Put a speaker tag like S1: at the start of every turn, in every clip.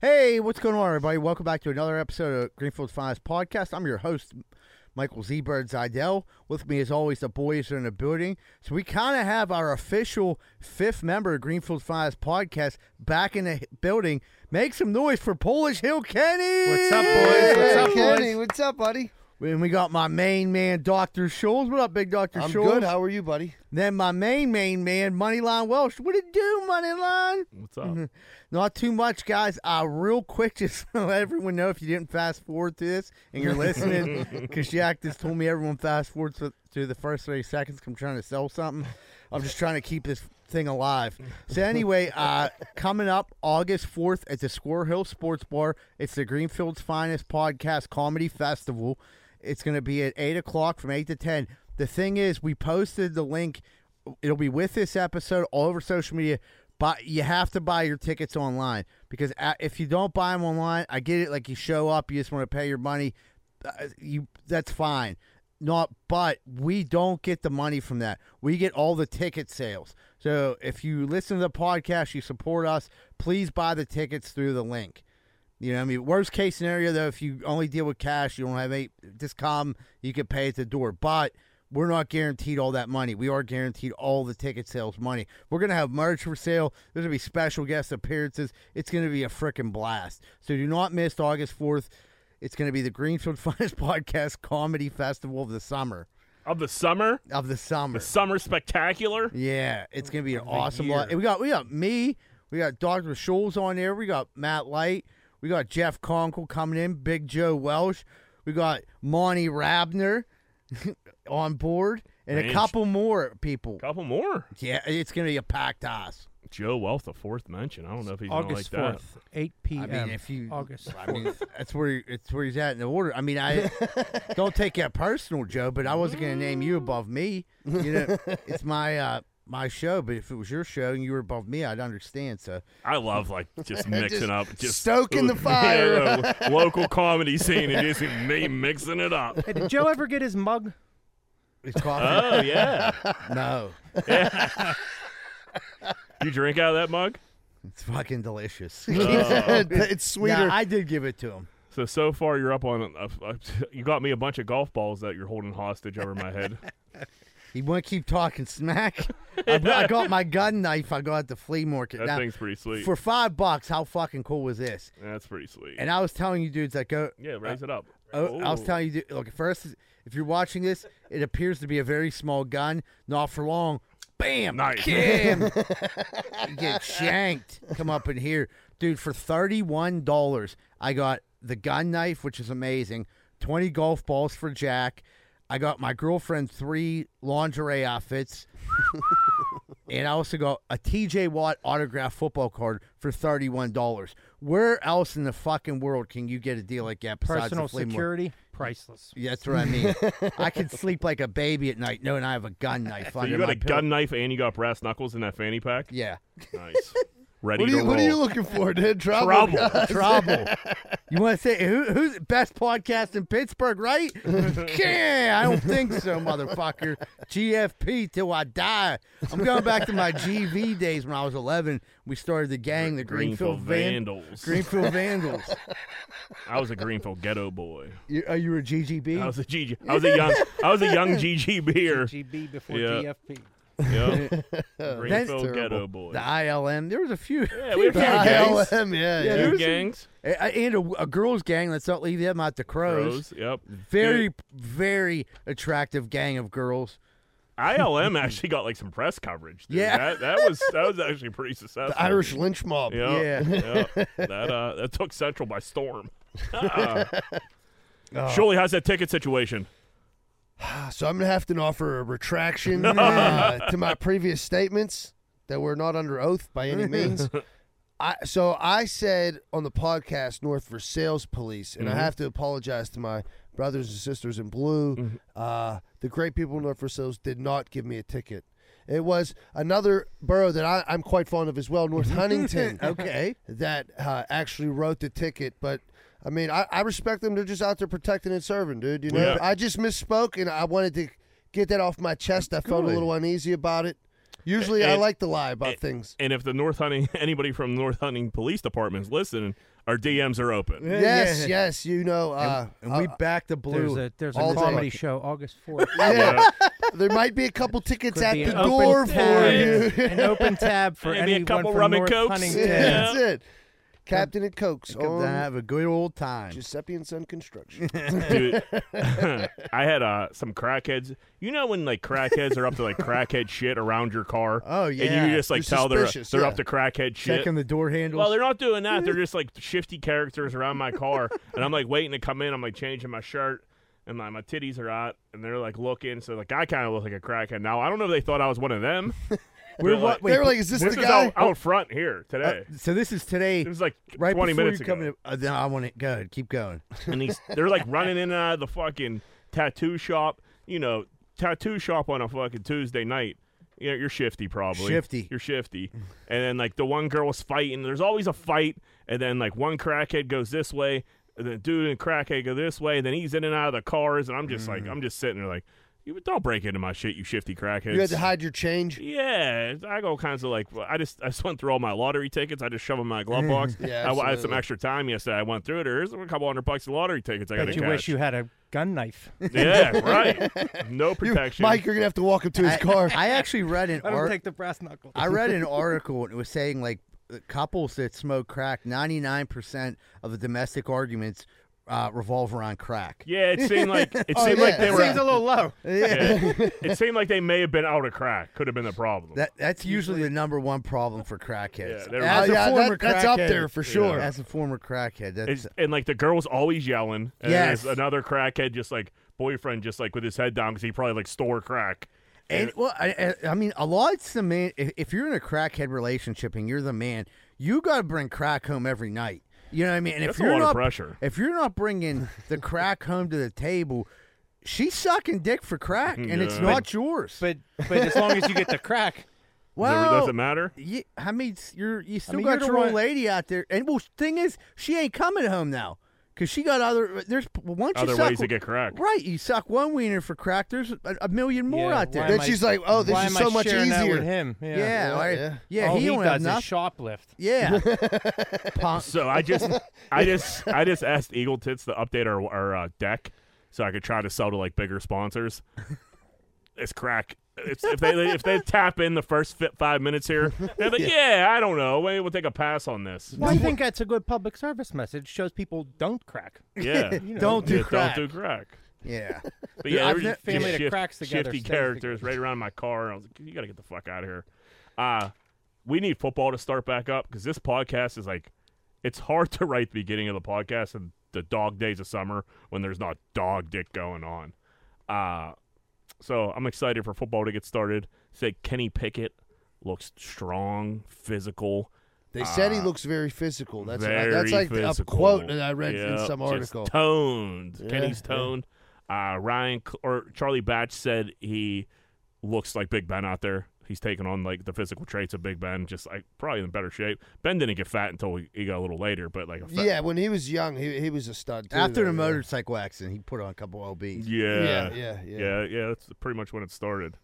S1: Hey, what's going on, everybody? Welcome back to another episode of Greenfield's Finest Podcast. I'm your host, Michael Z. Bird Zidell. With me, as always, the boys are in the building. So we kind of have our official fifth member of Greenfield's Finest Podcast back in the building. Make some noise for Polish Hill Kenny.
S2: What's up, boys? What's
S3: Hey,
S2: up,
S3: Kenny,
S2: boys?
S3: what's up, buddy?
S1: And we got my main man, Dr. Scholes. What up, big Dr.
S3: I'm
S1: Scholes?
S3: good. How are you, buddy?
S1: Then my main, main man, Moneyline Welsh. What it do, Moneyline? Mm-hmm.
S2: What's up?
S1: Not too much, guys. Uh, real quick, just to let everyone know if you didn't fast forward through this and you're listening, because Jack just told me everyone fast forwards to, to the first 30 seconds. 'cause I'm trying to sell something. I'm just trying to keep this thing alive. So, anyway, uh, coming up August 4th at the Square Hill Sports Bar, it's the Greenfield's Finest Podcast Comedy Festival. It's going to be at 8 o'clock from 8 to 10. The thing is, we posted the link it'll be with this episode all over social media. But you have to buy your tickets online because uh, if you don't buy them online, I get it. Like you show up, you just want to pay your money. Uh, you that's fine. Not, but we don't get the money from that. We get all the ticket sales. So if you listen to the podcast, you support us. Please buy the tickets through the link. You know, what I mean, worst case scenario though, if you only deal with cash, you don't have eight. Just come, you can pay at the door. But we're not guaranteed all that money. We are guaranteed all the ticket sales money. We're gonna have merch for sale. There's gonna be special guest appearances. It's gonna be a freaking blast. So do not miss August fourth. It's gonna be the Greenfield Finest Podcast Comedy Festival of the summer.
S4: of the summer,
S1: Of the summer.
S4: the summer spectacular.
S1: Yeah, it's gonna be an awesome
S2: year.
S1: lot. We got we got me, we got Doctor Scholes on there, we got Matt Light, we got Jeff Conkle coming in, Big Joe Welsh, we got Monty Rabner on board, and a
S4: Range.
S1: couple more people.
S4: Couple more.
S1: Yeah, it's gonna be a packed ass.
S4: Joe Welch, the fourth mention. I don't know if he's
S2: August
S4: gonna like
S2: fourth, eight p.m.
S1: I mean, if you
S2: August
S1: I mean, that's where it's where he's at in the order. I mean, I don't take that personal, Joe, but I wasn't going to name you above me. You know, it's my uh, my show, but if it was your show and you were above me, I'd understand. So
S4: that. I love like just mixing
S3: Just
S4: up, just
S3: stoking the fire.
S4: Yeah, the local comedy scene, and just me mixing it up.
S2: Hey, did Joe ever get his mug?
S1: it's coffee.
S4: Oh yeah,
S1: no,
S4: you drink out of that mug.
S1: it's fucking delicious.
S3: it's sweeter.
S1: Nah, I did give it to him.
S4: So so far you're up on. Uh, uh, you got me a bunch of golf balls that you're holding hostage over my head.
S1: You want to keep talking smack? I, brought- I got my gun knife. I got at the flea market.
S4: That
S1: Now,
S4: thing's pretty sweet.
S1: for five bucks, how fucking cool was this?
S4: That's pretty sweet.
S1: And I was telling you dudes that go
S4: yeah, raise it up.
S1: Oh, I was
S4: Oh.
S1: telling you, look, first, if you're watching this, it appears to be a very small gun. Not for long. Bam!
S4: Nice.
S1: Bam! you get shanked. Come up in here. Dude, for $31, I got the gun knife, which is amazing, 20 golf balls for Jack. I got my girlfriend three lingerie outfits. and I also got a TJ Watt autographed football card for $31. Where else in the fucking world can you get a deal like that besides
S2: Personal
S1: the flea market?
S2: security, priceless.
S1: Yeah, that's what I mean. I can sleep like a baby at night knowing I have a gun knife
S4: So
S1: under
S4: you got
S1: my
S4: a
S1: pillow.
S4: gun knife and you got brass knuckles in that fanny pack.
S1: Yeah,
S4: Nice. Ready
S3: what, are you,
S4: to
S3: what are you
S4: roll. Oh,
S3: looking for, dude? Trouble.
S4: Trouble.
S1: trouble. you want to say who, who's best podcast in Pittsburgh, right? yeah, I don't think so, motherfucker. GFP till I die. I'm going back to my GV days when I was 11. We started the gang, the Greenfield, Van-
S4: Vandals.
S1: Greenfield Vandals.
S4: I was a Greenfield ghetto boy.
S1: You, uh, you were GGB.
S4: I was a GG. I was a young. I was a young GGBer.
S2: GB before
S4: Yeah.
S2: GFP.
S4: Yep.
S1: That's
S4: Greenfield
S1: terrible.
S4: ghetto boy.
S1: the ILM. There was a few.
S4: Yeah, we
S3: The
S4: were kind of gangs.
S3: ILM, yeah,
S1: Yeah,
S3: yeah.
S1: there
S4: Two
S1: was some-
S4: gangs.
S1: A- and a, a girls' gang. Let's not leave them out. The crows.
S4: Bros. Yep.
S1: Very,
S4: Dude,
S1: very attractive gang of girls.
S4: ILM actually got like some press coverage. dude.
S1: Yeah.
S4: That, that was that was actually pretty successful.
S3: The Irish lynch mob.
S4: Yep, yep. That uh, that took Central by storm.
S3: Oh.
S4: Surely, how's that ticket situation?
S3: Ah, So I'm gonna have to offer a retraction uh, to my previous statements that were not under oath by any means. I, so I said on the podcast North for Sales Police, and I have to apologize to my brothers and sisters in blue. Uh, the great people in North for Sales did not give me a ticket. It was another borough that I, I'm quite fond of as well, North Huntington
S1: Okay.
S3: that uh, actually wrote the ticket. But I mean, I, I respect them. They're just out there protecting and serving, dude. You know,
S4: Yeah.
S3: I just misspoke and I wanted to get that off my chest. I felt a
S1: Good.
S3: little uneasy about it. Usually, I
S4: And-
S3: like to lie about things.
S4: And if the North Hunting, anybody from the North Hunting Police Department's listening, our DMs are open.
S1: Yeah,
S3: Yes,
S1: yeah.
S3: yes, you know. Uh,
S1: And we back the
S2: There's
S1: blue.
S2: a there's
S3: All
S2: a
S3: day.
S2: comedy show August fourth.
S3: yeah, there might be a couple tickets
S2: Could
S3: at
S2: be
S3: the
S2: an open
S3: door for you.
S2: tab. an open tab for
S4: Maybe a
S2: anyone
S4: couple
S2: from
S4: rum and
S2: North
S4: cokes.
S2: Huntington.
S4: Yeah.
S3: That's it. Captain and Cokes
S1: Come to
S3: on
S1: have a good old time.
S3: Giuseppe and Son Construction.
S4: Dude, I had uh, some crackheads. You know when like crackheads are up to like crackhead shit around your car,
S1: oh yeah.
S4: and you just like
S3: They're
S4: tell they're
S3: suspicious,
S4: they're
S3: yeah.
S4: up to crackhead shit.
S1: checking the door handles. Eh.
S4: Well, they're not doing that. They're just like shifty characters around my car, and I'm like waiting to come in. I'm like changing my shirt, and my, my titties are out, and they're like looking. So like I kind of look like a crackhead now. I don't know if they thought I was one of them.
S1: We're
S4: They're
S1: what?
S3: they
S1: Wait,
S3: were like, "Is this,
S4: this
S3: the
S4: is
S3: guy?"
S4: out, out front here
S1: Oh, uh,
S4: today.
S1: so this is today,
S4: it was like
S1: right
S4: 20
S1: before
S4: minutes
S1: you
S4: ago,
S1: come to. Uh, then I want it. Go keep going.
S4: and he's they're like running in and out of the fucking tattoo shop. You know, tattoo shop on a fucking Tuesday night. You know, you're shifty probably.
S1: Shifty.
S4: You're shifty. And then like the one girl was fighting. There's always a fight, and then like one crackhead goes this way, and the dude and crackhead go this way, and then he's in and out of the cars, and I'm
S3: Mm.
S4: just like, I'm just sitting there like, you don't break into my shit, you shifty crackheads.
S3: You had to hide your change.
S4: Yeah, I go kinds of like I just I just went through all my lottery tickets. I just shoved 'em in my glove box. I, I had
S3: Yeah,
S4: some
S3: absolutely.
S4: extra time yesterday. I went through it. There's a couple hundred bucks in lottery tickets. I got
S2: But you
S4: cash.
S2: wish you had a gun knife.
S4: Yeah, right. No
S3: You-
S4: protection.
S3: Mike, you're gonna have to walk him to his
S1: I,
S3: car.
S1: I actually read an
S2: I don't
S1: art-
S2: take the brass knuckle.
S1: I read an article and it was saying like the couples that smoke crack, ninety nine percent of the domestic arguments uh, revolve around crack.
S4: Yeah, it seemed like it
S3: Oh,
S4: seemed like
S3: yeah.
S4: they were.
S2: Seems a little low.
S4: yeah. it seemed like they may have been out of crack. Could have been the problem.
S1: That that's usually the number one problem for crackheads.
S4: Yeah, they're-
S1: as
S3: Oh,
S1: a
S3: yeah,
S1: former
S3: that- that's up
S1: crackhead-
S3: there for sure.
S1: As a former crackhead, that's
S4: It's- and like the girl was always yelling. And
S1: Yes.
S4: there's another crackhead, just like boyfriend, just like with his head down because he probably like store crack.
S1: And well, I, I I mean, a lot of the man. If, if you're in a crackhead relationship and you're the man, you got to bring crack home every night. You know what I mean? And if
S4: That's a
S1: you're
S4: lot of
S1: not,
S4: pressure.
S1: If you're not bringing the crack home to the table, she's sucking dick for crack, and it's
S4: Yeah.
S1: not yours.
S2: But but as long as you get the crack,
S4: Does it-
S1: well,
S4: does it matter?
S1: you, I mean, s- you're you still
S2: mean, you're
S1: got
S2: the
S1: your old
S2: one-
S1: lady out there, and well, thing is, she ain't coming home now because she got other. uh, There's once
S4: Other
S1: you suck,
S4: ways to get crack.
S1: Right, you suck one wiener for crack. There's a, a million more
S2: Yeah,
S1: out there.
S2: why
S3: then
S2: am I-
S3: she's like, "Oh, this
S2: why
S3: is
S2: am I
S3: so much
S2: sharing that with
S3: easier."
S2: him? Yeah.
S1: Yeah,
S3: Yeah,
S1: like-
S3: yeah.
S1: yeah,
S2: All
S1: he,
S2: he,
S1: don't have
S2: does is
S1: nothing.
S2: shoplift.
S1: yeah, punk.
S4: So I just, I just, I just asked Eagle Tits to update our our uh, deck so I could try to sell to like bigger sponsors. It's crack. It's, if they if they tap in the first fi- five minutes here, they're like, yeah, I don't know. Maybe we'll take a pass on this.
S2: Well, I think that's a good public service message. Shows people don't crack.
S4: Yeah,
S2: know.
S1: Don't do
S4: Yeah,
S1: crack.
S4: Don't do crack.
S1: Yeah,
S4: But yeah, there was
S2: I've met
S4: just- just
S2: family that
S4: shift-
S2: cracks together,
S4: shifty
S2: stays
S4: characters right around my car. And I was like, you got to get the fuck out of here. Uh, we need football to start back up because this podcast is like, it's hard to write the beginning of the podcast and the dog days of summer when there's not dog dick going on. Uh, so I'm excited for football to get started. Say Kenny Pickett looks strong, physical.
S3: They said he
S4: Ah.
S3: looks very physical. That's
S4: very
S3: that's like a
S4: physical.
S3: quote that I read in
S4: Yep,
S3: some
S4: just
S3: article.
S4: toned.
S3: Yeah,
S4: Kenny's
S3: yeah.
S4: toned. Uh, Ryan Cl- or Charlie Batch said he looks like Big Ben out there. He's taking on like the physical traits of Big Ben, just like probably in better shape. Ben didn't get fat until he, he got a little later, but like a fat,
S3: Yeah, when he was young, he he was a stud. Too,
S1: after
S3: though,
S1: the
S3: yeah.
S1: motorcycle accident, he put on a couple lbs.
S4: yeah,
S3: Yeah,
S4: yeah,
S3: yeah, yeah.
S4: yeah, That's pretty much when it started.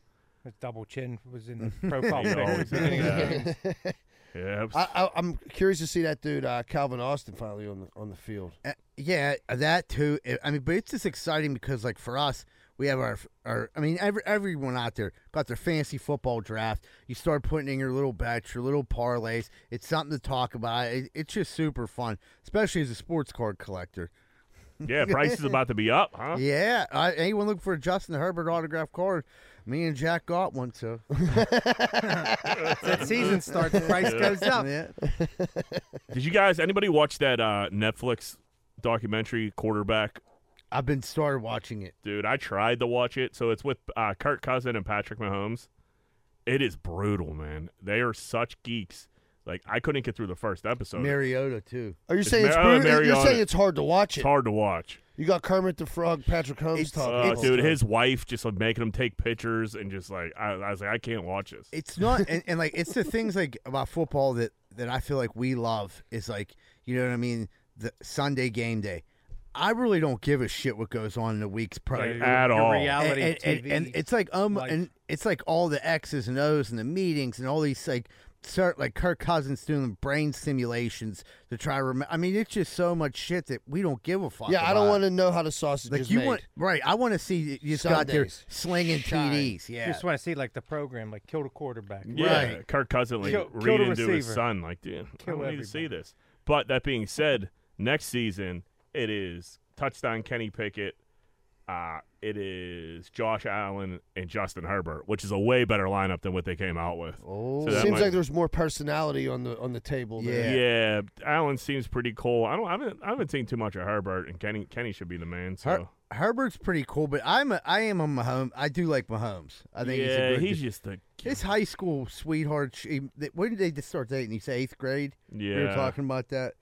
S2: His double chin was in the profile
S4: Yeah,
S2: picture.
S4: always
S2: Beginning of the game.
S4: Yeah, it was-
S3: I, I, I'm curious to see that dude uh, Calvin Austin finally on the on the field.
S1: Uh, yeah, that too. I- I mean, but it's just exciting because, like, for us, we have our, our I mean, every, everyone out there got their fancy football draft. You start putting in your little bets, your little parlays. It's something to talk about. It, it's just super fun, especially as a sports card collector.
S4: yeah. Price is about to be up, huh?
S1: Yeah, uh, anyone looking for a Justin Herbert autograph card? Me and Jack got one, so
S2: That season starts, the price goes up.
S1: yeah.
S4: Did you guys? Anybody watch that uh, Netflix documentary quarterback
S1: I've been started watching it.
S4: dude. I tried to watch it. So it's with uh, Kirk Cousin and Patrick Mahomes. It is brutal, man. They are such geeks. Like I couldn't get through the first episode.
S1: Mariota too.
S3: Are you
S4: It's
S3: saying it's,
S4: Mar- oh,
S3: brutal- you're
S4: Mariota.
S3: saying it's hard to watch
S4: it's
S3: it?
S4: hard to watch.
S3: You got Kermit the Frog, Patrick Holmes
S1: It's-
S3: talking.
S4: Uh,
S3: all the
S4: dude,
S3: time.
S4: his wife just like making him take pictures and just like I, I was like, I can't watch this.
S1: It's not, and, and like it's the things like about football that that I feel like we love is like you know what I mean. The Sunday game day, I really don't give a shit what goes on in the week's program.
S4: Like, at
S2: your
S4: all.
S1: and,
S2: reality
S1: and, and-
S2: TV.
S1: and it's like um
S2: life.
S1: and it's like all the X's and O's and the meetings and all these like start like Kirk Cousins doing brain simulations to try to remember. I mean, it's just so much shit that we don't give a fuck.
S3: Yeah, I don't
S1: about.
S3: want to know how the sausage
S1: like
S3: is
S1: you
S3: made.
S1: want right. I want to see you just got there
S3: Sundays.
S1: slinging
S3: Shine.
S1: TDs. Yeah,
S2: You just want to see like the program, like killed a quarterback.
S4: Yeah,
S1: Right.
S4: Kirk Cousins like
S2: Kill- kill the
S4: reading to his
S2: receiver.
S4: son, like, dude,
S2: Kill
S4: I don't need to see
S2: everybody.
S4: this. But that being said, next season it is touchdown Kenny Pickett, uh, it is Josh Allen and Justin Herbert, which is a way better lineup than what they came out with.
S1: Oh.
S4: So that
S3: Seems
S4: might-
S3: like there's more personality on the on the table. There.
S1: Yeah.
S4: yeah, Allen seems pretty cool. I don't, I haven't, I haven't seen too much of Herbert, and Kenny, Kenny should be the man. So.
S1: Her- Herbert's pretty cool, but I'm a, I am a Mahomes. I do like Mahomes. I think he's a
S4: yeah,
S1: good
S4: he's just a
S1: his high school sweetheart. She, they- when did they just start dating? You say eighth grade.
S4: yeah.
S1: We were talking about that.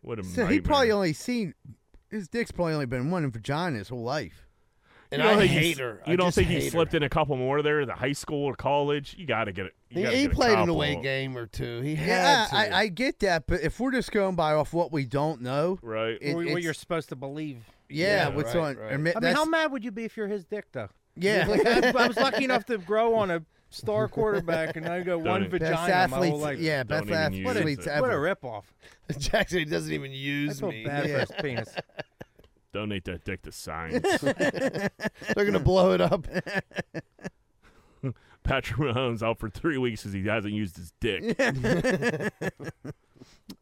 S4: what a
S1: So he probably
S4: nightmare.
S1: only seen his dick's probably only been one in vagina his whole life.
S3: And
S4: you don't
S3: I
S4: think he's-
S3: hate her.
S4: You
S3: I
S4: don't
S3: just
S4: think he
S3: hate her.
S4: slipped in a couple more there, the high school or college? You got to get it. you
S3: He,
S4: gotta
S3: he
S4: get a
S3: played an
S4: couple.
S3: away game or two. He had
S1: Yeah,
S3: to.
S1: I, I get that, but if we're just going by off what we don't know,
S4: Right.
S1: it-
S2: Or what
S1: it's-
S2: you're supposed to believe.
S1: yeah,
S3: Yeah,
S1: what's
S3: right,
S1: on?
S3: right.
S1: admit-
S2: I mean,
S1: that's-
S2: how mad would you be if you're his dick, though?
S1: yeah,
S2: Like, I, I was lucky enough to grow on a star quarterback, and I go one
S4: it.
S2: vagina
S1: best
S2: my whole
S1: athletes,
S2: life.
S1: yeah, best
S4: Don't even
S1: athletes
S4: use it.
S2: What a
S1: ever.
S2: ripoff!
S3: Jackson he doesn't even
S2: I
S3: use
S2: feel
S3: me.
S2: bad
S1: Yeah.
S2: for his penis.
S4: Donate that dick to science.
S3: They're gonna blow it up.
S4: Patrick Mahomes out for three weeks because he hasn't used his dick.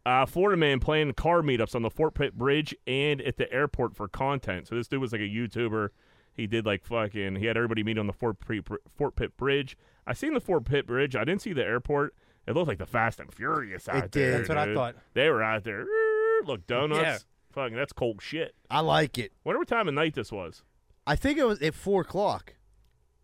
S4: uh, Florida man playing car meetups on the Fort Pitt Bridge and at the airport for content. So this dude was like a YouTuber. He did like fucking. He had everybody meet on the Fort Pitt, Fort Pitt Bridge. I seen the Fort Pitt Bridge. I didn't see the airport. It looked like the Fast and Furious out
S1: did.
S4: there.
S2: That's what I
S4: dude.
S2: thought.
S4: They were out there. Look, donuts.
S2: Yeah.
S4: Fucking, that's cold shit.
S1: I like it.
S4: Wonder what time of night this was.
S1: I think it was at four o'clock.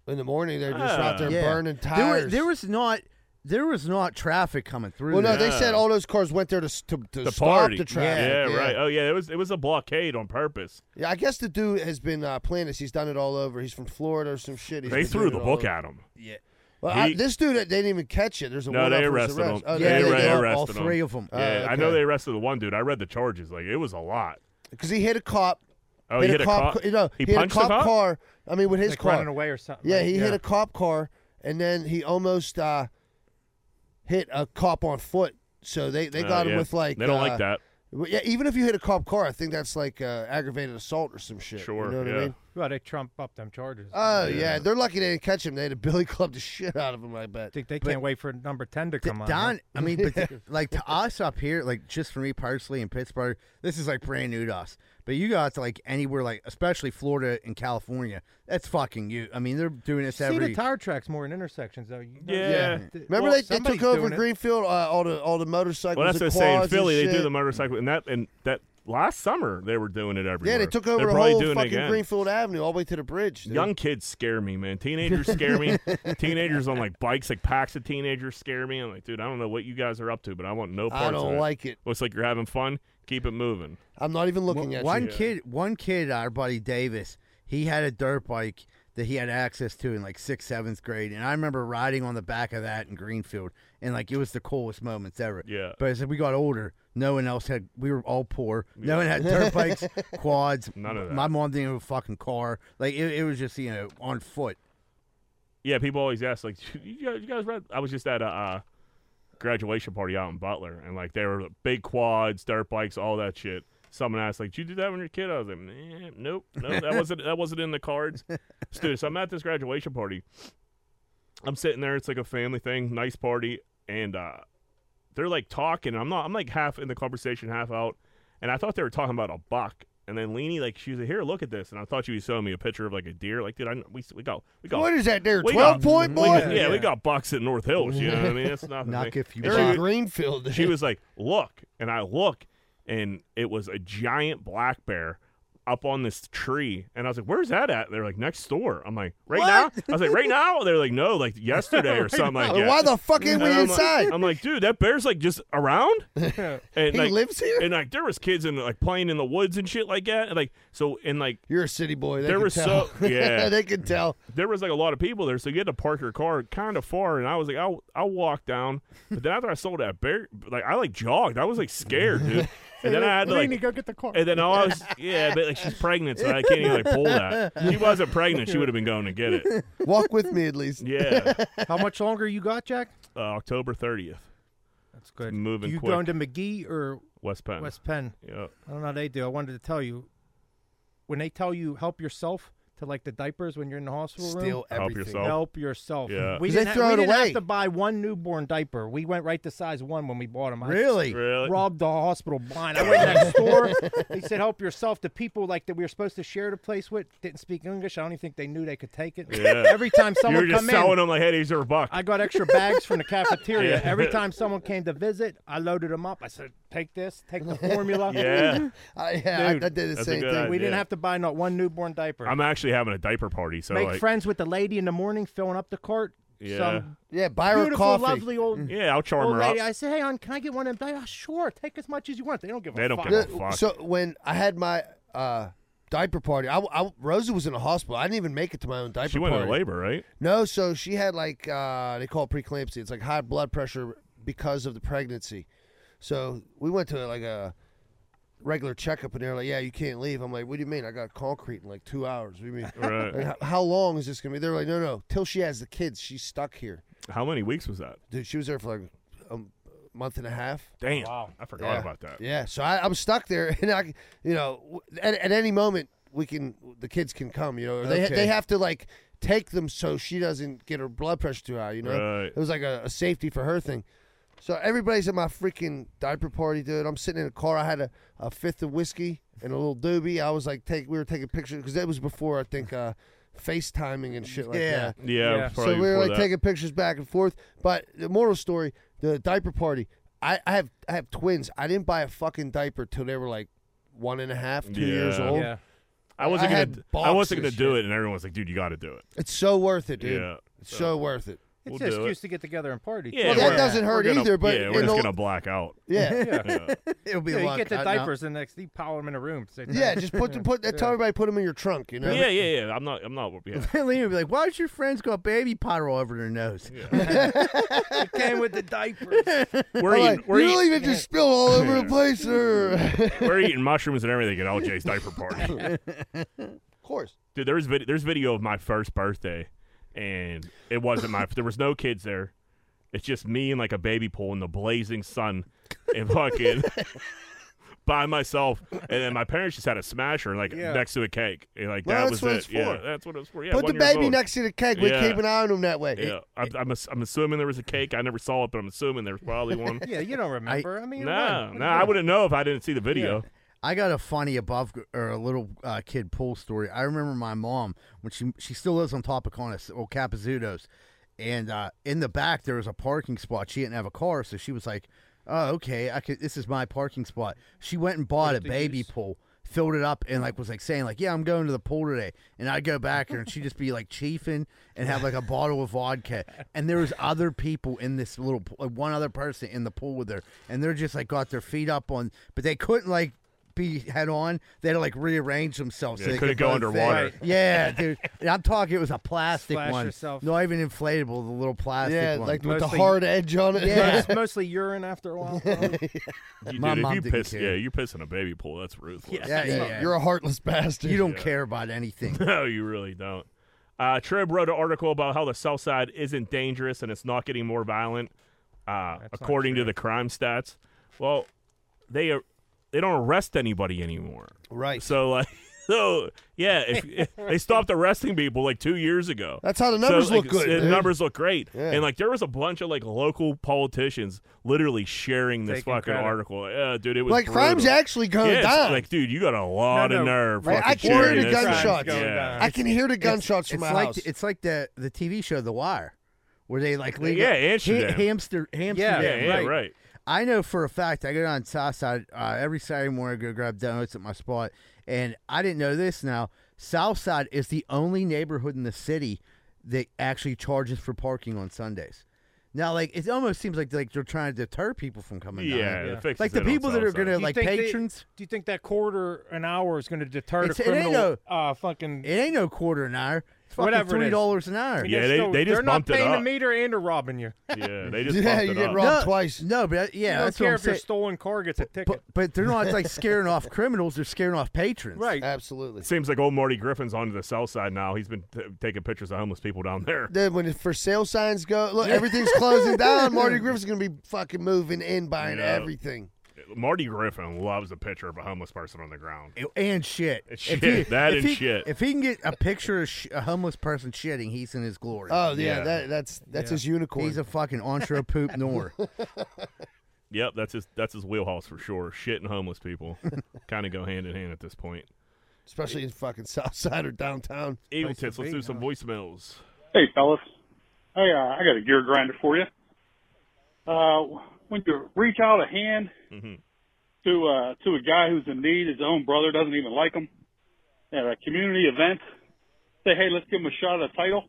S3: In the morning, they're just
S4: Ah.
S3: out there
S1: Yeah.
S3: burning
S1: There, were,
S3: tires.
S1: there was not there was not traffic coming through.
S3: well, no,
S1: there.
S3: they
S4: Yeah.
S3: said all those cars went there to s- to, to
S4: The
S3: stop
S4: party.
S3: the traffic.
S4: Yeah,
S3: yeah.
S4: right. Oh yeah, it was it was a blockade on purpose.
S3: Yeah, I guess the dude has been uh, playing this. He's done it all over. He's from Florida or some shit. He's
S4: They
S3: been
S4: threw
S3: doing
S4: the
S3: it all
S4: book
S3: over.
S4: at him.
S3: Well, I-
S4: He-
S3: this dude, they didn't even catch it. There's a
S4: No,
S3: one
S4: they
S3: up for his
S4: arrested him.
S3: arrest. Oh,
S1: yeah,
S4: they
S1: they
S4: arre-
S1: did.
S4: arrested
S1: all
S4: him.
S1: three of them.
S3: Uh,
S4: yeah, I know
S3: okay.
S4: they arrested the one dude. I read the charges. Like it was a lot.
S3: because he hit a cop.
S4: Oh,
S3: hit
S4: he hit a cop.
S3: ca- You know,
S4: he,
S3: he, hit a
S4: punched
S3: cop,
S4: a cop.
S3: car. I mean, with his
S2: Like
S3: car.
S2: running away or something.
S3: Yeah,
S2: right?
S3: he hit a cop car, and then he almost uh, hit a cop on foot. So they, they
S4: Uh,
S3: got him
S4: yeah.
S3: with like
S4: They don't
S3: uh,
S4: like that.
S3: Well, Yeah, even if you hit a cop car, I think that's like uh, aggravated assault or some shit.
S4: Sure,
S3: You know what I
S4: yeah.
S3: mean?
S2: Well, they trump up them charges.
S3: Oh,
S4: Yeah.
S3: yeah. They're lucky they didn't catch him. They had a Billy Club the shit out of him, I bet.
S2: Think they can't wait for number ten to
S1: D-
S2: come on. huh?
S1: Don, I mean, but th- like to us up here, like just for me personally in Pittsburgh, this is like brand new to us. But you got to like anywhere, like especially Florida and California, that's fucking you. I mean, they're doing this
S2: See
S1: every.
S2: the tire tracks more in intersections though. You know-
S4: Yeah.
S2: Th-
S3: Remember
S2: well,
S3: they, they took
S2: somebody's
S3: over
S2: doing it.
S3: Greenfield, uh, all the all the motorcycles.
S4: Well, that's
S3: the
S4: what I'm saying.
S3: quads and
S4: Philly, they do
S3: shit.
S4: the motorcycle, and that and that last summer they were doing it everywhere.
S3: Yeah, they took over
S4: They're
S3: the
S4: probably
S3: whole
S4: doing it
S3: fucking
S4: again.
S3: Greenfield Avenue all the way to the bridge. dude.
S4: Young kids scare me, man. Teenagers scare me. teenagers on like bikes, like packs of teenagers scare me. I'm like, dude, I don't know what you guys are up to, but I want no parts
S3: I
S4: of
S3: don't
S4: it.
S3: like it.
S4: Looks like you're having fun. Keep it moving.
S3: I'm not even looking
S1: One,
S3: at
S1: one
S3: you.
S1: kid, one kid, our buddy Davis, he had a dirt bike that he had access to in like sixth, seventh grade, and I remember riding on the back of that in Greenfield, and like it was the coolest moments ever.
S4: Yeah.
S1: But as we got older, no one else had. We were all poor. No one had dirt bikes, quads.
S4: None of that.
S1: My mom didn't have a fucking car. Like it, it was just you know on foot.
S4: Yeah, people always ask like, you guys, you guys read? I was just at a uh, graduation party out in Butler, and like they were big quads, dirt bikes, all that shit. Someone asked like, "Did you do that when you're a kid?" I was like, "Nah, "Nope, no, that wasn't that wasn't in the cards." So, dude, so I'm at this graduation party. I'm sitting there. It's like a family thing, nice party, and uh, they're like talking. and I'm not. I'm like half in the conversation, half out, and I thought they were talking about a buck. And then Leanie, like, she was like, "Here, look at this," and I thought she was showing me a picture of like a deer. Like, dude, I we we got we got
S3: What is that there?
S4: We got-
S3: 12 point
S4: we
S3: boy?
S4: got- yeah,
S2: Yeah.
S4: we got bucks at North Hills. You know what I mean? That's not
S1: Knock if you
S4: And
S3: They're in
S4: she,
S1: want.
S4: was-
S3: Greenfield. dude.
S4: she was like, "Look," and I look, and it was a giant black bear up on this tree, and I was like, "Where's that at?" They're like, "Next door." I'm like, "Right now?" I was like, "Right now?" They're like, "No, like yesterday or something like
S3: Like,
S4: that."
S3: Why the fuck
S4: And
S3: ain't we
S4: I'm like-
S3: inside?
S4: I'm like, dude, that bear's like just around. And
S3: He
S4: like,
S3: lives here?
S4: and like there was kids in like playing in the woods and shit like that, and like so, and like
S3: You're a city boy. They
S4: There
S3: could
S4: was
S3: tell.
S4: so- yeah.
S3: they could tell.
S4: there was like a lot of people there, so you had to park your car kind of far. And I was like, I'll I'll walk down. But then after I saw that bear, like I like jogged. I was like scared, dude. And then I had to
S2: Lainey,
S4: like
S2: go get the car.
S4: and then I was yeah, but like she's pregnant, so I can't even like pull that. If She wasn't pregnant; she would have been going to get it.
S3: Walk with me at least.
S4: Yeah,
S2: How much longer you got, Jack?
S4: uh, October thirtieth,
S2: That's good.
S4: moving
S2: you
S4: quick.
S2: going to McGee or
S4: West Penn.
S2: West Penn?
S4: yeah.
S2: I don't know how they do. I wanted to tell you when they tell you help yourself to like the diapers when you're in the hospital room.
S3: Steal
S4: Help
S3: everything.
S4: yourself.
S2: Help yourself.
S4: Yeah.
S2: We
S3: 'Cause they
S2: didn't, ha-
S3: throw
S2: we
S3: it
S2: didn't
S3: away.
S2: have to buy one newborn diaper. We went right to size one when we bought them.
S1: Really?
S4: Really?
S2: robbed the hospital blind. I went to that store. They said, "Help yourself." The people like that we were supposed to share the place with didn't speak English. I don't even think they knew they could take it.
S4: Yeah.
S2: Every time
S4: You were
S2: someone
S4: just
S2: come
S4: selling
S2: in,
S4: them like, hey, these are a buck.
S2: I got extra bags from the cafeteria.
S4: Yeah.
S2: Every time someone came to visit, I loaded them up. I said, "Take this, take the formula."
S4: yeah.
S3: I, Uh, yeah,
S4: Dude,
S3: I, I did the
S4: that's a
S3: same
S4: good
S3: thing.
S4: idea.
S2: We didn't
S4: Yeah.
S2: have to buy not one newborn diaper.
S4: I'm actually having a diaper party, so
S2: Make
S4: like,
S2: friends with the lady in the morning, filling up the cart.
S4: Yeah.
S2: Some
S3: Yeah, buy her
S2: beautiful,
S3: coffee.
S2: lovely
S3: Mm.
S2: old.
S4: yeah, I'll charm
S2: Old
S4: her up.
S2: lady, I said, "Hey, hon, can I get one of them?" diapers?" "Oh, Sure, take as much as you want. They don't give a
S4: They don't
S2: fuck.
S4: give a
S3: The-
S4: fuck.
S3: So when I had my uh, diaper party, I, I Rosa was in a hospital. I didn't even make it to my own diaper
S4: she went
S3: party.
S4: into labor, right?
S3: No, so she had like uh, they call it preeclampsia. It's like high blood pressure because of the pregnancy. So we went to like a regular checkup, and they're like, "Yeah, you can't leave." I'm like, "What do you mean? I got concrete in like two hours. What do you mean?
S4: Right.
S3: Like, how, how long is this gonna be?" They're like, "No, no, till she has the kids, she's stuck here,
S4: How many weeks was that?
S3: dude. She was there for like a month and a half."
S4: Damn.
S2: Wow.
S4: I forgot
S3: Yeah.
S4: about that.
S3: Yeah, so I, I'm stuck there, and I, you know, w- at, at any moment we can, the kids can come. You know, or they
S1: Okay.
S3: they have to like take them so she doesn't get her blood pressure too high. You know,
S4: Right.
S3: it was like a, a safety for her thing. So everybody's at my freaking diaper party, dude. I'm sitting in a car. I had a, a fifth of whiskey and a little doobie. I was like, take we were taking pictures because that was before I think uh, FaceTiming and shit like
S1: Yeah.
S3: that.
S4: Yeah,
S2: Yeah.
S4: probably
S3: so we were
S4: before
S3: like
S4: that.
S3: taking pictures back and forth. But the moral story, the diaper party. I, I have I have twins. I didn't buy a fucking diaper till they were like one and a half, two years
S4: Yeah.
S3: old.
S2: Yeah.
S4: I wasn't
S3: I
S4: gonna.
S3: had
S4: d- I wasn't gonna
S3: boxes,
S4: do
S3: shit.
S4: it, and everyone was like, "Dude, you got to do it."
S3: It's so worth it, dude.
S4: Yeah.
S3: it's so, worth it.
S2: It's
S4: We'll
S2: an
S4: do it.
S2: excuse to get together and party.
S4: Yeah,
S3: Well,
S4: we're-
S3: that doesn't
S4: we're
S3: hurt
S4: gonna-
S3: either, but
S4: yeah,
S3: in
S4: we're
S3: the-
S4: just gonna black out.
S3: Yeah,
S2: Yeah.
S4: Yeah.
S1: It'll be
S2: Yeah,
S1: a
S2: you
S1: lot.
S2: get the
S1: I-
S2: diapers and next you pile them in a room. Say,
S3: yeah. Just put them, put tell everybody put them in your trunk. You know.
S4: yeah, yeah, yeah. I'm not. I'm not. Yeah.
S1: no. Lena would be like, "Why does your friends got baby powder all over their nose?"
S2: "It came with the diapers.
S4: We're
S3: All
S4: eating.
S3: right,
S4: We're
S3: you
S4: eating,
S3: don't even just spill all over the place, or of
S4: we're eating mushrooms and everything at LJ's diaper party.
S3: course.
S4: Dude, there's vid- there's video of my first birthday, and it wasn't my. there was no kids there. It's just me and like a baby pool in the blazing sun, and fucking. By myself, and then my parents just had a smasher like
S2: Yeah.
S4: next to a cake, and like
S3: Well,
S4: that
S3: that's
S4: was
S3: what
S4: it.
S3: it's
S4: Yeah,
S3: for.
S4: that's what it was for. Yeah,
S3: put the
S4: one years
S3: baby
S4: old.
S3: next to the keg. We
S4: Yeah.
S3: keep an eye on them that way.
S4: Yeah, I'm, I'm, ass- I'm assuming there was a cake. I never saw it, but I'm assuming there's probably one.
S2: Yeah, you don't remember. I, mean,
S4: No, no, I wouldn't know if I didn't see the video.
S1: I got a funny above or a little uh, kid pool story. I remember my mom when she she still lives on Topiconis or Capizudos, and uh, in the back there was a parking spot. She didn't have a car, so she was like, "Oh, okay, I could. This is my parking spot." She went and bought a baby pool, filled it up, and like was like saying like, "Yeah, I'm going to the pool today." And I'd go back there, and she'd just be like chiefing and have like a bottle of vodka. And there was other people in this little pool, like one other person in the pool with her, and they're just like got their feet up on, but they couldn't like be head on. They had to like rearrange themselves.
S4: Yeah,
S1: so they
S4: couldn't
S1: could
S4: go
S1: both
S4: underwater.
S1: fit. Yeah, dude. And I'm talking. It was a plastic
S2: Splash
S1: one,
S2: yourself.
S1: not even inflatable. The little plastic
S3: Yeah,
S1: one.
S3: like with the
S2: Mostly-
S3: hard edge on it.
S1: Yeah.
S2: It's mostly urine after a while. probably.
S4: You,
S1: My
S4: dude, if
S1: mom
S4: you
S1: didn't
S4: piss,
S1: care.
S4: yeah, you're pissing a baby pool. That's ruthless.
S1: yeah, yeah, yeah.
S3: You're a heartless bastard.
S1: you don't
S4: yeah.
S1: care about anything.
S4: No, you really don't. Uh, Trib wrote an article about how the South Side isn't dangerous and it's not getting more violent, uh,
S2: That's not
S4: according to
S2: true.
S4: the crime stats. Well, they are, they don't arrest anybody anymore.
S3: right.
S4: So like, so yeah, if, if they stopped arresting people like two years ago.
S3: That's how the numbers
S4: So, like,
S3: look good.
S4: The
S3: dude.
S4: numbers look great.
S3: Yeah.
S4: And like there was a bunch of like local politicians literally sharing this
S2: Taking
S4: fucking
S2: credit.
S4: article. Yeah, dude, it was
S3: like
S4: brutal.
S3: crime's actually
S4: yeah,
S3: going
S4: it's
S3: down.
S4: Like, dude, you got a lot
S2: No,
S4: of
S2: no.
S4: nerve.
S2: Like,
S4: fucking
S3: I can hear
S4: sharing
S3: the
S4: this shit.
S3: gunshots.
S4: Yeah.
S2: Yeah.
S3: I can hear the gunshots from my
S1: It's like
S3: house.
S1: it's like the the TV show The Wire, where they like leave
S4: Yeah,
S1: it-
S4: Amsterdam.
S1: hamster hamster.
S2: Yeah,
S4: Yeah, yeah,
S2: Right.
S4: right.
S1: I know for a fact I go down Southside uh, every Saturday morning. I go grab donuts at my spot, and I didn't know this. Now Southside is the only neighborhood in the city that actually charges for parking on Sundays. Now, like it almost seems like like they're trying to deter people from coming.
S4: Yeah,
S1: down
S4: the
S1: there.
S4: fix
S1: like
S4: is
S1: the
S4: in on
S1: people that are
S4: Southside.
S1: going
S4: Do
S1: to
S4: you
S1: like
S2: think they-
S1: patrons.
S2: Do you think that quarter an hour is going to deter
S1: It's-
S2: the
S1: it ain't
S2: criminal? uh, fucking.
S1: it ain't no quarter an hour. It's fucking
S2: Whatever it
S1: three
S2: is.
S1: dollars an hour.
S4: Yeah,
S2: They're
S4: they-
S2: still-
S4: they just
S2: they're not
S4: bumped it
S2: paying
S4: up.
S2: the meter and they're robbing you.
S4: Yeah, they just
S3: Yeah,
S4: bumped
S3: you
S4: it
S3: get
S4: up.
S3: robbed
S1: No,
S3: twice.
S1: No,
S2: uh,
S1: but yeah,
S2: I don't
S1: that's what
S2: care
S1: I'm
S2: if your
S1: saying.
S2: stolen car gets a ticket.
S1: But, but they're not like scaring off criminals; they're scaring off patrons.
S2: right.
S3: Absolutely.
S4: Seems like old Marty Griffin's onto the south side now. He's been t- taking pictures of homeless people down there.
S3: Then when the for sale signs go, look, everything's closing down. Marty Griffin's gonna be fucking moving in, buying
S4: Yeah.
S3: everything.
S4: Marty Griffin loves a picture of a homeless person on the ground.
S1: And shit.
S4: It's
S1: If
S4: shit. That
S1: if
S4: and
S1: he,
S4: shit.
S1: If he can get a picture of sh- a homeless person shitting, he's in his glory.
S3: Oh yeah,
S4: Yeah.
S3: that that's that's
S2: Yeah.
S3: his unicorn.
S1: he's a fucking entre poop nor.
S4: Yep, that's his that's his wheelhouse for sure. Shit and homeless people kind of go hand in hand at this point.
S3: especially in fucking South Side or downtown.
S4: Evil
S2: Place to
S4: tits, let's
S2: be,
S4: do some voicemails.
S5: Hey, fellas. Hey, uh, I got a gear grinder for you. Uh, when you reach out a hand
S4: Mm-hmm.
S5: to uh, to a guy who's in need, his own brother doesn't even like him, at a community event, say, hey, let's give him a shot at a title.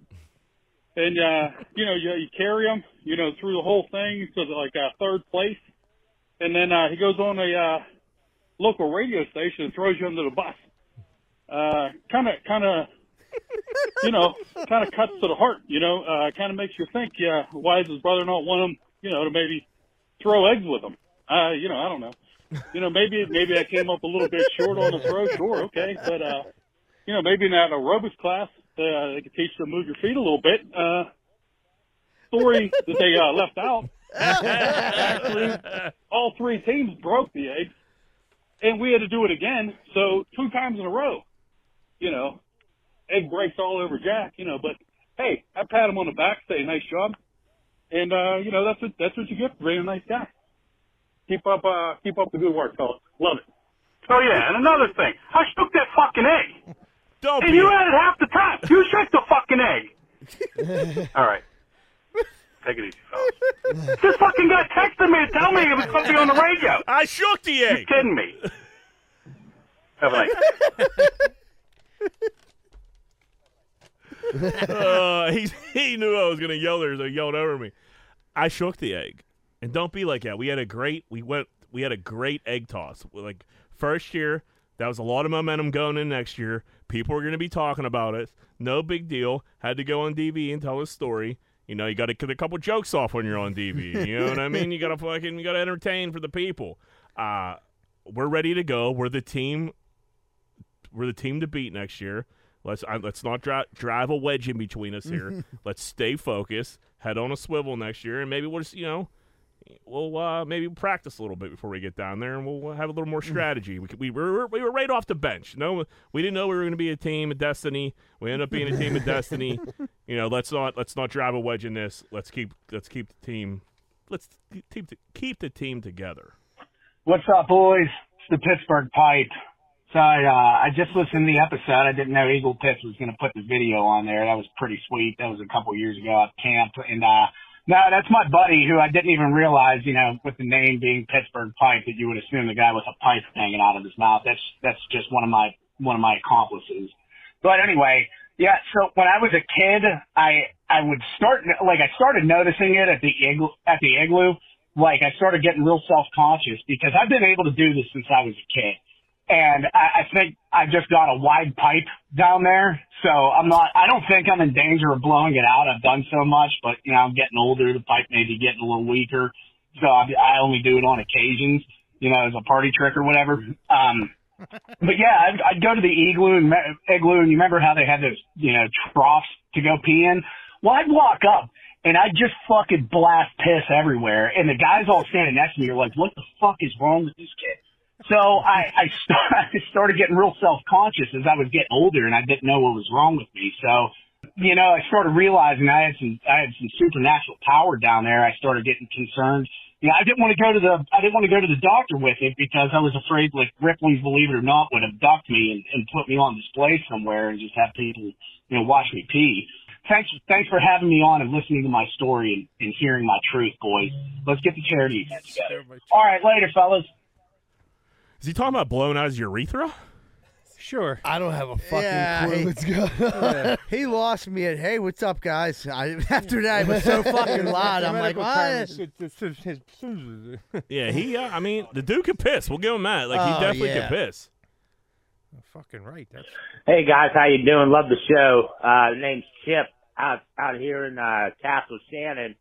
S5: And, uh, you know, you, you carry him, you know, through the whole thing to the, like uh, third place. And then uh, he goes on a uh, local radio station and throws you under the bus. Kind of, kind of you know, kind of cuts to the heart, you know, uh, kind of makes you think, yeah, why does his brother not want him, you know, to maybe throw eggs with him? Uh, you know, I don't know. You know, maybe, maybe I came up a little bit short on the throw, sure, okay, but, uh, you know, maybe in that aerobics class, uh, they could teach you to move your feet a little bit. Uh, story that they, uh, left out. Actually, all three teams broke the egg, and we had to do it again, so two times in a row, you know, egg breaks all over Jack, you know. But hey, I pat him on the back, say nice job, and uh, you know that's what that's what you get for being a nice guy. Keep up, uh, keep up the good work, fellas. Love it. Oh yeah, and another thing, I shook that fucking egg,
S4: Don't
S5: and
S4: be
S5: you had it half the time. You shook the fucking egg. all right. Take it easy, fellas. this fucking guy texted me to tell me it was something on the radio.
S4: I shook the egg.
S5: kidding me? Have a nice
S4: Uh, he he knew I was gonna yell there, so he yelled over me. I shook the egg, and don't be like that. We had a great we went we had a great egg toss. We- Like first year, that was a lot of momentum going in next year. People were gonna be talking about it. No big deal. Had to go on DV and tell a story. You know, you got to get a couple jokes off when you're on DV. You know what I mean? You got to fucking you got to entertain for the people. Uh, we're ready to go. We're the team we're the team to beat next year. Let's I, let's not dri- drive a wedge in between us here. let's stay focused, head on a swivel next year, and maybe we'll just you know we'll uh, maybe practice a little bit before we get down there, and we'll, we'll have a little more strategy. we, could- we were we were right off the bench. No, we didn't know we were going to be a team of destiny. We ended up being a team of destiny. You know, let's not let's not drive a wedge in this. Let's keep let's keep the team. Let's keep the, keep the team together.
S6: What's up, boys? It's the Pittsburgh Pipe. Sorry, uh, I just listened to the episode. I didn't know Eagle Pitts was going to put the video on there. That was pretty sweet. That was a couple years ago at camp. And, uh, no, that's my buddy who I didn't even realize, you know, with the name being Pittsburgh Pipe, that you would assume the guy with a pipe hanging out of his mouth. That's, that's just one of my, one of my accomplices. But anyway, yeah, so when I was a kid, I, I would start, like, I started noticing it at the igloo, at the igloo. Like, I started getting real self-conscious because I've been able to do this since I was a kid. And I, I think I just got a wide pipe down there. So I'm not, I don't think I'm in danger of blowing it out. I've done so much, but you know, I'm getting older. The pipe may be getting a little weaker. So I, I only do it on occasions, you know, as a party trick or whatever. Um, but yeah, I'd, I'd go to the igloo and me- igloo, and you remember how they had those, you know, troughs to go pee in? Well, I'd walk up and I'd just fucking blast piss everywhere, and the guys all standing next to me are like, "What the fuck is wrong with this kid?" So I, I, start, I started getting real self conscious as I was getting older, and I didn't know what was wrong with me. So, you know, I started realizing I had some I had some supernatural power down there. I started getting concerned. You know, I didn't want to go to the I didn't want to go to the doctor with it because I was afraid like Ripley's Believe It or Not would abduct me and, and put me on display somewhere and just have people you know watch me pee. Thanks, thanks for having me on and listening to my story and, and hearing my truth, boys. Let's get the charity event together. All right, later, fellas.
S4: Is he talking about blowing out his urethra?
S2: Sure.
S3: I don't have a fucking
S1: Yeah,
S3: clue
S1: he-
S3: what's going on.
S1: he lost me at hey, what's up, guys? I, after that, I was so fucking loud. I'm like,
S2: Medical term
S1: what?
S2: is- it's- it's- it's- it's-
S4: Yeah, he. Uh, I mean, the dude can piss. We'll give him that. Like
S1: Oh,
S4: he definitely
S1: yeah.
S4: can piss.
S2: Fucking right. That's
S7: Hey guys, how you doing? Love the show. Uh, name's Chip out out here in uh, Castle Shannon.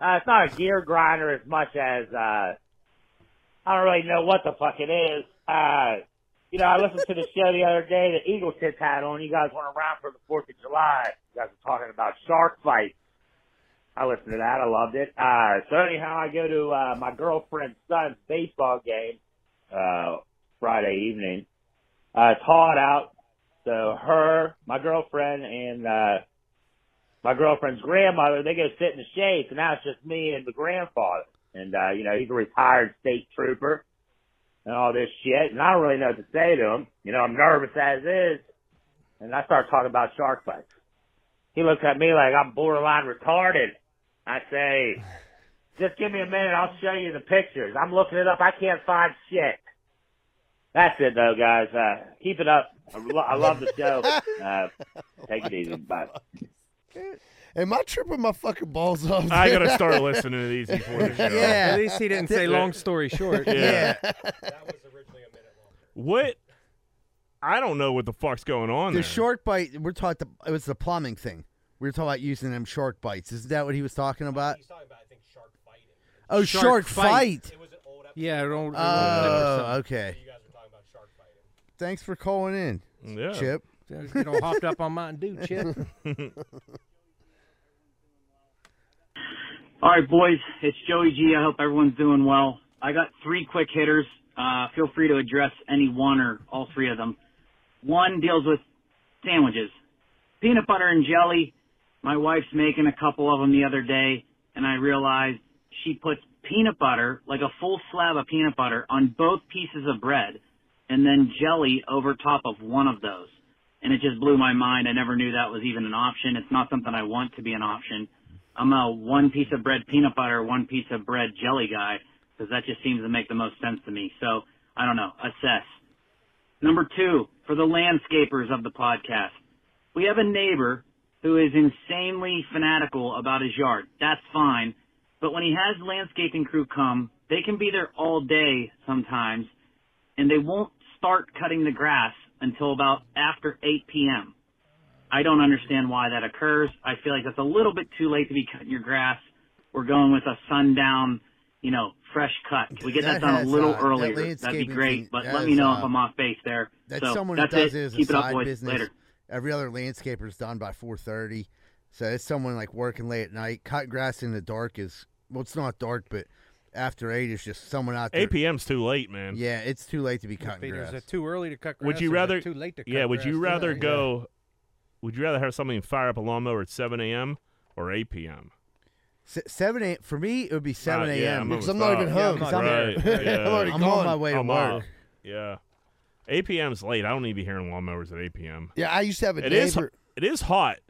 S7: Uh, it's not a gear grinder as much as uh, I don't really know what the fuck it is. Uh, you know, I listened to the show the other day that Eagle Tits had on. You guys went around for the Fourth of July. You guys were talking about shark fights. I listened to that. I loved it. Uh, so anyhow, I go to uh, my girlfriend's son's baseball game uh, Friday evening. Uh, it's hot out. So her, my girlfriend, and uh my girlfriend's grandmother, they go sit in the shade. So now it's just me and the grandfather. And uh, you know, he's a retired state trooper and all this shit. And I don't really know what to say to him. You know, I'm nervous as is. And I start talking about shark bites. He looks at me like I'm borderline retarded. I say, just give me a minute. I'll show you the pictures. I'm looking it up. I can't find shit. That's it though, guys. Uh, keep it up. I, lo- I love the show. Uh, take it easy. Bye.
S3: Am I tripping my fucking balls off?
S4: I
S3: there?
S4: gotta start listening to these before the show.
S1: Yeah.
S2: at least he didn't say long story short.
S4: Yeah.
S8: That was originally a minute long.
S4: What? I don't know what the fuck's going on.
S1: The
S4: there.
S1: shark bite, we're taught the, it was the plumbing thing. We were talking about using them shark bites. Isn't that what he was talking about?
S8: Oh, He's talking about I think shark fighting.
S1: Oh,
S2: Shark
S1: shark,
S2: fight.
S1: fight.
S8: It was an old episode.
S2: Yeah, don't,
S1: Oh, okay.
S8: You guys were talking about shark fighting.
S1: Thanks for calling in,
S4: Yeah.
S1: Chip.
S2: you know, hopped up on Mountain Dew, Chip.
S9: All right, boys. It's Joey G. I hope everyone's doing well. I got three quick hitters. Uh, feel free to address any one or all three of them. One deals with sandwiches, peanut butter and jelly. My wife's making a couple of them the other day, and I realized she puts peanut butter, like a full slab of peanut butter, on both pieces of bread, and then jelly over top of one of those. And it just blew my mind. I never knew that was even an option. It's not something I want to be an option. I'm a one piece of bread peanut butter, one piece of bread jelly guy because that just seems to make the most sense to me. So I don't know. Assess. Number two, for the landscapers of the podcast, we have a neighbor who is insanely fanatical about his yard. That's fine. But when he has landscaping crew come, they can be there all day sometimes and they won't start cutting the grass until about after 8 p.m. I don't understand why that occurs. I feel like that's a little bit too late to be cutting your grass. We're going with a sundown, you know, fresh cut. Can we get that,
S1: That
S9: done
S1: has
S9: a little
S1: odd. That
S9: earlier? That'd be
S1: landscaping
S9: great.
S1: thing-
S9: But
S1: that uh,
S9: let me
S1: is
S9: know
S1: odd.
S9: if I'm off base there.
S1: That's
S9: so
S1: someone
S9: that's
S1: who does
S9: it.
S1: it as
S9: Keep
S1: a
S9: it
S1: side
S9: up, boys.
S1: business.
S9: Later.
S1: Every other landscaper's done by four thirty, so it's someone like working late at night. Cut grass in the dark is well, it's not dark, but after eight, it's just someone out there.
S4: APM's too late, man.
S1: Yeah, it's too late to be cutting
S2: Peter's
S1: grass.
S2: it too early to cut grass.
S4: Would you
S2: or is it
S4: rather-
S2: Too late to cut
S4: Yeah, would you
S2: grass?
S4: rather
S2: Yeah.
S4: go? Would you rather have somebody fire up a lawnmower at 7 a.m. or 8 p.m.?
S1: Se- seven a for me, it would be seven
S4: Uh, yeah,
S1: a.m.
S4: I'm
S3: Because I'm not even
S4: Yeah,
S3: home.
S1: I'm not
S4: Right.
S3: I'm already
S4: Yeah.
S1: I'm
S3: gone.
S1: on my way to
S4: I'm
S1: work.
S4: out. Yeah. 8 p.m.'s late. I don't need to be hearing lawnmowers at 8 p.m.
S3: yeah, I used to have a
S4: It is.
S3: neighbor.
S4: It is hot.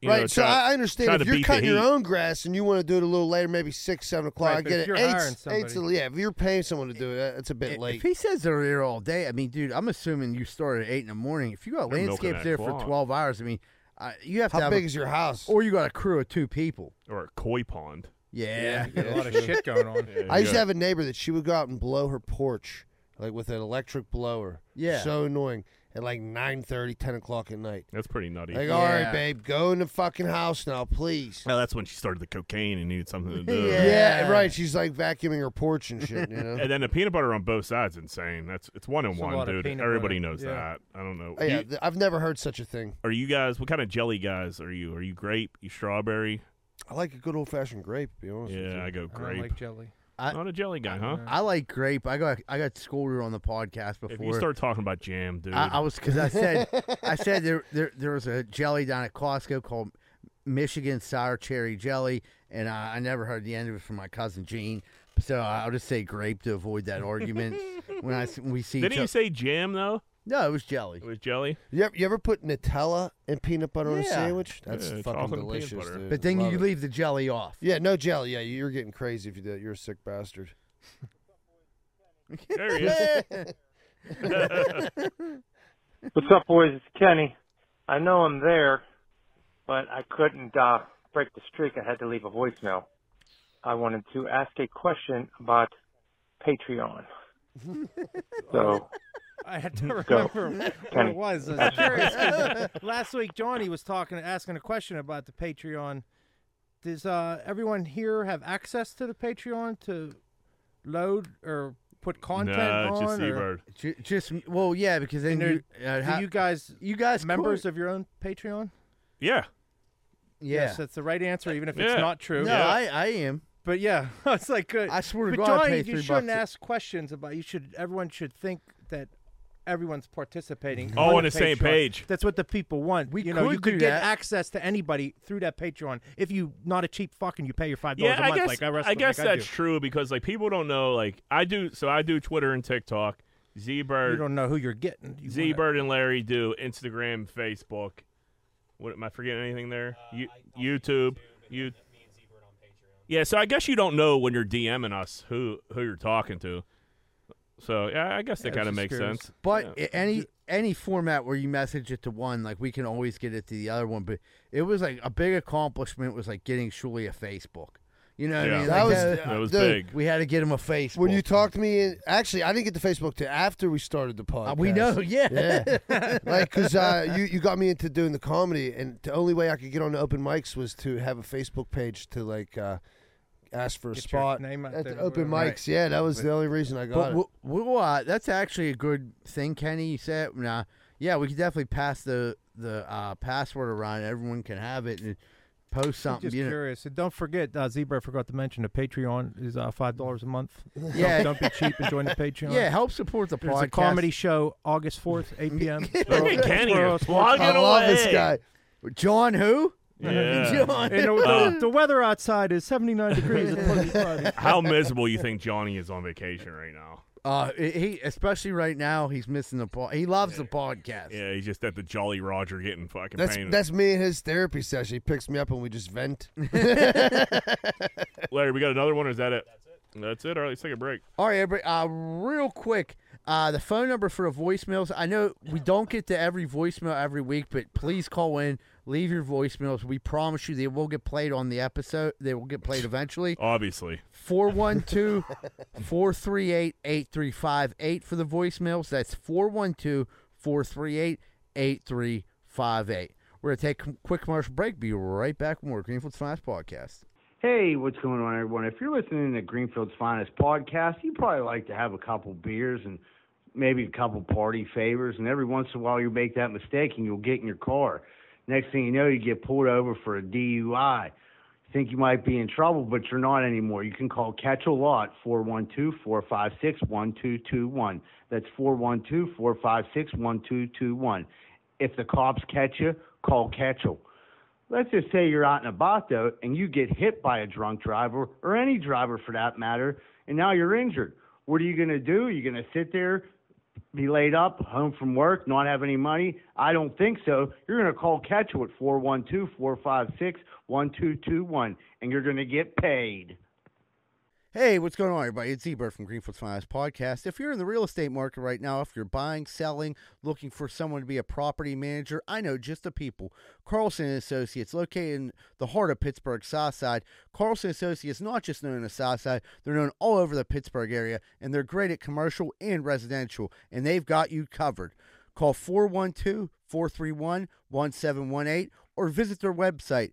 S4: You
S3: right,
S4: know,
S3: so
S4: try-
S3: I I
S4: try
S3: understand
S4: to
S3: if you're
S4: beat the
S3: cutting your
S4: heat.
S3: own grass and you want to do it a little later, maybe six, seven o'clock.
S2: Right,
S3: I
S2: but
S3: get
S2: if
S3: it.
S2: you're hiring
S3: Eight's,
S2: somebody-
S3: eight's, a- yeah. If you're paying someone to do it, that- that's a bit
S1: If-
S3: late.
S1: If he says they're there all day, I mean, dude, I'm assuming you start at eight in the morning. If you got
S4: They're milking
S1: landscapes
S4: that
S1: there for
S4: clock.
S1: twelve hours, I mean, I, you have to
S3: How
S1: have
S3: big
S1: a,
S3: is your house?
S1: or you got a crew of two people.
S4: or a koi pond.
S1: Yeah,
S2: You got a lot of shit going on.
S4: Yeah,
S3: I
S4: you
S3: used to
S4: got-
S3: have a neighbor that she would go out and blow her porch like with an electric blower.
S1: Yeah.
S3: so annoying. At like 9:30, 10 o'clock at night.
S4: That's pretty nutty.
S3: Like, all right,
S1: Yeah.
S3: babe, go in the fucking house now, please.
S4: Now, that's when she started the cocaine and needed something to do.
S1: Yeah.
S3: Yeah, right. She's like vacuuming her porch and shit. You know.
S4: And then the peanut butter on both sides, insane. That's it's one in
S2: It's a
S4: one,
S2: lot of
S4: dude.
S2: peanut
S4: Everybody
S2: butter.
S4: knows
S2: Yeah.
S4: that. I don't know.
S3: Oh, yeah,
S4: You-
S3: th- I've never heard such a thing.
S4: are you guys? What kind of jelly guys are you? Are you grape? You strawberry?
S3: I like a good old fashioned grape. To be honest. with
S4: Yeah,
S3: you.
S4: I go
S2: I don't
S4: grape.
S2: like jelly.
S4: Not a jelly guy, huh?
S1: I like grape. I got I got schooled on the podcast before.
S4: If you start talking about jam, dude,
S1: I, I was because I said I said there, there there was a jelly down at Costco called Michigan sour cherry jelly, and I, I never heard the end of it from my cousin Gene. So I'll just say grape to avoid that argument when I s- when we see.
S4: didn't
S1: each
S4: you
S1: oth-
S4: say jam though?
S1: no, it was jelly.
S4: It was jelly.
S3: You ever, you ever put Nutella and peanut butter on a
S1: Yeah.
S3: sandwich? That's
S4: Yeah,
S3: fucking
S4: chocolate and peanut
S3: delicious,
S4: butter.
S3: dude.
S1: But then
S3: Love
S1: you
S3: it.
S1: leave the jelly off.
S3: Yeah, no jelly. Yeah, you're getting crazy if you do that. You're a sick bastard.
S4: There he is.
S10: What's up, boys? It's Kenny. I know I'm there, but I couldn't uh, break the streak. I had to leave a voicemail. I wanted to ask a question about Patreon. so
S2: I had to
S10: Go.
S2: remember what
S10: Kenny.
S2: it was. I was curious. 'cause Last week, Johnny was talking, asking a question about the Patreon. Does uh, everyone here have access to the Patreon to load or put content
S4: Nah,
S2: on?
S4: it's just
S2: or-
S4: Ebird.
S1: Ju- Just well, yeah, because
S2: And
S1: then you, uh,
S2: do
S1: ha-
S2: you guys,
S1: you guys
S2: members
S1: could-
S2: of your own Patreon?
S4: Yeah.
S1: yeah.
S2: Yes, that's the right answer, even if
S4: Yeah.
S2: it's not true.
S1: no,
S4: Yeah.
S1: I, I am.
S2: But yeah, it's like good.
S1: I swear to
S2: but
S1: God, I
S2: Johnny,
S1: pay
S2: you
S1: three
S2: shouldn't
S1: bucks.
S2: ask questions about. You should. Everyone should think that everyone's participating.
S4: All Oh, on
S2: the
S4: the same
S2: Patreon.
S4: page.
S2: That's what the people want.
S1: We
S2: you know, you
S1: could
S2: could
S1: do
S2: get
S1: that.
S2: access to anybody through that Patreon if you not a cheap fucking. You pay your five dollars
S4: Yeah,
S2: a
S4: I
S2: month.
S4: guess
S2: like I, rest
S4: I
S2: of them,
S4: guess
S2: like
S4: that's
S2: I
S4: true because like people don't know like I do so I do Twitter and TikTok. Z
S2: do. You
S4: Bird
S2: don't know who you're getting. You
S4: Z
S2: wanna-
S4: Bird and Larry do Instagram, Facebook. What am I forgetting anything there? you, YouTube, you. Yeah, so I guess you don't know when you're DMing us who who you're talking to. So yeah, I guess that
S2: Yeah,
S4: kind of
S2: just
S4: makes
S2: curious.
S4: sense.
S1: But i- any any format where you message it to one, like we can always get it to the other one. But it was like a big accomplishment was like getting Shuli a Facebook. You know what I
S4: Yeah.
S1: mean?
S3: That
S1: Like,
S3: was-
S1: uh,
S4: That was
S3: Dude,
S4: big.
S1: we had to get him a Facebook.
S3: When you talked to me, actually, I didn't get to Facebook till after we started the podcast.
S1: Uh, we know, yeah.
S3: Yeah. like, because uh, you, you got me into doing the comedy, and the only way I could get on the open mics was to have a Facebook page to, like, uh, ask for a
S2: Get your
S3: spot
S2: name out
S3: at
S2: there
S3: the
S2: or
S3: open
S2: whatever.
S3: mics. Yeah, that was the only reason I got
S1: But
S3: it.
S1: we'll, we'll, uh, that's actually a good thing, Kenny. You said, nah, yeah, we could definitely pass the the uh, password around. Everyone can have it and post
S2: I'm
S1: something.
S2: just
S1: You know.
S2: curious. And don't forget, uh, Zebra forgot to mention the Patreon is uh, five dollars a month. Don't-
S1: Yeah.
S2: don't, be cheap and join the Patreon.
S1: Yeah, help support the
S2: There's
S1: podcast.
S2: a comedy show August 4th, 8 p.m.
S4: Look at Kenny,
S2: Squirrel, squirrel.
S4: plugging
S3: I love
S4: away.
S3: this guy.
S1: John who?
S4: Yeah.
S1: John.
S2: And the,
S4: Uh,
S2: the, the weather outside is 79 degrees. It's supposed to be cloudy.
S4: How miserable you think Johnny is on vacation right now?
S1: Uh, he especially right now he's missing the pod. He loves the podcast.
S4: Yeah, he's just at the Jolly Roger getting fucking
S3: That's
S4: painted.
S3: that's me and his therapy session. He picks me up and we just vent.
S4: Larry, we got another one. Or is that it? That's it. That's it. All right, let's take a break.
S1: All right, everybody. Uh, real quick, uh, the phone number for the voicemails. I know we don't get to every voicemail every week, but please call in. Leave your voicemails. We promise you they will get played on the episode. They will get played eventually.
S4: Obviously,
S1: 412 438 8358 for the voicemails. That's 412 438 8358. We're going to take a quick commercial break. Be right back with more Greenfield's Finest Podcast.
S11: Hey, what's going on, everyone? If you're listening to Greenfield's Finest podcast, you probably like to have a couple beers and maybe a couple party favors. And every once in a while, you make that mistake and you'll get in your car. Next thing you know, you get pulled over for a DUI. You think you might be in trouble, but you're not anymore. You can call Catch a Lot 412 456 1221. That's 412 456 1221. If the cops catch you, call Catchel let's just say you're out and about though and you get hit by a drunk driver or any driver for that matter and now you're injured what are you going to do are you going to sit there be laid up home from work not have any money i don't think so you're going to call catchel at 412-456-1221 and you're going to get paid
S1: Hey, what's going on, everybody? It's Ebert from Greenfield's Finest Podcast. If you're in the real estate market right now, if you're buying, selling, looking for someone to be a property manager, I know just the people. Carlson and Associates, located in the heart of Pittsburgh Southside. Carlson Associates, not just known in the Southside, they're known all over the Pittsburgh area, and they're great at commercial and residential, and they've got you covered. Call 412 431 1718 or visit their website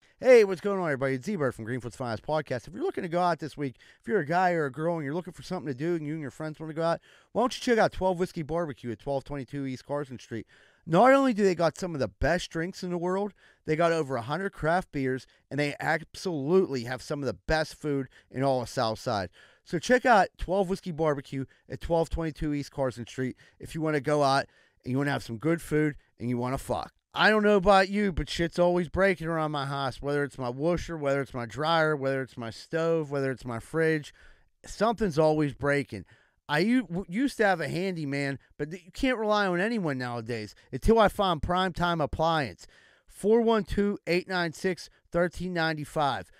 S1: Hey, what's going on, everybody? It's Z-Bird from Greenfoot's Finest Podcast. If you're looking to go out this week, if you're a guy or a girl and you're looking for something to do and you and your friends want to go out, why don't you check out 12 Whiskey Barbecue at 1222 East Carson Street? Not only do they got some of the best drinks in the world, they got over 100 craft beers, and they absolutely have some of the best food in all of Southside. So check out 12 Whiskey Barbecue at 1222 East Carson Street if you want to go out and you want to have some good food and you want to fuck. I don't know about you, but shit's always breaking around my house, whether it's my washer, whether it's my dryer, whether it's my stove, whether it's my fridge. Something's always breaking. I u- w- used to have a handyman, but th- you can't rely on anyone nowadays until I find Primetime Appliance. 412 896 1395.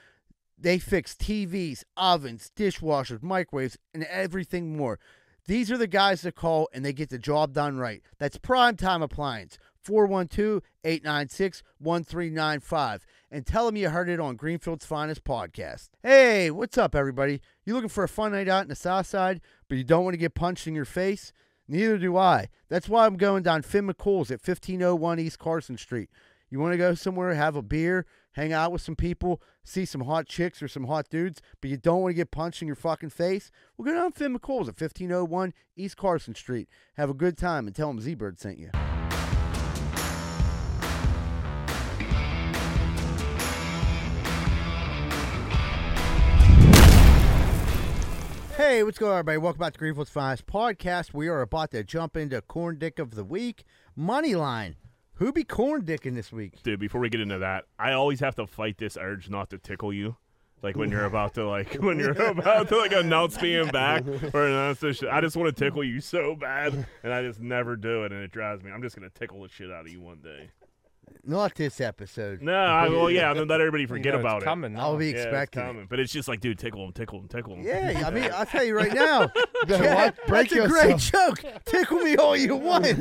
S1: They fix TVs, ovens, dishwashers, microwaves, and everything more. These are the guys to call and they get the job done right. That's Primetime Appliance, 412 896 1395. And tell them you heard it on Greenfield's Finest Podcast. Hey, what's up, everybody? You looking for a fun night out in the South Side, but you don't want to get punched in your face? Neither do I. That's why I'm going down Finn McCool's at 1501 East Carson Street. You want to go somewhere, have a beer, hang out with some people, see some hot chicks or some hot dudes, but you don't want to get punched in your fucking face? Well, go down Finn McCool's at 1501 East Carson Street. Have a good time and tell them Z Bird sent you. Hey, what's going on, everybody? Welcome back to Greenfield's Finest Podcast. We are about to jump into Corn Dick of the Week. Money line. Who be corn dicking this week?
S4: dude before we get into that i always have to fight this urge not to tickle you like when you're about to like when you're about to like announce being back or announce this shit i just want to tickle you so bad and i just never do it and it drives me i'm just gonna tickle the shit out of you one day
S1: Not this episode.
S4: no I, well yeah and then let everybody forget about it
S1: I'll be
S4: Yeah, it's
S1: expecting. it.
S4: coming. but it's just like dude tickle him tickle him tickle him
S1: Yeah, I mean, I'll tell you right now.
S4: Then
S1: yeah,
S4: what? Break
S1: that's a great
S4: yourself.
S1: joke. Tickle me all you want.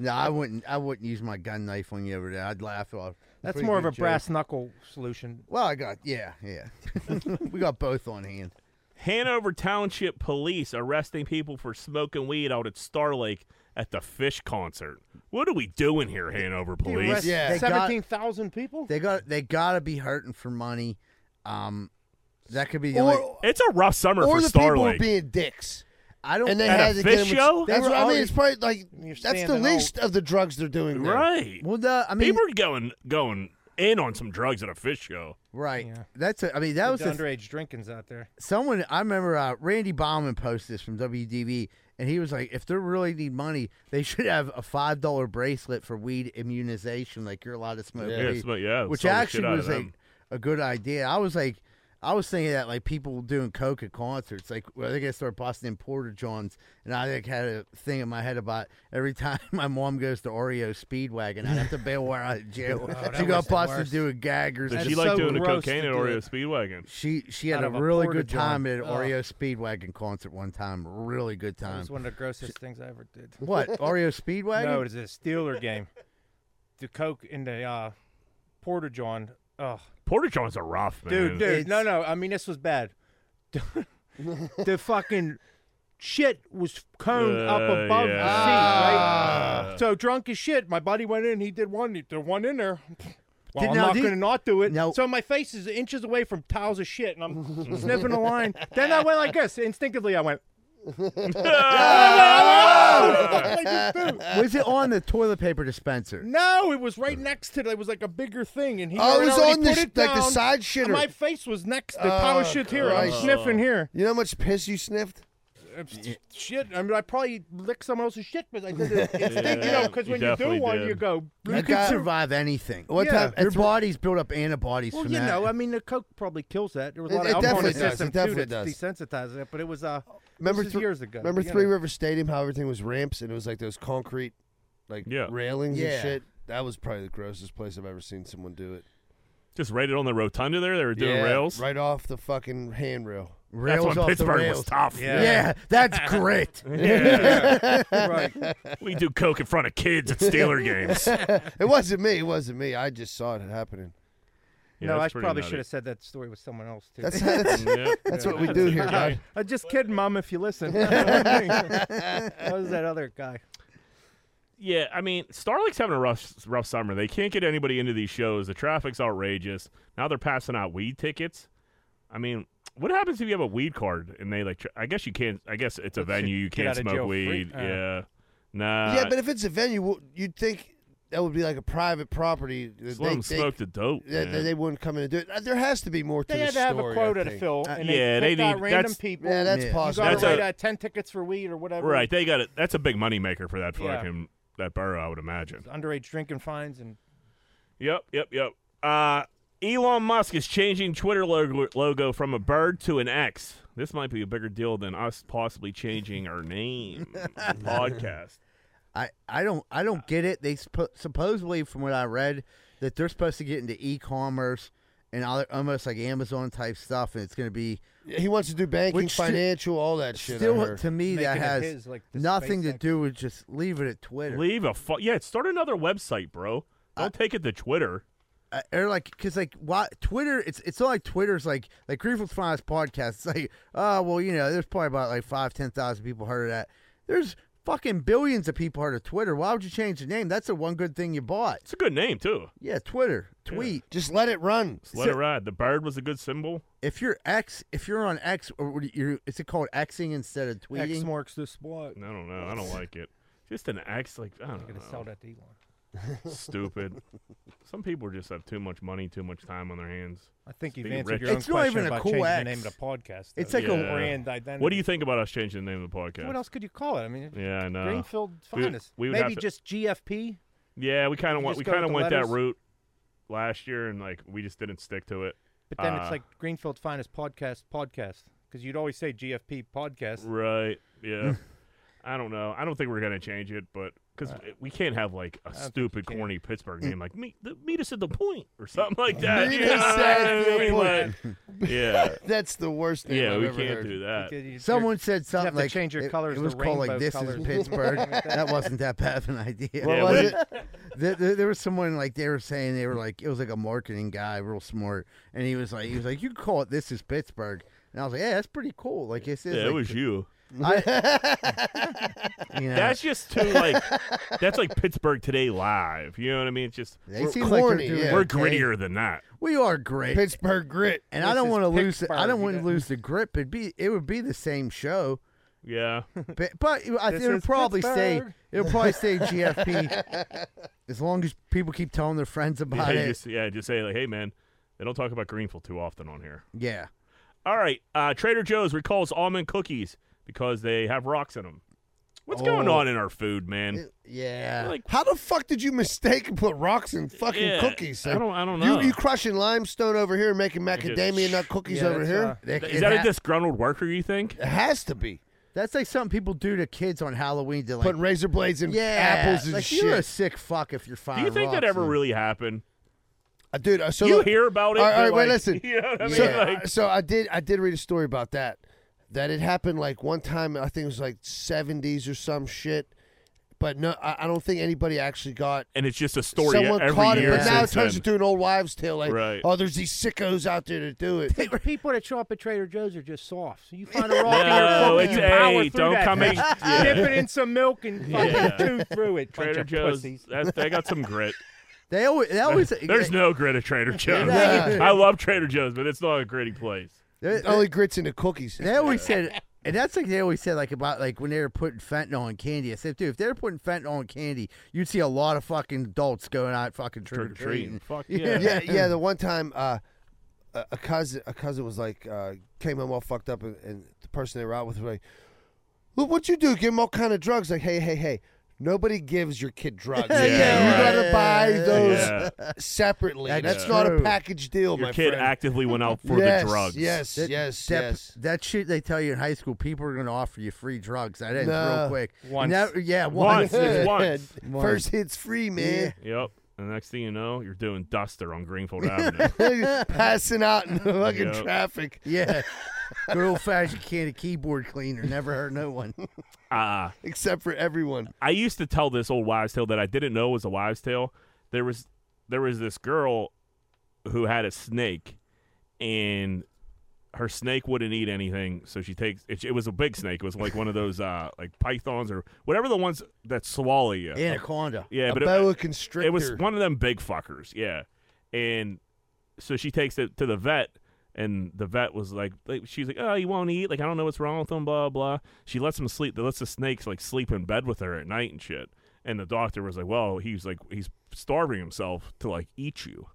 S1: no, I wouldn't. I wouldn't use my gun knife on you over there. I'd laugh off.
S2: That's
S1: Pretty
S2: more of
S1: good
S2: a
S1: joke.
S2: brass knuckle solution.
S1: Well, I got yeah, yeah. we got both on hand.
S4: Hanover Township Police arresting people for smoking weed out at Star Lake at the Fish concert. What are we doing here, Hanover Police?
S1: They got-
S2: seventeen thousand people.
S1: They got. They gotta be hurting for money. Um, that could be the only-
S4: it's a rough summer
S1: or
S4: for
S1: the
S4: Star
S1: people who
S4: Lake.
S1: be- being dicks.
S3: I
S1: don't-
S3: And they
S1: At a
S3: had to get
S1: fish
S3: them-
S1: show?
S3: That's
S1: They
S3: what
S1: were
S3: I mean.
S1: all-
S3: It's probably like that's the
S1: standing
S3: least of the drugs they're doing. There.
S4: right.
S1: Well, the, I mean,
S4: people are going going in on some drugs at a fish show.
S1: right. That's. A, I mean, that was
S2: the
S1: the
S2: underage drinkings out there.
S1: someone I remember uh, Randy Bauman posted this from WDV, and he was like, if they really need money, they should have a five dollar bracelet for weed immunization. Like you're allowed to smoke
S4: Yeah,
S1: weed,
S4: smoke- yeah,
S1: which
S4: sell the shit
S1: actually
S4: out of
S1: was a,
S4: them.
S1: a good idea. I was like. I was thinking that like people doing coke at concerts, like well, they're gonna start busting in porter johns, and I like had a thing in my head about every time my mom goes to Oreo Speedwagon, I have to bail her out of jail.
S3: Oh, that
S1: she got
S3: was the
S1: busted
S3: worst.
S1: doing gag or
S4: Did
S1: something.
S4: she like doing the cocaine at Oreo Speedwagon?
S1: She she
S2: Out
S1: had a
S2: of a
S1: really
S2: porta
S1: good time
S2: john.
S1: at an
S2: Ugh.
S1: Oreo Speedwagon concert one time. Really good
S2: It
S1: time.
S2: was one of the grossest things I ever did.
S1: What, Oreo Speedwagon?
S2: No, it was a Steeler game. The Coke and the uh, Porter John. Oh,
S4: Porter Johns are rough, man.
S2: dude, dude, no, no. I mean, this was bad. the fucking shit was coned up
S4: Uh,
S2: above the
S4: yeah.
S2: seat,
S4: Ah.
S2: right? So drunk as shit, my buddy went in. He did one. He did one in there. Well,
S1: Did-
S2: I'm
S1: now,
S2: not
S1: did-
S2: going to not do it.
S1: now-
S2: so my face is inches away from towels of shit, and I'm sniffing the line. Then I went like this. Instinctively, I went.
S1: was it on the toilet paper dispenser?
S2: No, it was right next to it. It was like a bigger thing, and he.
S1: Oh, it
S2: already
S1: was
S2: already
S1: on the
S2: put
S1: sh-
S2: it
S1: like the
S2: down,
S1: side
S2: and
S1: shitter.
S2: My face was next to power shit here. I'm
S3: Oh, Christ.
S2: sniffing here.
S3: uh, You know how much piss you sniffed?
S1: Oh.
S2: It's Shit, I mean, I probably licked someone else's shit, but I did it. It's think, you know, because
S1: You
S2: when you do
S1: definitely
S2: one,
S1: did.
S2: you go.
S1: You could survive anything.
S2: What Yeah. type-
S1: Your
S2: it's-
S1: body's built up antibodies
S2: Well,
S1: from
S2: you
S1: that.
S2: know, I mean, the coke probably kills that. There was a
S3: It-
S2: lot
S3: it
S2: of alcohol in the
S3: definitely does,
S2: system
S3: it definitely
S2: too that
S3: does.
S2: desensitizes it, but it was uh,
S3: Remember
S2: this was
S3: three-
S2: years ago.
S3: Remember
S2: you
S3: Three
S2: know.
S3: River Stadium? How everything was ramps and it was like those concrete, like railings
S1: Yeah.
S3: and shit. That was probably the grossest place I've ever seen someone do it.
S4: Just right on the rotunda there. They were doing
S3: Yeah,
S4: rails.
S3: right off the fucking handrail.
S4: Rails when off the Pittsburgh was rails. tough. Yeah.
S1: Yeah, that's great.
S4: Yeah. We do coke in front of kids at Steeler games.
S3: it wasn't me. It wasn't me. I just saw it happening.
S2: no, I probably should have said that story with someone else too.
S3: That's- that's- Yeah. that's what we do here, guy.
S2: I'm just kidding, mom. If you listen, that was that other guy.
S4: Yeah, I mean, Starlink's having a rough rough summer. They can't get anybody into these shows. The traffic's outrageous. Now they're passing out weed tickets. I mean, what happens if you have a weed card and they like? Tra- I guess you can't. I guess it's a venue. You
S3: get
S4: can't
S3: out of
S4: smoke
S3: jail free?
S4: weed.
S3: Uh.
S4: yeah, nah.
S3: yeah, but if it's a venue, well, you'd think that would be like a private property. that
S4: Just let 'em smoke the dope,
S3: That, that
S4: man.
S3: they wouldn't come in and do it. Uh, There has to be more to
S2: They
S3: the
S2: had to
S3: story.
S2: have a
S3: I
S2: quota to
S3: think. Uh,
S2: fill, and
S4: Yeah, they
S2: they, picked out
S4: need-
S2: random
S4: that's-
S2: people.
S4: Yeah, that's possible.
S2: You
S4: That's
S2: got to
S4: a-
S2: write out ten tickets for weed or whatever.
S4: right, they got it. That's a big money maker for that
S2: Yeah.
S4: fucking that borough, I would imagine.
S2: Underage drinking fines and
S4: Yep, yep, yep. Uh, Elon Musk is changing Twitter logo, logo from a bird to an X. This might be a bigger deal than us possibly changing our name. podcast.
S1: I, I don't I don't get it. They sp- supposedly, from what I read, that they're supposed to get into e-commerce and other, almost like Amazon type stuff, and it's going to be
S3: He wants to do banking,
S1: Which sti-
S3: financial, all that shit. I
S1: still
S3: heard.
S1: to me that
S2: Making it
S1: has
S2: his, like the
S1: nothing to
S2: SpaceX.
S1: do with just leave it at Twitter.
S4: Leave a fu- yeah. Start another website, bro. Don't take it to Twitter.
S1: uh, or like because like why Twitter it's it's not like Twitter's like like Greenfield's finest podcast. It's like oh well you know there's probably about like five ten thousand people heard of that. There's fucking billions of people heard of Twitter. Why would you change the name? That's the one good thing you bought.
S4: It's a good name too.
S1: Yeah, Twitter tweet.
S3: Just let it run.
S4: Just let it ride. The bird was a good symbol.
S1: If you're X, if you're on X, or what do you is it called Xing instead of tweeting?
S2: X marks the spot.
S4: I don't know. I don't like it. Just an X, like I don't
S2: Gonna
S4: know.
S2: sell that to Elon.
S4: Stupid. Some people just have too much money, too much time on their hands.
S2: I think you've
S4: Speaking of
S2: answered
S4: rich-
S2: your own
S1: It's not
S2: question
S1: even a
S2: about
S1: cool
S2: changing
S1: X.
S2: the name of the podcast.
S1: It's
S2: though.
S1: like a-
S4: Yeah.
S2: brand identity.
S4: What do you think about us changing the name of the podcast?
S2: What else could you call it? I mean,
S4: Yeah, I know.
S2: Greenfield
S4: We-
S2: Finest.
S4: we would have
S2: Maybe
S4: to-
S2: just GFP.
S4: Yeah, we kind of
S2: You
S4: went.
S2: just
S4: We
S2: go with
S4: kind of
S2: the
S4: went that
S2: letters?
S4: route last year, and like we just didn't stick to it.
S2: But then
S4: Uh,
S2: it's like Greenfield Finest Podcast Podcast because you'd always say GFP Podcast.
S4: Right. Yeah. I don't know. I don't think we're gonna change it, but because we can't have like a
S2: think
S4: stupid,
S2: you can.
S4: corny Pittsburgh name like meet the, meet us at the point or something like that.
S3: Meet
S4: you
S3: us
S4: know what
S3: at
S4: I
S3: the
S4: mean?
S3: point.
S4: Like, yeah,
S3: That's the worst name
S4: yeah.
S3: I've
S4: We
S3: ever
S4: can't
S3: heard.
S4: do that.
S2: You- you're-
S1: Someone said
S2: have
S1: something
S2: to
S1: like
S2: change your
S1: it-
S2: colors
S1: It
S2: to
S1: was called like
S2: rainbow
S1: "This
S2: colors,"
S1: is
S2: something
S1: Pittsburgh."
S2: like that.
S1: that wasn't that bad of an idea.
S3: What
S4: Yeah,
S3: was
S4: we-
S3: it?
S1: there, there, there was someone like they were saying they were like it was like a marketing guy, real smart, and he was like he was like you can call it this is Pittsburgh, and I was like yeah that's pretty cool. Like this is
S4: Yeah, it
S1: like,
S4: was you.
S1: you know,
S4: That's just too like. that's like Pittsburgh today live. You know what I mean? It's just
S1: they
S4: we're,
S1: seem like
S3: corny,
S1: they're doing
S3: yeah.
S4: we're
S1: okay.
S4: grittier than that.
S1: We are great,
S3: Pittsburgh grit.
S1: and I
S2: This
S1: don't
S2: is
S1: want to lose. The, I
S2: Pittsburgh,
S1: don't
S2: you
S1: want to
S2: got-
S1: lose the grip. It'd be it would be the same show,
S4: Yeah.
S1: but, but I,
S2: This
S1: it'll
S2: is
S1: probably
S2: Pittsburgh.
S1: stay. It'll probably stay GFP as long as people keep telling their friends
S4: yeah,
S1: about
S4: you
S1: it.
S4: just, yeah. Just say like, hey man, they don't talk about Greenfield too often on here.
S1: yeah,
S4: All right. Uh, Trader Joe's recalls almond cookies because they have rocks in them.
S3: Oh.
S4: What's going on in our food, man?
S3: Uh,
S1: yeah.
S4: Like,
S3: How the fuck did you mistake and put rocks in fucking
S4: Yeah,
S3: cookies?
S4: I
S3: sir?
S4: don't- I don't know.
S3: You, you crushing limestone over here, and making macadamia nut cookies
S2: Yeah,
S3: over
S2: that's,
S3: here.
S2: uh,
S1: They-
S4: is
S1: it
S4: that
S1: ha-
S4: a disgruntled worker? You think?
S3: it has to be
S1: That's like something people do to kids on Halloween to like
S3: putting razor blades in
S1: yeah,
S3: apples and
S1: like, You're a
S3: shit.
S1: sick fuck if you're
S4: Do
S1: fine.
S4: you think that ever really happened?
S3: Uh, Dude, uh, so
S4: you
S3: look-
S4: hear about it?
S3: All right, all
S4: but,
S3: right, wait,
S4: like-
S3: listen.
S4: You know what I mean?
S3: So,
S4: Like,
S3: so I did. I did read a story about that. That it happened like one time. I think it was like seventies or some shit. But no, I, I don't think anybody actually got.
S4: and it's just a story
S3: Someone
S4: every
S3: caught
S4: year
S3: it, but now it
S4: since
S3: turns
S4: then.
S3: into an old wives' tale. Like,
S4: Right.
S3: oh, there's these sickos out there to do it.
S2: Think the people that show up at Trader Joe's are just soft. So you find a rock in
S4: No,
S2: your
S4: it's-
S2: cookie, you power
S4: hey,
S2: through
S4: don't
S2: that
S4: come in-
S2: thing, Dip it in some milk and fucking
S4: Yeah.
S2: chew through it. bunch
S4: Trader
S2: of
S4: Joe's.
S2: pussies.
S4: That's, they got some grit.
S1: They always. They always
S4: There's no grit at Trader Joe's.
S1: Yeah.
S4: I love Trader Joe's, but it's not a gritty place.
S1: They,
S3: Only grits in the cookies.
S1: they always said, and that's like they always said like about like when they were putting fentanyl on candy. I said, dude, if they were putting fentanyl on candy, you'd see a lot of fucking adults going out fucking trick or
S4: Trick or treating.
S1: treating.
S4: Fuck
S1: Yeah.
S4: yeah.
S3: yeah, yeah. The one time, uh, a a cousin, a cousin was like, uh, came home all fucked up, and, and the person they were out with was like, "Look, what you do? Give him all kind of drugs." Like, hey, hey, hey, nobody gives your kid drugs.
S1: Yeah,
S3: okay?
S4: yeah,
S3: you
S4: right.
S3: gotta buy those
S4: Yeah.
S3: separately.
S1: That's
S3: That's, not a
S1: true.
S3: package deal,
S4: Your
S3: my
S4: kid
S3: friend.
S4: actively went out for
S3: yes,
S4: the drugs.
S3: Yes,
S1: That-
S3: yes,
S1: that,
S3: yes.
S1: That shit they tell you in high school, people are going to offer you free drugs. That ends
S3: No.
S1: real quick. And
S2: Once.
S1: that- yeah,
S4: Once,
S1: once.
S4: it's once.
S3: First hit's free, man.
S4: Yep. And the next thing you know, you're doing duster on Greenfield Avenue.
S3: Passing out in the fucking
S4: Yep.
S3: traffic.
S1: Yeah. Good old fashioned candy keyboard cleaner. Never hurt no one.
S4: Uh,
S3: Except for everyone.
S4: I used to tell this old wives' tale that I didn't know was a wives' tale. There was there was this girl who had a snake, and her snake wouldn't eat anything, so she takes it. It was a big snake. It was like one of those uh, like pythons or whatever the ones that swallow you.
S1: Anaconda.
S4: yeah,
S3: a
S4: but it-
S3: boa constrictor.
S4: it was one of them big fuckers, yeah. And so she takes it to the vet, and the vet was like, like she's like, oh, you won't eat. Like I don't know what's wrong with him, blah blah. She lets him sleep. Lets the snakes like sleep in bed with her at night and shit. And the doctor was like, well, he's like he's starving himself to like eat you.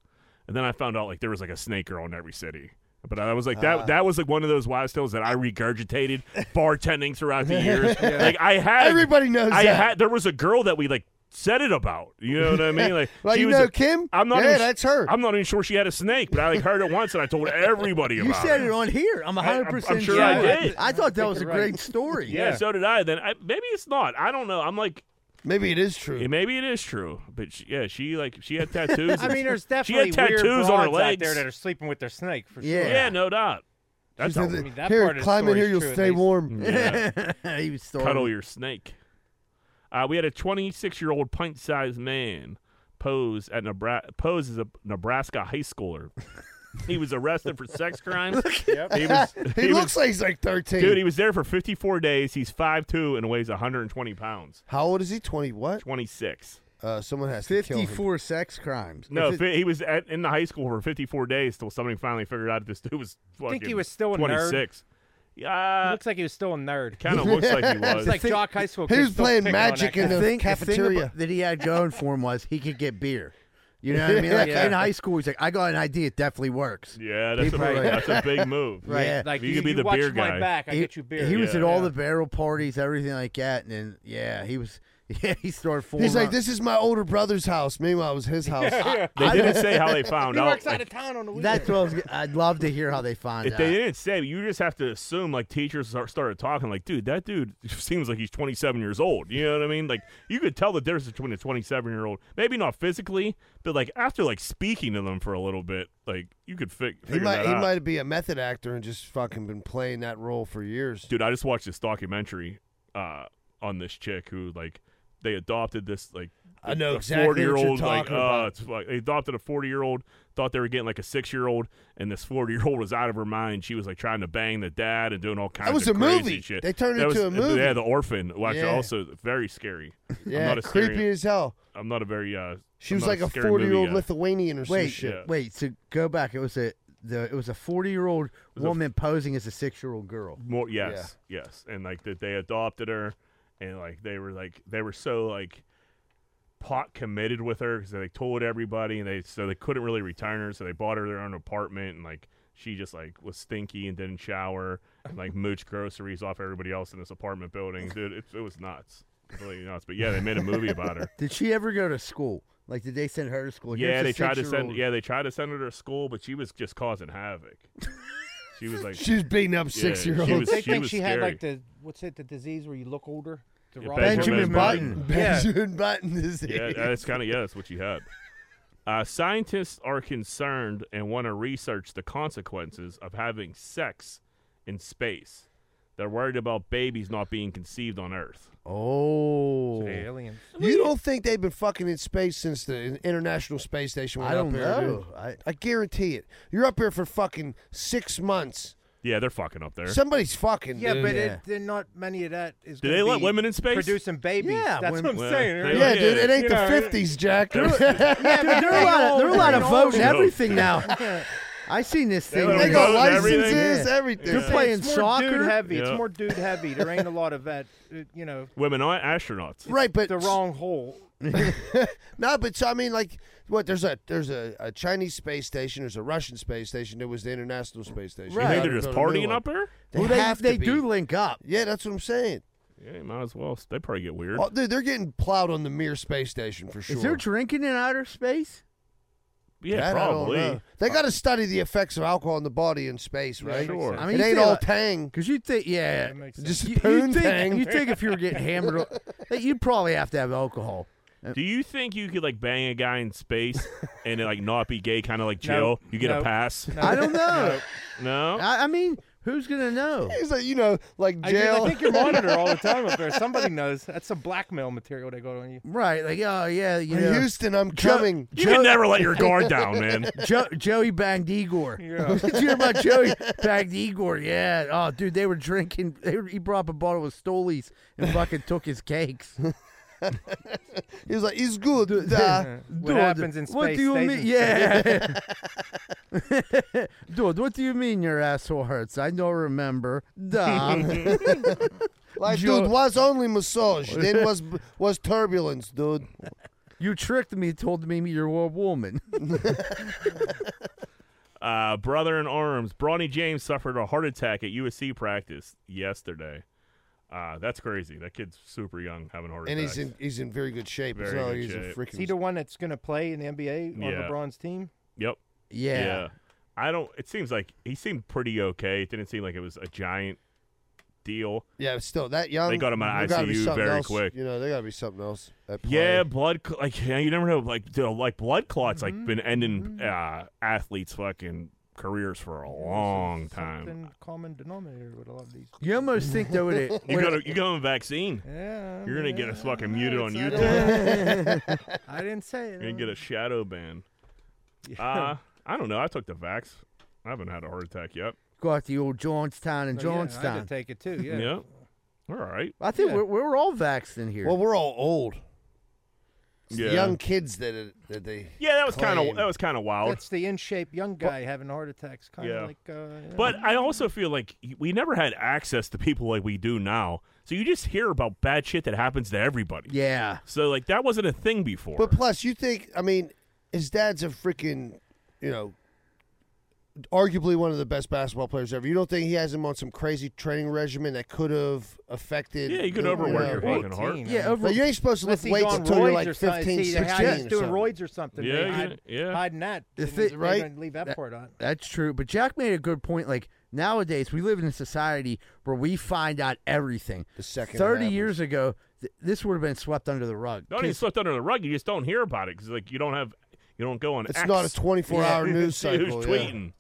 S4: And then I found out like there was like a snake girl in every city. But I was like that.
S3: Ah.
S4: that was like one of those wives' tales that I regurgitated bartending throughout the years. Like I had
S3: Everybody knows
S4: I
S3: that.
S4: had there was a girl that we like said it about. You know what I mean? Like,
S3: Like,
S4: she
S3: you
S4: was
S3: know
S4: a-
S3: Kim?
S4: I'm not.
S3: Yeah,
S4: even,
S3: that's her.
S4: I'm not even sure she had a snake, but I like heard it once, and I told everybody
S1: You
S4: about
S1: said
S4: it.
S1: it on here. I'm
S4: I- I'm-
S1: 100
S4: I'm
S1: percent
S4: sure
S1: sure.
S4: I did.
S1: I thought that was a
S4: Right.
S1: great story.
S4: Yeah, so did I. Then I, maybe it's not. I don't know. I'm like.
S3: Maybe it is true.
S4: maybe it is true. But she, yeah, she like she had tattoos.
S2: I
S4: and-
S2: mean, there's
S4: she
S2: definitely
S4: had tattoos
S2: weird
S4: on her
S2: broads
S4: legs
S2: out there that are sleeping with their snake for
S4: Yeah,
S2: sure.
S4: no doubt. That's
S3: She
S4: how,
S3: said that-
S2: mean, that
S3: here,
S2: part of the
S3: climb in here,
S2: story's
S3: you'll
S2: true, at
S3: stay
S2: least."
S3: warm.
S4: Yeah.
S1: he was throwing-
S4: cuddle your snake. Uh, we had a 26 year old pint sized man pose at Nebraska pose as a Nebraska high schooler. he was arrested for sex crimes. He, was,
S3: he, looks
S4: was-
S3: like he's like 13.
S4: dude. He was there for 54 days. He's 5'2 and weighs 120 pounds.
S3: How old is he? 20 what?
S4: 26.
S3: Uh, someone has to kill him.
S1: 54 sex crimes.
S4: No,
S1: If it-
S4: fi- he was at, in the high school for 54 days till somebody finally figured out this dude was. Fucking
S2: think he was still a nerd.
S4: 26.
S2: He
S4: Yeah,
S2: looks like he was still a nerd.
S4: kind of looks like he was.
S2: It's like
S1: The thing-
S2: Jock High School.
S3: He
S2: kids
S3: was
S2: still
S3: playing
S2: picking on that
S3: magic
S2: guy.
S3: in the
S1: thing, The thing
S3: cafeteria.
S1: about- that he had going for him was he could get beer. You know what I mean? Like
S2: Yeah.
S1: in high school, he's like, I got an idea. It definitely works.
S4: yeah, that's a,
S1: People are like-
S4: that's a big move.
S1: Right. Yeah.
S2: Like
S4: You could be the
S2: watch
S4: beer
S2: my
S4: guy.
S2: back, I
S1: he,
S2: get you beer.
S1: He was
S4: Yeah.
S1: at all the barrel parties, everything like that, and then yeah, he was. Yeah, he started forming.
S3: He's like, this is my older brother's house. Meanwhile, it was his house.
S4: They didn't say how they found
S2: He
S4: out.
S2: works out
S4: like,
S2: of town on the weekend.
S1: That's what I was, I'd love to hear how they find
S4: If
S1: out.
S4: they didn't say, you just have to assume like teachers start- started talking like, dude, that dude seems like he's 27 years old. You know what I mean? Like you could tell the difference between a 27 year old, maybe not physically, but like after like speaking to them for a little bit, like you could fi- figure
S3: he might
S4: that
S3: he
S4: out.
S3: might be a method actor and just fucking been playing that role for years.
S4: Dude, I just watched this documentary uh, on this chick who like they adopted this like
S3: I
S4: a
S3: know exactly what you're
S4: 40-year-old, like,
S3: talking
S4: uh,
S3: about.
S4: it's like- they adopted a 40 year old, thought they were getting like a six year old, and this 40 year old was out of her mind. She was like trying to bang the dad and doing all kinds
S3: was
S4: of
S3: a
S4: crazy
S3: movie.
S4: shit.
S3: They turned
S4: That
S3: it to
S4: was-
S3: a movie.
S4: Yeah, The Orphan. Watch
S3: Yeah.
S4: also very scary.
S3: Yeah,
S4: I'm not a scary-
S3: creepy as hell.
S4: I'm not a very. Uh,
S3: She
S4: I'm
S3: was
S4: not
S3: like a
S4: scary
S3: forty year old
S4: movie guy.
S3: Lithuanian or some
S1: wait,
S3: shit.
S4: Yeah.
S1: wait. So go back. It was a the it was a forty year old
S4: a-
S1: woman posing as a six year old girl.
S4: More yes, yes, and like that they adopted her, and like they were like they were so like pot committed with her because they like, told everybody, and they so they couldn't really return her, so they bought her their own apartment, and like she just like was stinky and didn't shower, and like mooched groceries off everybody else in this apartment building. Dude, it, it was nuts, completely nuts. But yeah, they made a movie about her.
S1: Did she ever go to school? Like, did they send her to school? Here's
S4: Yeah,
S1: a
S4: they tried to send.
S1: six-year-old.
S4: Yeah, they tried to send her to school, but she was just causing havoc. She was like,
S3: She was beating up six year
S4: she
S3: olds.
S4: was-
S2: They think
S4: was
S2: she had like
S4: scary.
S2: the what's it the disease where you look older. The
S4: Yeah,
S2: Robert
S1: Benjamin
S4: Benjamin
S1: Button.
S2: Yeah.
S3: Benjamin Button is
S4: yeah, that's kind of yeah, that's what you had. Uh, scientists are concerned and want to research the consequences of having sex in space. They're worried about babies not being conceived on Earth.
S1: Oh,
S2: aliens.
S3: You don't think they've been fucking in space since the International Space Station went
S1: I don't
S3: up there? dude?
S1: know. I,
S3: I guarantee it. You're up here for fucking six months.
S4: Yeah, they're fucking up there.
S3: Somebody's fucking.
S2: Yeah,
S3: dude.
S2: but
S1: Yeah.
S2: It, they're not many of that is.
S4: Do
S2: gonna
S4: they let
S2: be
S4: women in space?
S2: producing babies?
S1: Yeah,
S2: that's
S1: women-
S2: what I'm
S4: well,
S2: saying.
S4: they- Yeah,
S3: yeah, dude, it ain't
S2: you
S3: the
S2: know,
S3: fifties, Jack. they
S1: yeah, but there are a lot of, there are a lot of voting
S4: No.
S1: everything now. I seen this thing.
S4: They
S1: where-
S3: got
S4: Voting everything.
S3: licenses, everything.
S1: You're
S2: it's-
S1: playing
S2: it's more
S1: soccer.
S2: Dude heavy.
S4: Yeah.
S2: It's more dude heavy. There ain't a lot of that. uh, You know,
S4: Women aren't astronauts.
S3: Right, but
S2: the wrong hole.
S3: No, but so I mean, like, what? There's a there's a, a Chinese space station. There's a Russian space station. There was the International Space Station.
S4: You
S1: Right.
S4: think
S3: Now
S4: they're just
S3: building
S4: partying
S3: a new one.
S4: up there?
S3: They
S1: Well, they
S3: have to
S1: they
S3: be.
S1: do link up.
S3: Yeah, that's what I'm saying.
S4: Yeah, you might as well. They probably get weird.
S3: Oh, dude, they're getting plowed on the Mir space station for sure.
S1: Is there drinking in outer space?
S4: yeah,
S3: That I don't
S4: probably.
S3: know. They got to study the effects of alcohol on the body in space, right?
S4: sure.
S1: I mean,
S3: it
S1: you
S3: ain't
S1: feel
S3: all
S1: like-
S3: tang.
S1: Because you think, yeah,
S2: That makes sense.
S3: Just
S1: you,
S3: poon
S1: you think
S3: tang.
S1: you think if you were getting hammered, o- that you'd probably have to have alcohol.
S4: Do you think you could like bang a guy in space and like not be gay, kind of like Jill?
S2: No.
S4: You get a
S2: No.
S4: pass?
S1: I don't know.
S4: No.
S1: I, I mean, who's gonna know?
S3: He's like, you know, like
S2: I, do-
S3: jail.
S2: I think you monitor all the time up there. Somebody knows. That's some blackmail material they got on you.
S1: Right? Like, oh yeah, you
S3: In
S1: know,
S3: Houston, I'm
S1: Joe-
S3: coming.
S4: You can never let your guard down, man.
S1: Jo- Joey banged Igor.
S2: Yeah.
S1: Did you hear about Joey banged Igor? Yeah. Oh, dude, they were drinking. They were, he brought up a bottle of Stolies and fucking took his cakes.
S3: He was like, it's good. uh,
S2: What
S1: Dude,
S2: happens in space?
S1: What do you
S2: stays
S1: mean?
S2: in
S1: Yeah. Dude, what do you mean your asshole hurts? I don't remember. Duh.
S3: like,
S1: Joe-
S3: dude, was only massage. then was was turbulence, dude.
S1: you tricked me, told me you're a woman.
S4: Uh, brother in arms, Bronny James suffered a heart attack at USC practice yesterday. Uh, that's crazy. That kid's super young, having a heart
S3: and
S4: attack.
S3: he's in he's in very good shape.
S4: Very
S3: as well.
S4: good
S3: he's
S4: shape.
S3: a freaking
S2: Is he the one that's going to play in the NBA on
S4: Yeah.
S2: LeBron's team?
S4: Yep.
S2: Yeah.
S4: I don't. It seems like he seemed pretty okay. It didn't seem like it was a giant deal.
S3: yeah, but still that young.
S4: They got him out of
S3: there gotta be
S4: ICU
S3: something
S4: very
S3: else,
S4: quick.
S3: You know, there got to be something else. At play.
S4: Yeah, blood cl- like you, know, you never know like you know, like blood clots
S2: Mm-hmm.
S4: like been ending uh, athletes fucking careers for a long time.
S2: Something common denominator with a lot of these.
S1: You almost think though with it.
S4: You got a, you got a vaccine.
S2: e- Yeah,
S4: You're gonna get us fucking muted on
S2: I
S4: YouTube.
S2: didn't- I didn't say
S4: You're
S2: it.
S4: gonna get a shadow ban. Uh, I don't know. I took the vax. I haven't had a heart attack yet.
S1: got the old Johnstown and
S2: No, Oh, yeah, I had to
S1: Johnstown.
S2: take it too. Yeah.
S4: Yeah. We're all right.
S1: I think
S2: Yeah.
S1: we're, we're all vaxxed in here.
S3: Well, we're all old. It's the
S4: Yeah.
S3: young kids that it, that they.
S4: Yeah, that was kind
S3: claim.
S4: of that was kind of wild.
S2: That's the in shape young guy having heart attacks, kind of
S4: Yeah.
S2: like. Uh, yeah.
S4: But I also feel like we never had access to people like we do now. So you just hear about bad shit that happens to everybody.
S1: yeah.
S4: So like that wasn't a thing before.
S3: But plus, you think I mean, his dad's a freaking, you know, arguably one of the best basketball players ever. You don't think he has him on some crazy training regimen that could have affected?
S4: yeah, you could
S3: the-
S4: overwork your
S3: know,
S4: fucking heart.
S2: Eighteen,
S1: Yeah,
S2: I mean,
S1: over
S3: But you ain't supposed to
S2: Unless
S3: lift
S2: he's
S3: weights
S2: on
S3: until you're
S2: roids
S3: like
S2: or something.
S3: 15,
S2: See,
S3: 16
S2: the guy that's
S3: or
S2: doing
S3: something.
S2: roids or something.
S4: Yeah,
S2: they
S4: yeah,
S2: hide,
S4: yeah.
S2: hiding that.
S1: The
S2: They
S1: thi-
S2: didn't
S3: right?
S2: Leave that,
S1: That-
S2: part out.
S1: That's true. But Jack made a good point. Like nowadays, we live in a society where we find out everything.
S3: The second it
S1: thirty
S3: happens.
S1: years ago, th- this would have been swept under the rug.
S4: Not even swept under the rug. You just don't hear about it because like you don't have you don't go on.
S3: It's
S4: X
S3: not a 24 hour
S4: to
S3: news
S4: see
S3: cycle.
S4: Who's
S3: yeah.
S4: tweeting?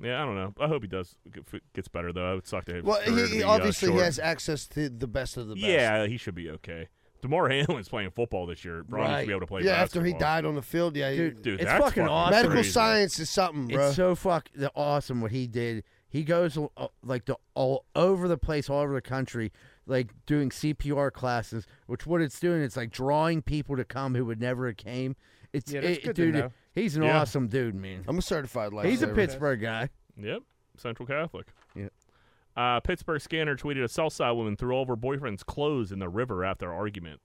S4: Yeah. I don't know. I hope he does get- gets better though. I would suck to his
S3: Well,
S4: career
S3: he,
S4: to
S3: he
S4: be, uh,
S3: obviously
S4: short.
S3: has access to the best of the best.
S4: Yeah, he should be okay. Demar Hamlin's playing football this year. Bron
S3: right.
S4: should be able to play.
S3: yeah, after
S4: basketball.
S3: he died on the field, yeah, he-
S1: Dude,
S4: dude,
S1: It's
S4: that's
S1: fucking awesome.
S3: medical
S4: crazy.
S3: science is something, bro.
S1: It's so fuck the awesome what he did. He goes uh, like to all over the place, all over the country, like doing CPR classes. Which what it's doing, it's like drawing people to come who would never have came. It's
S2: Yeah, that's
S1: it-
S2: good to
S1: dude.
S2: know.
S1: He's an
S4: Yeah.
S1: awesome dude, man.
S3: I'm a certified lifesaver.
S1: He's a Pittsburgh guy.
S4: Yep, Central Catholic.
S1: Yep.
S4: Uh, Pittsburgh scanner tweeted a Southside woman threw all of her boyfriend's clothes in the river after argument.
S1: Mm.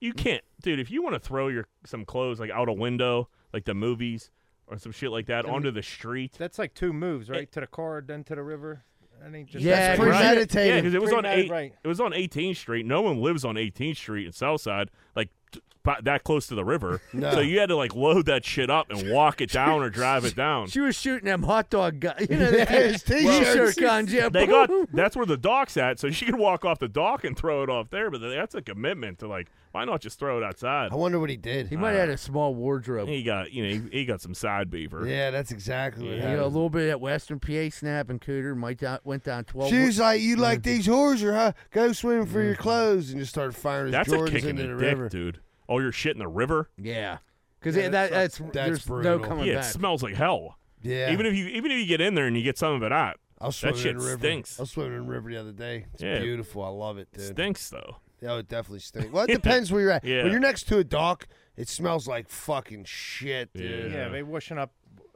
S4: You can't, dude. If you want to throw your some clothes like out a window, like the movies or some shit like that, onto the street.
S2: That's like two moves, right? to the car, then to the river. That ain't just
S1: Yeah,
S2: that's
S1: pretty-
S2: right.
S4: Yeah,
S3: Premeditated.
S4: because it was on
S2: Premeditated,
S4: eight.
S2: right.
S4: It was on 18th Street. No one lives on 18th Street in Southside, like t- by- that close to the river.
S3: No.
S4: So you had to like load that shit up and walk it down or drive it down.
S1: She was shooting them hot dog guns. You know, the
S3: His
S1: t-shirt
S3: t-shirts.
S1: guns. Yeah,
S4: they got that's where the dock's at, so she could walk off the dock and throw it off there. But that's a commitment to like, why not just throw it outside? Uh,
S3: I wonder what he did.
S1: He might have had a small wardrobe.
S4: He got you know he, he got some side beaver.
S3: yeah, that's exactly what
S1: You know, a
S3: happened.
S1: little bit at Western PA snap and Cooter might down, went down twelve.
S3: She's like, you like these whores, or huh? Go swim for
S1: Mm-hmm.
S3: your clothes, and just started firing his
S4: that's a
S3: Jordans
S4: kick in
S3: into
S4: the,
S3: the
S4: dick,
S3: river.
S4: dude. All your shit in the river.
S1: yeah, because
S2: Yeah,
S1: that,
S2: that
S1: that's,
S3: That's
S1: there's
S3: brutal.
S1: no coming
S4: Yeah, it
S1: back.
S4: smells like hell.
S3: Yeah,
S4: Even if you even if you get in there and you get some of it out,
S3: I was swimming
S4: shit
S3: in the river.
S4: stinks.
S3: I was swimming in the river the other day. It's
S4: Yeah.
S3: beautiful. I love it,
S4: it
S3: dude.
S4: stinks though.
S3: Yeah, it definitely stinks. Well, it depends where you're at.
S4: Yeah.
S3: When you're next to a dock, it smells like fucking shit, dude.
S2: Yeah,
S4: Yeah.
S2: they washing up.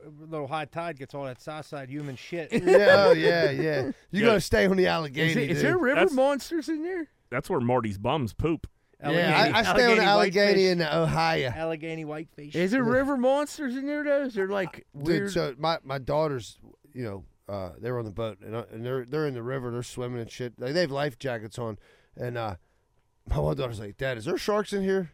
S2: A little high tide gets all that Southside human shit.
S3: Yeah, oh, yeah, yeah. You
S4: Yeah.
S3: gotta stay on the alligator.
S1: Is, it, is
S3: dude.
S1: there river
S4: That's-
S1: monsters in there?
S4: That's where Marty's bums poop.
S3: Yeah, I, I stay on the alligator in Ohio.
S2: Allegheny whitefish.
S1: Is there river monsters in there? Those they're like weird.
S3: Dude, so my, my daughters, you know, uh, they were on the boat and, uh, and they're they're in the river, they're swimming and shit. Like, they have life jackets on, and uh, my one daughter's like, "Dad, is there sharks in here?"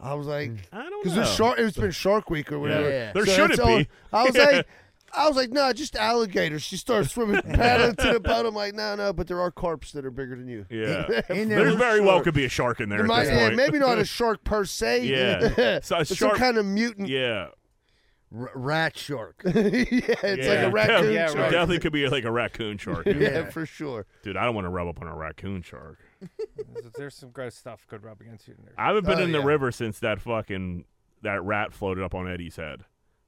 S3: I was like,
S4: I don't
S3: "Cause
S4: know.
S3: there's shark. It's been Shark Week or whatever.
S1: Yeah.
S4: Mm. There
S3: So
S4: shouldn't
S3: that's all-
S4: be.
S3: I was like, I was like, no, just alligators. She started swimming, paddling to the boat. I'm like, no, no, but there are carps that are bigger than you.
S4: Yeah,
S1: In there
S4: there
S1: was
S4: very well
S3: shark.
S4: could be a shark in there.
S3: There
S4: at
S3: might-
S4: this
S3: yeah,
S4: point.
S3: maybe not a shark per se.
S4: Yeah. So a
S3: but some
S4: shark-
S3: kind of mutant. Yeah,
S4: yeah,
S1: R- rat shark.
S3: it's like
S4: Yeah.
S3: a raccoon
S4: Yeah,
S2: Yeah,
S3: shark.
S2: right.
S4: Definitely could be like a raccoon shark.
S3: yeah, for sure.
S4: Dude, I don't want to rub up on a raccoon shark.
S2: There's some gross stuff could rub against you in there.
S4: I haven't been
S3: Oh,
S4: in the
S3: yeah.
S4: river since that fucking that rat floated up on Eddie's head.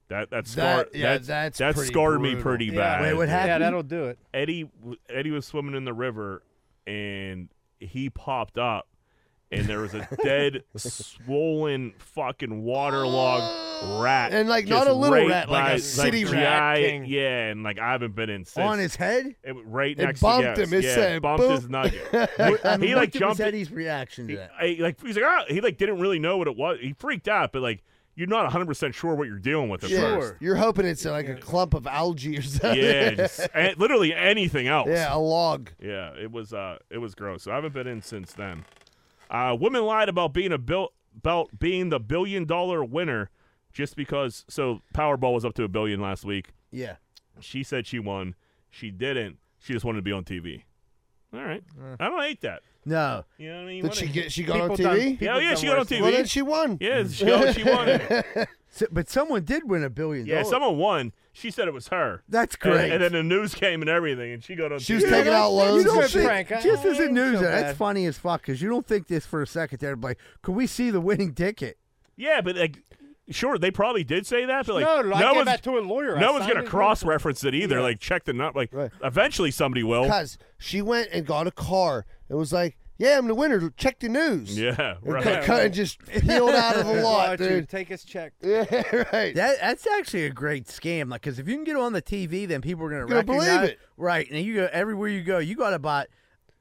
S4: That that scar
S3: That- yeah,
S4: that,
S3: that's
S4: that
S3: pretty
S4: scarred me
S3: brutal.
S4: pretty
S2: Yeah.
S4: bad.
S1: Wait, what happened?
S2: Yeah, that'll do it.
S4: Eddie w- Eddie was swimming in the river and he popped up and there was a dead, swollen, fucking waterlogged rat,
S3: And, like, not
S4: just
S3: a little
S4: right
S3: rat, like a
S4: by-
S3: city
S4: like,
S3: rat.
S4: giant- Yeah, and like I haven't been in since.
S1: on his head.
S4: it, was right
S3: It
S4: next
S3: bumped
S4: to yes,
S3: him. It
S4: yeah,
S3: said,
S4: bumped his
S3: "Boop."
S4: nugget.
S1: I mean,
S4: he
S1: what
S4: like
S1: was
S4: jumped.
S1: Eddie's reaction to
S4: He,
S1: that.
S4: I, like he's like ah, he like didn't really know what it was. He freaked out, but like you're not 100 percent sure what you're dealing with at first.
S3: You're hoping it's uh, like a clump of algae or something.
S4: Yeah, just, a- literally anything else.
S3: Yeah, a log.
S4: Yeah, it was uh, it was gross. I haven't been in since then. Uh, women lied about being a bill about being the billion dollar winner just because. So Powerball was up to a billion last week.
S1: Yeah.
S4: She said she won. She didn't. She just wanted to be on TV. All right. I don't hate that.
S1: Uh. No.
S4: You know what I mean?
S3: Did
S4: What
S3: she
S4: a-
S3: get- she got on People done- TV? people
S4: Hell yeah,
S3: done
S4: she got on
S3: worse than
S4: TV.
S3: that. Well, then she won.
S4: Yeah, she, oh, she won.
S1: So- but someone did win a billion.
S4: Yeah,
S1: dollars.
S4: someone won. She said it was her.
S1: That's
S4: And-
S1: great.
S4: And, then the news came and everything, and she got on.
S1: She
S4: TV.
S1: You don't think, just as a news, that's funny as fuck because you don't think this for a second. They're like, could we see the winning ticket?
S4: Yeah, but like, sure, they probably did say that, but like,
S2: No, I gave
S4: one's-
S2: that to a lawyer. I
S4: No one's
S2: signed
S4: gonna
S2: it.
S4: cross reference it either. Like, check the nut. Like, eventually somebody will.
S3: Because she went and got a car and was like, "Yeah, I'm the winner. Check the news."
S4: Yeah,
S3: and
S4: right.
S3: cut- cut and just peeled out of the lot, dude.
S2: Take his check.
S3: Yeah, right.
S1: That, that's actually a great scam. Like, because if you can get on the TV, then people are going to
S3: Gonna believe
S1: recognize
S3: it.
S1: Right, and you go everywhere you go, you got about.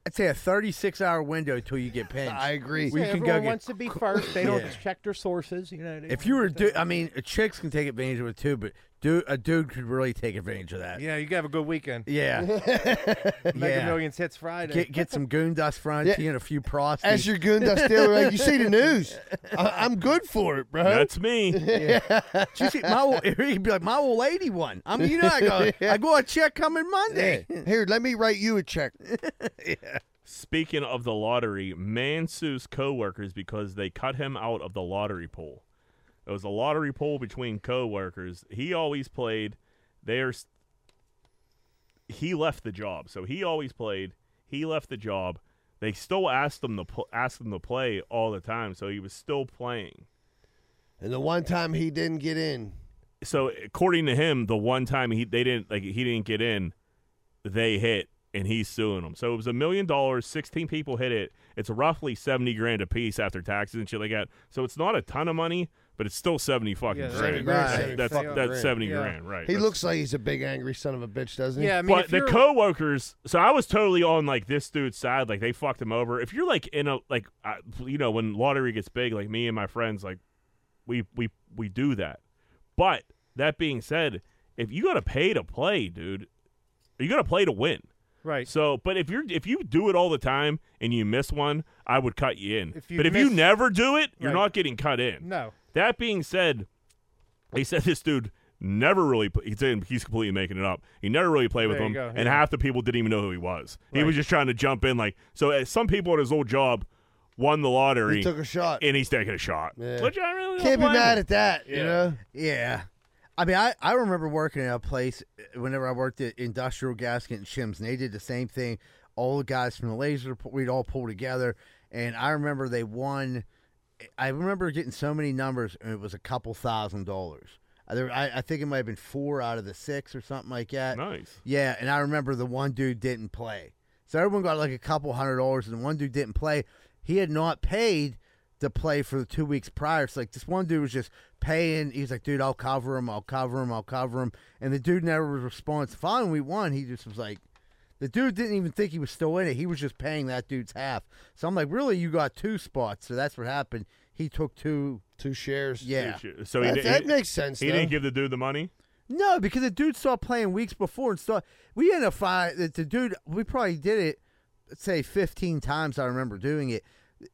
S1: I'd say a 36 hour window till you get pinched. I
S3: agree.
S1: Where you can go
S2: everyone
S1: get
S2: wants to be first. They don't
S1: Yeah.
S2: check their sources. You know. they
S1: If
S2: don't-
S1: you were, du- I mean, chicks can take advantage of it too, but dude, a dude could really take advantage of that.
S2: yeah, you can have a good weekend.
S1: Yeah.
S2: Mega
S1: Yeah.
S2: Millions hits Friday.
S1: Get get some goon dust front
S3: Yeah.
S1: you and a few prostitutes.
S3: As your goon dust dealer, like you see the news. I- I'm good for it, bro.
S4: That's me.
S1: Did you see, my old, he'd be like, my old lady won. I mean, you know, I go, I go a check coming Monday.
S3: Here, let me write you a check.
S4: Speaking of the lottery, man sues coworkers because they cut him out of the lottery pool. It was a lottery pool between coworkers. He always played. There's he left the job, so he always played. He left the job. They still asked him to pl- asked him to play all the time, so he was still playing.
S3: And the one time he didn't get in,
S4: So according to him, the one time he they didn't like he didn't get in, they hit and he's suing them. So it was a million dollars. Sixteen people hit it. It's roughly seventy grand a piece after taxes and shit like that. So it's not a ton of money, but it's still seventy fucking
S2: Yeah,
S4: grand.
S2: 70 grand,
S4: That's-
S2: 70
S4: That's
S2: fucking
S4: that's
S2: grand.
S4: seventy
S2: Yeah.
S4: grand, right?
S3: he
S4: That's-
S3: looks like he's a big angry son of a bitch, doesn't he?
S4: but the coworkers. So I was totally on like this dude's side. Like they fucked him over. If you're like in a like, I, you know, when lottery gets big, like me and my friends, like we we we do that. But that being said, if you gotta pay to play, dude, you gotta play to win.
S2: Right.
S4: So, but if you're if you do it all the time and you miss one, I would cut you in.
S2: If you
S4: but if you
S2: miss-
S4: never do it, you're
S2: Right.
S4: not getting cut in.
S2: No.
S4: That being said, he said this dude never really pl- he's saying- he's completely making it up. He never really played with
S2: There you
S4: him,
S2: go,
S4: and
S2: yeah.
S4: half the people didn't even know who he was. He was
S2: Right.
S4: just trying to jump in like so. uh, Some people at his old job won the lottery.
S3: He took a shot.
S4: and he's taking a shot.
S3: Yeah.
S4: Which I really
S3: Can't be
S4: don't blame
S3: mad
S4: him.
S3: at that,
S4: Yeah.
S3: you know?
S1: Yeah. I mean, I, I remember working at a place uh, whenever I worked at Industrial Gasket and Shims, and they did the same thing. All the guys from the laser, pool- we'd all pull together. And I remember they won. I remember getting so many numbers, and it was a couple thousand dollars. I, there- I, I think it might have been four out of the six or something like that.
S4: Nice.
S1: Yeah, and I remember the one dude didn't play. So everyone got like a couple hundred dollars, and the one dude didn't play. He had not paid to play for the two weeks prior. So like this one dude was just paying. He's like, dude, I'll cover him, I'll cover him, I'll cover him. And the dude never was responsive. Finally, we won. He just was like, the dude didn't even think he was still in it. He was just paying that dude's half. So I'm like, really, you got two spots. So that's what happened. He took two.
S3: Two shares.
S1: Yeah.
S4: So he,
S3: That-
S4: di-
S3: that
S4: he-
S3: makes sense,
S4: He
S3: though.
S4: didn't give the dude the money.
S1: No, because the dude stopped playing weeks before and start. We ended up finding that the dude. We probably did it, let's say fifteen times. I remember doing it.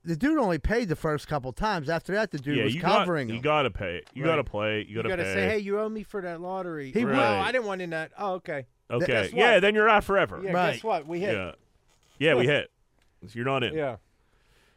S1: The dude only paid the first couple times. After that, the dude
S4: yeah,
S1: was
S4: you
S1: covering
S4: got,
S1: him.
S4: You gotta pay. You gotta play. You
S2: You
S4: gotta,
S2: gotta
S4: pay.
S2: say, hey, you owe me for that lottery.
S1: He
S2: no,
S1: would-
S2: I didn't want in that. Oh, okay.
S4: okay.
S2: Guess what?
S4: yeah, then you're out forever.
S2: Yeah, guess what? We hit.
S4: Yeah. Yeah, we hit. So You're not in.
S2: Yeah.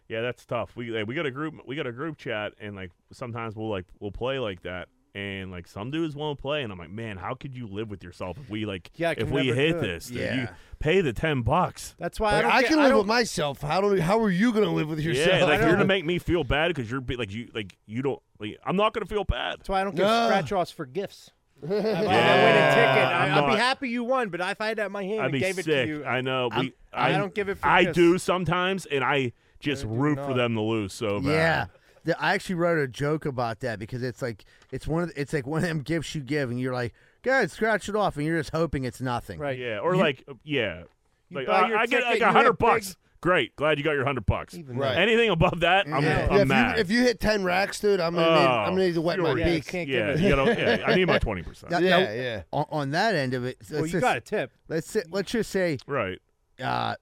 S4: Yeah, that's tough. We like, we got a group we got a group chat and like sometimes we'll like we'll play like that and like some dudes won't play and I'm like, man, how could you live with yourself if we like
S2: Yeah, I
S4: if
S2: can
S4: we
S2: never
S4: hit
S2: do it.
S4: this? dude? you
S1: Yeah.
S4: pay the ten bucks.
S2: That's why I
S3: Like,
S2: don't.
S3: I
S2: get-
S3: can
S2: I
S3: live
S2: don't,
S3: with myself. How do? How are you going to live with yourself?
S4: Yeah, like
S2: I
S4: you're gonna
S2: don't-
S4: make me feel bad because you're be- like you like you don't like I'm not gonna feel bad.
S2: That's why I don't give
S3: No.
S2: scratch offs for gifts. I, I win a
S4: I'm
S2: ticket. I, I'd
S4: not-
S2: be happy you won, but if I had that in my hand
S4: I'd
S2: and
S4: be
S2: gave
S4: sick.
S2: it to you,
S4: I know.
S2: I'm-
S4: We,
S2: I don't give it for
S4: I
S2: kiss.
S4: do sometimes, and I just root for
S2: not.
S4: them to lose so bad.
S1: Yeah. The- I actually wrote a joke about that because it's like it's one of the, it's like one of them gifts you give and you're like, God, scratch it off, and you're just hoping it's nothing.
S2: right?
S4: Yeah, or like yeah, like
S2: buy
S4: I,
S2: your
S4: I get
S2: ticket,
S4: like
S2: you
S4: a hundred
S2: hit big.
S4: bucks. Great. Glad you got your hundred bucks.
S3: Right.
S4: Anything above that, I'm,
S3: Yeah,
S4: I'm
S3: if,
S4: mad.
S3: You, if you hit ten racks, dude, I'm gonna, need, I'm gonna need to wet my
S4: furious.
S3: beak.
S4: Yeah, you gotta, yeah, I need my twenty percent.
S1: Now- now, On, on that end of it,
S2: Well,
S1: let's
S2: you
S1: just-
S2: got a tip.
S1: Let's say, let's just say,
S4: right?
S1: Uh,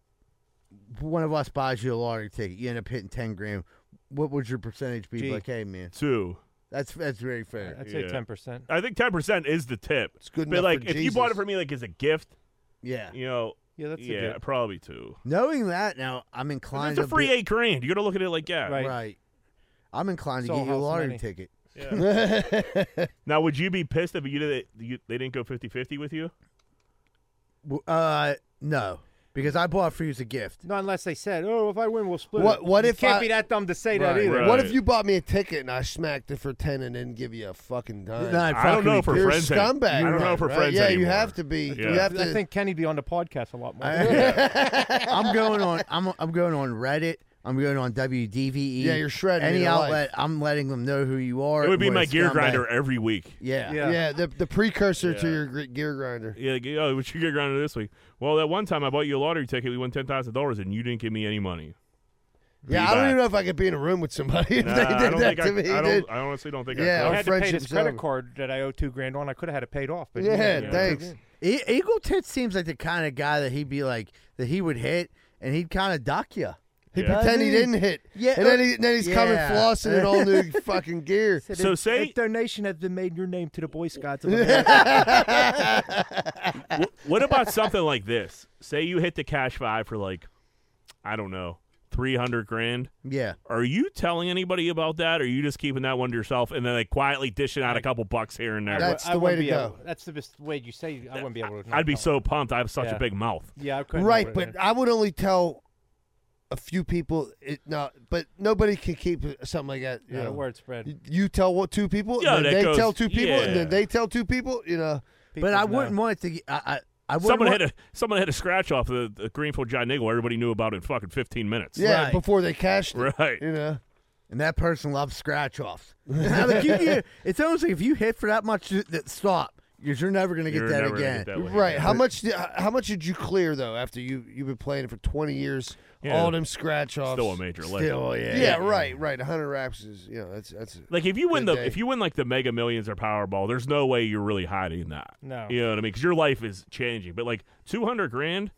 S1: one of us buys you a lottery ticket. You end up hitting ten grand. What would your percentage be?
S4: Gee.
S1: Like, hey, man,
S4: two.
S1: That's that's very fair.
S4: Yeah. I think ten percent is the tip. It's
S1: good
S4: But
S1: enough
S4: like,
S1: for
S4: if you bought it
S1: Jesus.
S4: for me like as a gift,
S1: yeah,
S4: you know,
S2: yeah, that's
S1: a
S4: yeah,
S1: gift.
S4: probably two.
S1: Knowing that now, I'm inclined.
S4: It's a
S1: to
S4: free
S1: be-
S4: eight grand. You got to look at it like that,
S1: Right. Right. I'm inclined
S4: It's
S1: to
S4: all
S1: get you a
S4: house
S1: lottery
S4: money.
S1: ticket.
S4: Yeah. now, would you be pissed if you did it, you, they didn't go 50-50 with you?
S1: W- Uh, no, because I bought it for you as a gift.
S2: Not unless they said, "Oh, if I win, we'll split."
S3: What-
S2: it.
S3: what
S2: You
S3: if
S2: can't
S3: I-
S2: be that dumb to say that
S3: Right.
S2: either?
S3: What if you bought me a ticket and I smacked it for ten and didn't give you a fucking dime?
S1: Nah,
S2: I don't know if
S4: we're
S3: You're a
S4: friends any-
S3: scumbag.
S4: I don't know if we're
S3: right?
S4: friends
S3: Yeah, you
S4: anymore.
S3: have to be.
S4: Yeah.
S3: You have to.
S2: I think Kenny'd be on the podcast a lot more.
S1: I'm going on. I'm I'm going on Reddit. I'm going on WDVE.
S3: Yeah, you're shredding
S1: E. any
S3: your life.
S1: outlet. I'm letting them know who you are.
S4: It would be
S1: What a
S4: my gear
S1: scumbag.
S4: grinder every week.
S1: Yeah.
S3: yeah, the the precursor to
S4: Yeah.
S3: your gr- gear grinder.
S4: Yeah, like, oh, what's your gear grinder this week? Well, that one time I bought you a lottery ticket. We won ten thousand dollars, and you didn't give me any money.
S3: Yeah,
S4: Be
S3: I don't
S4: back.
S3: even know if I could be in a room with somebody if
S4: Nah,
S3: they
S4: I
S3: did
S4: don't
S3: that
S4: think I-
S3: to me.
S4: I don't-
S3: dude.
S4: I honestly don't think I
S3: Yeah,
S4: could.
S2: I
S3: our
S2: had to pay this
S3: friendship's
S2: credit
S3: over.
S2: card that I owe two grand on. I could have had it paid off. But
S3: Yeah,
S2: you know,
S3: thanks.
S1: E- Eagle Tit's seems like the kind of guy that he'd be like that he would hit and he'd kind of duck you.
S3: He pretend he didn't hit.
S1: Yeah, uh,
S3: and then, he, then he's coming
S1: yeah.
S3: flossing in all new fucking gear.
S2: Said, "A- a donation has been made in your name to the Boy Scouts. Of America."
S4: Wh- what about something like this? Say you hit the cash five for like, I don't know, three hundred grand.
S1: Yeah.
S4: Are you telling anybody about that? Or are you just keeping that one to yourself and then like quietly dishing out a couple bucks here and there?
S3: That's
S2: I
S3: the way
S2: wouldn't
S3: to
S2: be able-
S3: go.
S2: that's the best way you say. I wouldn't be able to.
S4: I'd be so pumped. I have such
S2: Yeah.
S4: a big mouth.
S2: Yeah, I couldn't.
S3: Right,
S2: hold it
S3: but I would only tell a few people. It, no, but nobody can keep something like that. You
S2: Yeah,
S3: know.
S2: word spread.
S3: Y- You tell what two people,
S4: Yeah,
S3: and then
S4: that
S3: they
S4: goes-
S3: tell two people, and
S4: yeah.
S3: then they tell two people. You know,
S1: but I wouldn't want it to. get- I I, I wouldn't
S4: Someone
S1: want,
S4: had a someone had a scratch off the, the Greenfield John Niggle. Everybody knew about it in fucking fifteen minutes.
S3: yeah,
S1: Right.
S3: before they cashed, it,
S4: Right.
S3: You know,
S1: and that person loves scratch offs. like you, you, it's almost like if you hit for that much, th- th- stop because you're never gonna get
S4: You're
S1: that
S4: never gonna
S1: again.
S4: get that way.
S3: right? How
S1: But-
S3: much? di- How much did you clear though after you you've been playing for twenty years?
S4: Yeah.
S3: All them scratch offs.
S4: Still a major legend.
S1: Still, yeah.
S3: yeah, right, right. A hundred raps is you know that's that's
S4: Like if you win the
S3: Good day.
S4: if you win like the Mega Millions or Powerball, there's no way you're really hiding that.
S2: No.
S4: you know what I mean? Because your life is changing. But like 200 grand,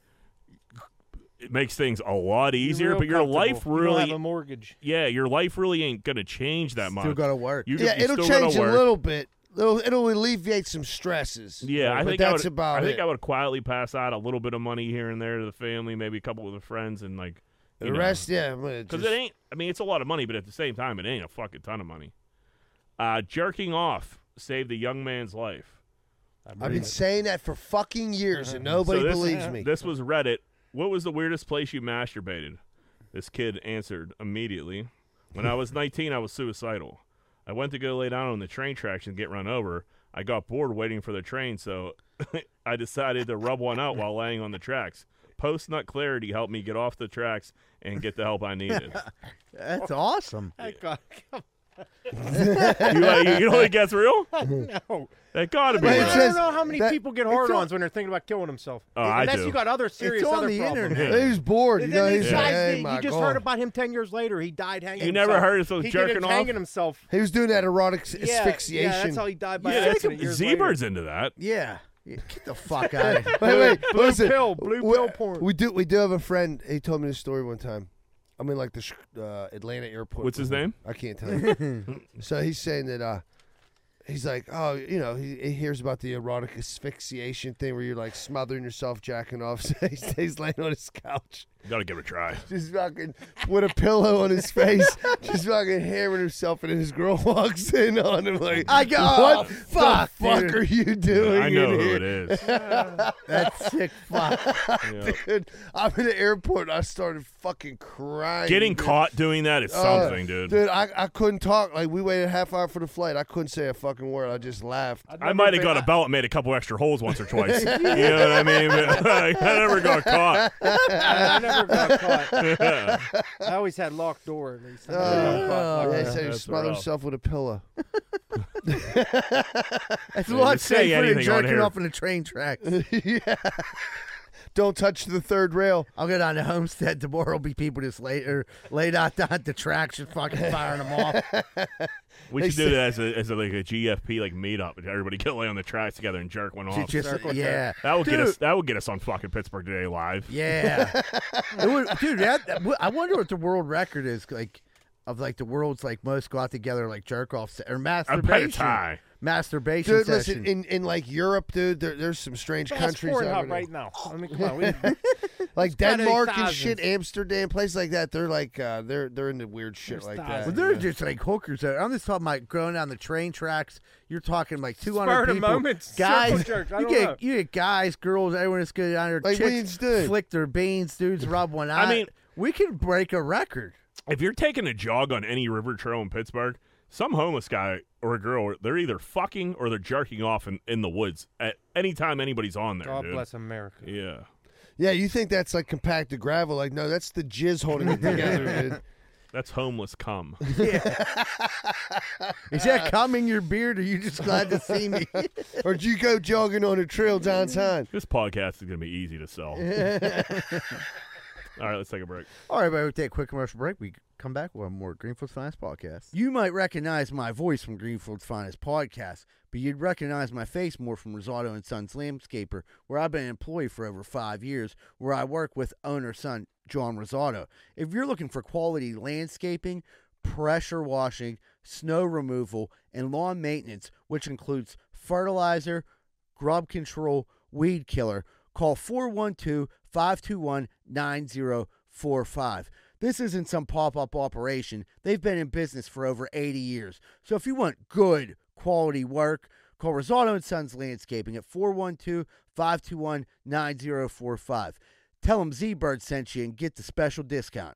S4: it makes things a lot easier.
S2: real
S4: but your life
S2: comfortable. You don't
S4: really,
S2: have a mortgage.
S4: yeah, your life really ain't gonna change that much.
S1: Still gotta work.
S4: You,
S3: yeah.
S4: you
S3: It'll
S4: still gotta
S3: change a
S4: work.
S3: little bit. It'll it'll alleviate some stresses.
S4: Yeah, I
S3: but
S4: think I
S3: that's
S4: would,
S3: about.
S4: I think
S3: it.
S4: I would quietly pass out a little bit of money here and there to the family, maybe a couple of the friends, and like
S3: The rest, yeah, I'm gonna
S4: Because
S3: just-
S4: it ain't. I mean, it's a lot of money, but at the same time, it ain't a fucking ton of money. Uh, jerking off saved a young man's life.
S3: I've been saying that for fucking years,
S2: Uh-huh.
S3: and nobody
S4: So this-
S3: believes me.
S4: This was Reddit. What was the weirdest place you masturbated? This kid answered immediately. When I was 19, I was suicidal. I went to go lay down on the train tracks and get run over. I got bored waiting for the train, so I decided to rub one out while laying on the tracks. Post nut clarity helped me get off the tracks and get the help I needed.
S1: That's awesome.
S2: Thank God. Come
S4: you, like, you know what gets real?
S2: on. no.
S4: That gotta be.
S2: I
S4: real.
S2: don't know how many
S3: that-
S2: people get
S3: it's
S2: hard-ons
S3: on-
S2: when they're thinking about killing themselves.
S4: Oh, I
S2: Unless
S4: do.
S2: you got other serious
S1: it's on
S2: other
S1: the
S2: problems.
S1: internet.
S3: He's bored. You
S2: And
S3: know,
S2: then
S3: he's
S2: these
S3: like,
S2: guys,
S3: hey,
S2: did-
S3: my
S2: you just
S3: God.
S2: heard about him ten years later. He died hanging.
S4: You never
S2: himself.
S4: heard of those
S2: he
S4: jerking
S2: did it
S4: off?
S2: hanging himself.
S3: He was doing that erotic s-
S2: Yeah,
S3: asphyxiation.
S2: Yeah, that's how he died by
S4: Yeah, that's-
S2: accident. years later.
S4: Z-Bird's into that.
S1: Yeah. Yeah, Get the fuck out of here.
S3: wait, wait,
S2: Blue
S3: listen.
S2: pill, blue
S3: we,
S2: pill porn.
S3: We do, we do have a friend. He told me this story one time. I'm in like the sh- uh, Atlanta airport.
S4: What's his
S3: with
S4: name?
S3: him. I can't tell you. so he's saying that uh, he's like, oh, you know, he, he hears about the erotic asphyxiation thing where you're like smothering yourself, jacking off. So he stays laying on his couch.
S4: Gotta give it a try.
S3: just fucking with a pillow on his face, just fucking hammering himself, and then his girl walks in on him like,
S1: I go,
S3: "What
S1: "Oh, fuck,
S3: the fuck
S1: dude."
S3: are you doing?"
S4: I know
S3: in
S4: who
S3: here?
S4: it is.
S1: That sick fuck.
S4: Yeah.
S3: Dude, I'm in the airport. I started fucking crying.
S4: Getting
S3: dude.
S4: caught doing that is
S3: Uh,
S4: something, dude.
S3: Dude, I, I couldn't talk. Like we waited a half hour for the flight. I couldn't say a fucking word. I just laughed.
S4: I might have got a belt and made a couple extra holes once or twice. you know what I mean? But, like, I never got caught.
S2: I never got caught. I always had locked door at least. I never got caught.
S3: Oh,
S2: Locked
S3: yeah, he
S2: door.
S3: said he
S4: that's
S3: smothered
S4: rough.
S3: himself with a pillow.
S1: That's a
S4: Yeah,
S1: lot
S4: just say
S1: safer
S4: anything
S1: than
S4: on
S1: jerking
S4: here.
S1: off on the train tracks.
S3: yeah. Don't touch the third rail.
S1: I'll go down to Homestead tomorrow. Will be people just laid or laid out down at the tracks, just fucking firing them off.
S4: We
S1: They
S4: should do
S1: said-
S4: that as a, as a, like a GFP like meetup. and Everybody get lay on the tracks together and jerk one off.
S1: just- yeah.
S4: that would get
S1: Dude.
S4: us. That would get us on fucking Pittsburgh today live.
S1: Yeah, It would- dude. That, that would- I wonder what the world record is like of like the world's like most got together like jerk offs or masturbation.
S4: high.
S1: Masturbation.
S3: Dude,
S1: session.
S3: listen, in, in like Europe, dude, there, there's some strange
S2: Fast
S3: countries
S2: Pornhub
S3: over there.
S2: right now. I mean, come on, we-
S3: like
S2: gotta be
S3: Denmark and
S2: thousands.
S3: shit, Amsterdam, places like that. They're like uh, they're they're into weird shit like that.
S1: Well,
S3: you
S1: they're
S3: know?
S1: just like hookers. There. I'm just talking about going down the train tracks. You're talking like 200
S2: Spur of the
S1: people,
S2: moment, circle
S1: guys.
S2: jerks. I
S1: you
S2: don't
S1: get
S2: know.
S1: you get guys, girls, everyone that's good down there.
S3: Like
S1: Chicks
S3: Wayne's dude.
S1: flick their beans, dudes rub one
S4: I
S1: out.
S4: mean-
S1: we could break a record.
S4: If you're taking a jog on any river trail in Pittsburgh, some homeless guy or girl, they're either fucking or they're jerking off in, in the woods at any time anybody's on there.
S2: God
S4: dude.
S2: bless America.
S4: Yeah.
S3: yeah, you think that's like compacted gravel? Like no, that's the jizz holding it together, dude.
S4: That's homeless cum.
S1: Is that cum in your beard, or you just glad to see me?
S3: Uh, Or do you go jogging on a trail downtown?
S4: this podcast is going to be easy to sell. All right, let's take a break.
S1: All right, but we take a quick commercial break. We come back with more Greenfield's Finest Podcast. You might recognize my voice from Greenfield's Finest Podcast, but you'd recognize my face more from Rosado and Sons Landscaper, where I've been an employee for over five years, where I work with owner son John Rosado. If you're looking for quality landscaping, pressure washing, snow removal, and lawn maintenance, which includes fertilizer, grub control, weed killer. Call 412 521 9045. This isn't some pop up operation. They've been in business for over 80 years. So if you want good quality work, call Rosado and Sons Landscaping at 412 521 9045. Tell them Z Bird sent you and get the special discount.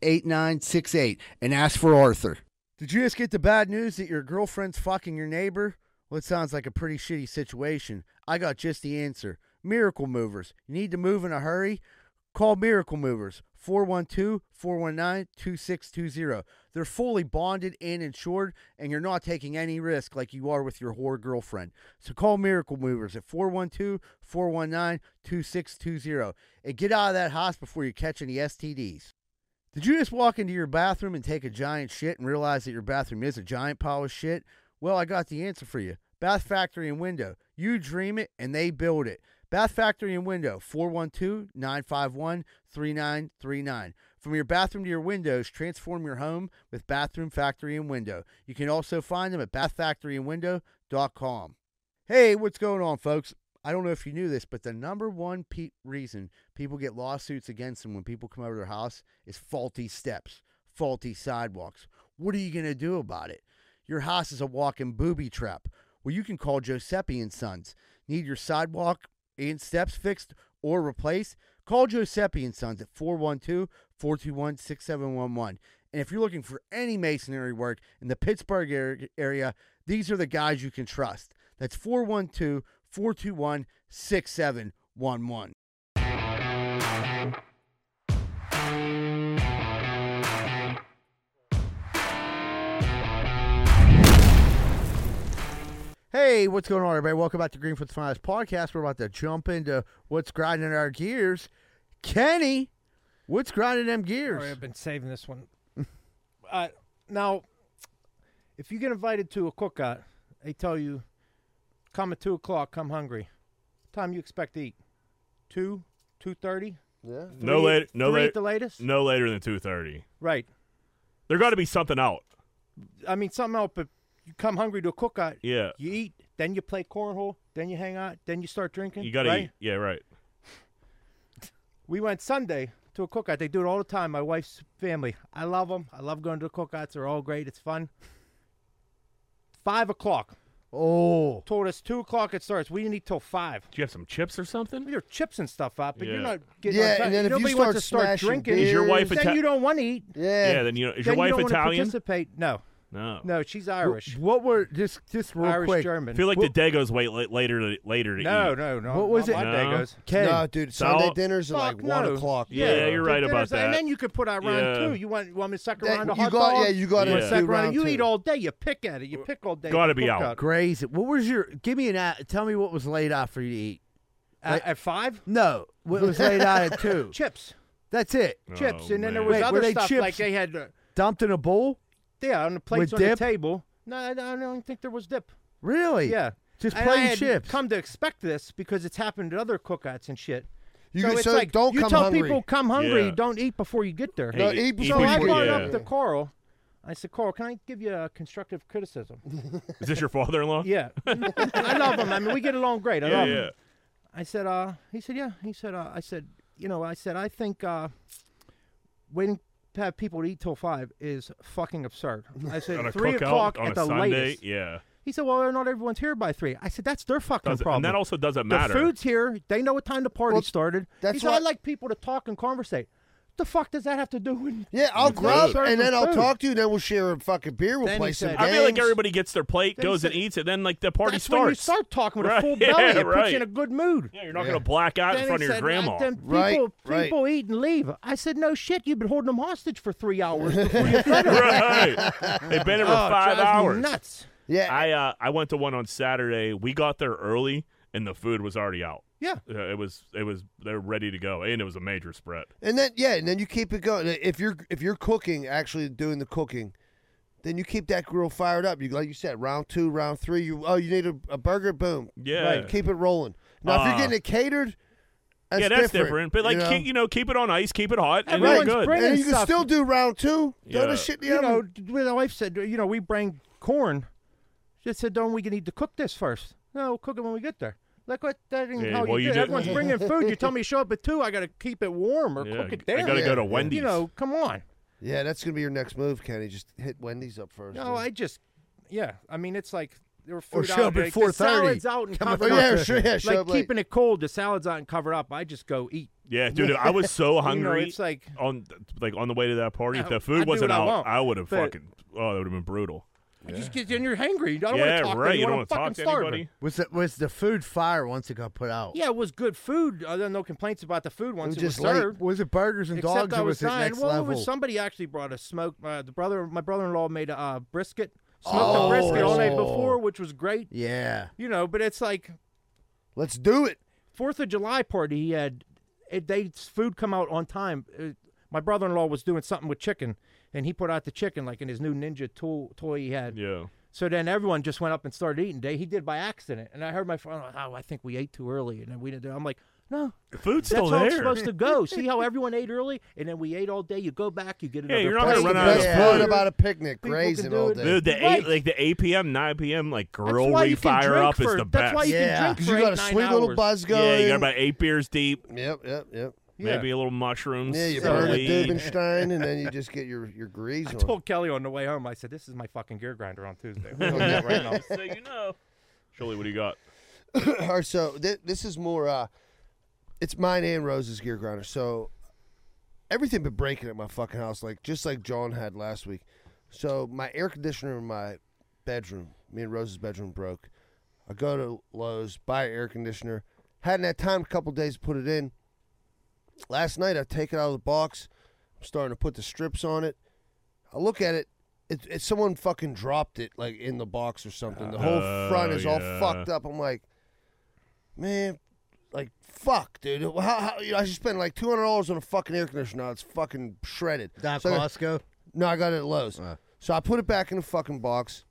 S1: 8968 and ask for Arthur. Did you just get the bad news that your girlfriend's fucking your neighbor? Well, it sounds like a pretty shitty situation. I got just the answer Miracle Movers. You need to move in a hurry? Call Miracle Movers 412 419 2620. They're fully bonded and insured, and you're not taking any risk like you are with your whore girlfriend. So call Miracle Movers at 412 419 2620 and get out of that house before you catch any STDs. Did you just walk into your bathroom and take a giant shit and realize that your bathroom is a giant pile of shit? Well, I got the answer for you. Bath Factory and Window. You dream it and they build it. Bath Factory and Window, 412 951 3939. From your bathroom to your windows, transform your home with Bathroom Factory and Window. You can also find them at bathfactoryandwindow.com. Hey, what's going on, folks? I don't know if you knew this, but the number one pe- reason people get lawsuits against them when people come over their house is faulty steps, faulty sidewalks. What are you going to do about it? Your house is a walking booby trap. Well, you can call Giuseppe and Sons. Need your sidewalk and steps fixed or replaced? Call Giuseppe and Sons at 412 421 6711. And if you're looking for any masonry work in the Pittsburgh ar- area, these are the guys you can trust. That's 412 421 6711. Hey, what's going on, everybody? Welcome back to Greenfoot's Finest Podcast. We're about to jump into what's grinding our gears. Kenny, what's grinding them gears?
S2: Sorry, I've been saving this one. uh, now, if you get invited to a cookout, they tell you, come at two o'clock, come hungry. Time you expect to eat? Two, two thirty.
S3: Yeah.
S4: No later. No
S2: three
S4: later.
S2: at the latest.
S4: No later than two thirty.
S2: Right.
S4: There got to be something out.
S2: I mean, something else. But you come hungry to a cookout.
S4: Yeah.
S2: You eat, then you play cornhole, then you hang out, then you start drinking.
S4: You got to
S2: right?
S4: eat. Yeah, right.
S2: We went Sunday to a cookout. They do it all the time. My wife's family. I love them. I love going to the cookouts. They're all great. It's fun. Five o'clock.
S1: Oh.
S2: Told us two o'clock it starts. We didn't eat till five.
S4: Do you have some chips or something?
S2: We were chips and stuff out, but you're
S4: Yeah.
S2: not getting.
S3: Yeah,
S2: on time.
S3: and then if you
S2: Nobody
S3: start
S2: wants to start
S3: smashing
S2: drinking.
S3: beers- Is your wife
S2: then
S4: Ita-
S2: you don't want to eat.
S3: Yeah.
S4: Yeah, then you know, is your
S2: Then you
S4: wife
S2: don't wanna
S4: Italian?
S2: Participate? No,
S4: No.
S2: no, she's Irish.
S1: What were just just real
S2: Irish
S1: quick?
S2: German.
S4: I feel like
S1: What-
S4: the Dagos wait la- later to, later to
S2: no,
S4: eat.
S2: no, no.
S1: What was
S2: not
S1: it?
S4: No.
S2: My day goes.
S1: Ken,
S3: no, dude,
S4: So
S3: Sunday
S4: I'll-
S3: dinners are like
S2: Fuck
S3: one
S2: no.
S3: o'clock.
S4: Yeah,
S3: bro.
S4: you're right
S2: Dinner's-
S4: about that.
S2: And then you could put out round
S4: Yeah.
S2: two. You want you want me to suck
S3: That-
S2: around a
S3: you
S2: hot
S3: got,
S2: dog?
S3: yeah, you got
S4: Yeah.
S3: to
S4: Suck
S2: Suck
S3: do
S2: around-
S3: round
S2: You
S3: two.
S2: eat all day. You pick at it. You pick all day.
S4: Gotta
S2: you
S4: be
S2: cook
S4: out.
S2: at it.
S1: Graze. What was your? Give me an a- tell me what was laid out for you to eat.
S2: At, at five,
S1: No, what was laid out at two?
S2: chips,
S1: That's it.
S4: Oh,
S2: chips, and then there
S4: man.
S2: was
S1: Wait, were
S2: other
S1: they
S2: stuff
S1: chips?
S2: like they had. Uh,
S1: Dumped in a bowl.
S2: yeah, on the plates
S1: With
S2: on
S1: dip?
S2: the table. No, I I don't think there was dip.
S1: Really?
S2: Yeah.
S1: Just
S2: And I
S1: plain
S2: had
S1: chips.
S2: Come to expect this because it's happened at other cookouts and shit.
S3: You
S2: so
S3: can-
S2: it's
S3: so
S2: like
S3: don't
S2: you
S3: come
S2: tell
S3: hungry.
S2: people come hungry,
S4: Yeah.
S2: don't eat before you get there.
S4: Hey,
S3: No, eat
S2: so
S3: before
S2: I
S3: you
S2: brought
S3: get
S2: up
S3: there.
S2: to Carl. I said, Carl, can I give you a constructive criticism?
S4: Is this your father-in-law?
S2: yeah, I love him. I mean, we get along great. I
S4: yeah,
S2: love him.
S4: yeah.
S2: I said, uh, he said, yeah. He said, uh, I said, you know, I said, I think uh, waiting to have people to eat till five is fucking absurd. I
S4: On a
S2: said, three
S4: cookout
S2: o'clock
S4: on
S2: at
S4: a
S2: the
S4: Sunday.
S2: latest.
S4: Yeah.
S2: He said, well, not everyone's here by three. I said, that's their fucking
S4: Doesn't-
S2: problem.
S4: and that also doesn't
S2: the
S4: matter.
S2: food's here. They know what time the party
S3: Well,
S2: started. he
S3: that's
S2: said,
S3: why-
S2: I like people to talk and conversate. The fuck does that have to do with?
S3: Yeah, I'll
S2: with
S3: grab
S2: food?
S3: and then I'll
S2: Food.
S3: talk to you. Then we'll share a fucking beer. We'll
S2: Then he
S3: play some
S2: said-
S4: I feel like
S3: games.
S4: everybody gets their plate,
S2: Then he
S4: goes and
S2: said-
S4: eats it, then like the party
S2: That's
S4: starts.
S2: when you start talking with
S4: Right.
S2: a full
S4: Yeah,
S2: belly. it puts
S4: right.
S2: you in a good mood.
S4: Yeah, you're not
S3: Yeah.
S4: gonna black out
S2: Then
S4: in
S2: he
S4: front of your
S2: said,
S4: grandma.
S2: "Let them people,
S3: Right,
S2: people eat and leave. I said, no shit, you've been holding them hostage for three hours before you fed them.
S4: right. They've been here for
S2: Oh, it
S4: five
S2: drives me
S4: hours.
S2: Nuts.
S3: Yeah,
S4: I uh, I went to one on Saturday. We got there early, and the food was already out.
S2: Yeah.
S4: Uh, it was it was they were ready to go, and it was a major spread.
S3: and then yeah, and then you keep it going. If you're if you're cooking, actually doing the cooking, then you keep that grill fired up. You like you said, round two, round three. You oh, you need a, a burger. Boom.
S4: Yeah.
S3: Right, keep it rolling. Now, if
S4: Uh,
S3: you're getting it catered, that's
S4: yeah, that's different. But like
S3: you know?
S4: keep, you know, keep it on ice, keep it hot, and
S2: Everyone's
S4: it's good.
S2: bringing
S3: and you can
S2: stuff.
S3: still do round two. Throw
S4: Yeah.
S3: the shit in the
S2: You know,
S3: oven.
S2: d- my wife said, you know, we bring corn. She said, don't we need to cook this first? No, we'll cook it when we get there. Like what? That ain't
S4: Yeah,
S2: how
S4: well,
S2: you,
S4: you
S2: do. it.
S4: did-
S2: Everyone's bringing food. You tell me to show up at two. I got to keep it warm or
S4: Yeah,
S2: cook it
S4: I
S2: there.
S4: gotta go to
S3: Yeah.
S4: Wendy's.
S2: You know, come on.
S3: Yeah, that's gonna be your next move, Kenny. Just hit Wendy's up first.
S2: No,
S3: dude.
S2: I just, yeah. I mean, it's like there were food
S1: show
S2: out.
S1: up at
S2: like, the
S1: 4:30.
S2: salad's out and
S1: Come on.
S2: covered
S3: Oh,
S2: up.
S3: yeah, sure, yeah, sure.
S2: like keeping it cold, the salad's out and covered up. I just go eat.
S4: yeah, dude, I was so hungry
S2: You know, it's like
S4: on like on the way to that party. If
S2: I-
S4: the
S2: I
S4: food
S2: do
S4: wasn't
S2: what I
S4: out,
S2: want,
S4: I would have
S2: but-
S4: fucking oh, that would have been brutal.
S2: I just get then you're hangry. I don't want
S4: yeah,
S2: to talk
S4: right.
S2: to
S4: You don't
S2: anyone. I'm
S4: want to talk
S2: fucking
S4: to
S2: starving.
S4: anybody.
S1: Was the, was the food fire once it got put out?
S2: Yeah, it was good food. Uh, there were no complaints about the food once
S3: was
S2: it was
S3: just late.
S2: served.
S1: Was it burgers and
S2: Except
S1: dogs
S2: I
S1: or
S2: was
S1: was it
S2: dying.
S1: next
S2: Well,
S1: level?
S2: it was somebody actually brought a smoke. Uh, the brother, my brother-in-law made a uh, brisket, smoked
S3: Oh.
S2: a brisket all night before, which was great.
S1: yeah.
S2: You know, but it's like
S3: Let's do it.
S2: Fourth of July party. He had it, they food come out on time. Uh, my brother-in-law was doing something with chicken, and he put out the chicken like in his new Ninja tool, toy he had.
S4: Yeah.
S2: So then everyone just went up and started eating. They, he did by accident, and I heard my friend, "Oh, I think we ate too early," and then we didn't. do it." I'm like, "No,
S4: Food's
S2: that's
S4: still
S2: how
S4: there.
S2: it's supposed to go. See how everyone ate early, and then we ate all day. You go back, you get another.
S4: you're not
S2: plate.
S4: gonna
S3: That's
S4: run
S3: the
S4: out of
S3: best
S4: food.
S3: part about a picnic,
S2: People can
S3: grazing
S2: do
S3: all
S2: it.
S3: day.
S4: Dude, the
S2: Right.
S4: eight like the eight p.m. nine p.m. like
S2: That's
S4: grill
S2: why you can
S4: refire
S2: drink
S4: up
S2: for,
S4: is the
S2: That's
S4: best.
S2: why you
S1: Yeah.
S2: can drink
S3: 'Cause
S2: for
S3: you got a
S2: eight, nine
S3: sweet little
S2: hours.
S3: buzz going.
S4: yeah, you got about eight beers deep,
S3: Yep, yep, yep.
S2: Yeah.
S4: maybe a little mushrooms.
S3: Yeah, you
S4: some
S3: burn a
S4: weed.
S3: Dubenstein, and then you just get your your grease
S2: I
S3: on.
S2: told Kelly on the way home. I said, "This is my fucking gear grinder on Tuesday." We're doing that right now.
S4: so you know. Shirley, what do you got?
S3: All right, so th- this is more. uh It's mine and Rose's gear grinder. So everything been breaking at my fucking house, like just like John had last week. So my air conditioner in my bedroom, me and Rose's bedroom, broke. I go to Lowe's, buy an air conditioner. Hadn't had time a couple days to put it in. Last night I take it out of the box. I'm starting to put the strips on it. I look at it. It, it someone fucking dropped it like in the box or something. The whole
S4: Oh,
S3: front is all
S4: yeah.
S3: fucked up. I'm like, man, like fuck, dude. How, how, you know, I just spent like two hundred dollars on a fucking air conditioner. Now it's fucking shredded.
S1: Down
S3: So I-
S1: Costco.
S3: no, I got it at Lowe's. So I put it back in the fucking box.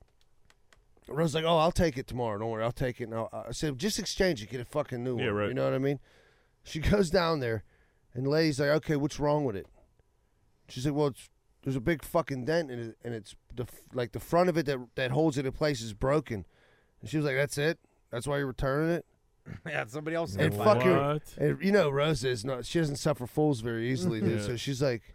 S3: Rose like, oh, I'll take it tomorrow. Don't worry, I'll take it. Now I said, just exchange it, get a fucking new one.
S4: Yeah, right.
S3: You know what I mean? She goes down there, and the lady's like, okay, what's wrong with it? She's like, well, it's, there's a big fucking dent in it, and it's the f- like the front of it that that holds it in place is broken. And she was like, that's it. That's why you're returning it.
S2: yeah, somebody else.
S3: And
S2: did
S3: fucking,
S4: What?
S3: and you know, Rosa is not. She doesn't suffer fools very easily, dude. So she's like,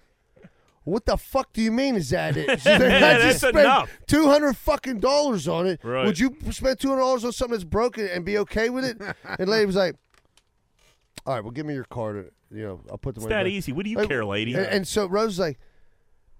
S3: What the fuck do you mean? Is that it? She's
S4: Yeah,
S3: I
S4: that's
S3: just spent
S4: enough.
S3: two hundred fucking dollars on it.
S4: Right.
S3: Would you spend two hundred dollars on something that's broken and be okay with it? and lady was like, "All right, well, give me your card. You know, I'll put the
S4: It's
S3: money."
S4: that
S3: back."
S4: easy. What do you
S3: Like,
S4: care, lady?
S3: And, and so Rose was like,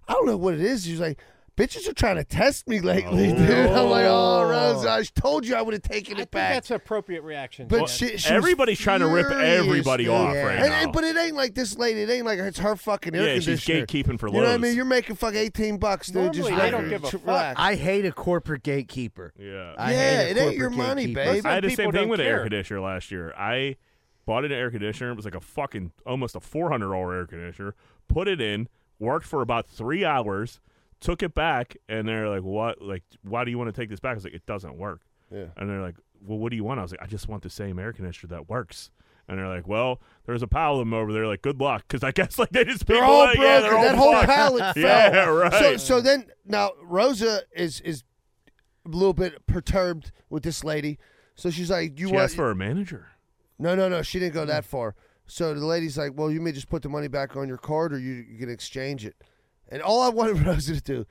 S3: "I don't know what it is." She's like. Bitches are trying to test me lately, dude. I'm like, oh, Rose, I told you I would have taken it
S2: I think
S3: back.
S2: that's an appropriate reaction.
S3: But
S2: Jen.
S3: she, she was
S4: everybody's trying to rip
S3: furious,
S4: everybody
S3: dude.
S4: off right
S3: And-
S4: now.
S3: and- but it ain't like this lady. It ain't like it's her fucking air
S4: Yeah, she's
S3: conditioner.
S4: gatekeeping for
S3: You know what I
S4: Lowe's.
S3: mean? You're making fuck eighteen bucks, dude.
S2: Normally,
S3: just
S2: they don't
S3: fucking
S2: give a
S3: tr-
S2: fuck.
S3: relax.
S1: I hate a corporate gatekeeper.
S4: yeah.
S1: I
S3: Yeah,
S1: hate a
S3: it ain't your
S1: corporate
S3: money,
S1: gatekeeper.
S3: babe.
S4: I had the
S2: People
S4: same thing
S2: don't
S4: with an air
S2: care.
S4: conditioner last year. I bought an air conditioner. It was like a fucking almost a four hundred dollar air conditioner. Put it in, worked for about three hours, took it back, and they're like, "What? Like, why do you want to take this back?" I was like, "It doesn't work."
S3: Yeah.
S4: And they're like, "Well, what do you want?" I was like, "I just want the same air conditioner that works." And they're like, "Well, there's a pile of them over there. Like, good luck, because I guess like they just
S3: They're
S4: people
S3: all
S4: like,
S3: broken.
S4: yeah, they're all
S3: that whole
S4: fucked."
S3: pallet fell.
S4: Yeah, right.
S3: So, so then now Rosa is is a little bit perturbed with this lady. So she's like, "You
S4: she
S3: want
S4: asked for a manager. Hmm.
S3: No, no, no. She didn't go that far. So the lady's like, "Well, you may just put the money back on your card, or you, you can exchange it." And all I wanted Rosa to do,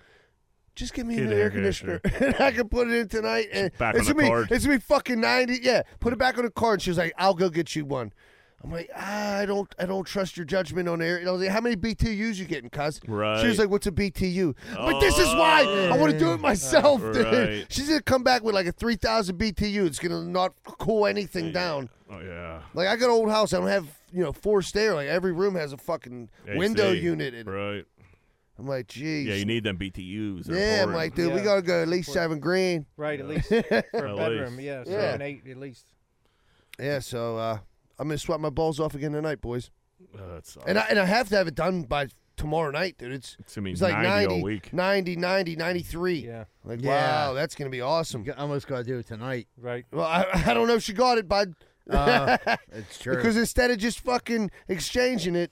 S3: just give me
S4: Get
S3: an
S4: an
S3: air
S4: air
S3: conditioner, and I can put it in tonight. And
S4: Back
S3: it's
S4: on the
S3: gonna
S4: card.
S3: be it's gonna be fucking ninety. Yeah, put it back on the card. And she was like, "I'll go get you one." I'm like, ah, I don't, I don't trust your judgment on air. And I was like, how many BTUs you getting, cuz? She
S4: Right. Oh.
S3: was like, what's a BTU? But this is why I want to do it myself, dude.
S4: Right.
S3: She's gonna come back with like a three thousand BTU. It's gonna not cool anything down.
S4: Oh yeah.
S3: Like I got an old house, I don't have you know four stair. Like every room has a fucking window
S4: AC.
S3: unit. In it.
S4: Right.
S3: I'm like, geez.
S4: Yeah, you need them BTUs. They're
S3: Yeah, I'm
S4: horrid.
S3: like, dude, we
S2: Yeah.
S3: gotta go at least seven grand.
S2: right, at least for
S4: At
S2: a bedroom.
S4: least.
S2: Um, Yeah,
S3: Yeah.
S2: seven, eight, at least.
S3: Yeah, so uh, I'm gonna sweat my balls off again tonight, boys.
S4: Oh, that sucks.
S3: And I and I have to have it done by tomorrow night, dude. It's
S4: It's gonna be
S3: it's like
S4: 90 all
S3: 90,
S4: week.
S3: 90, 90, 93.
S2: Yeah,
S3: Like
S1: Yeah.
S3: wow, that's gonna be awesome.
S1: You almost got to do it tonight.
S2: right.
S3: Well, I, I don't know if she got it, bud.
S1: Uh, it's true.
S3: Because instead of just fucking exchanging it,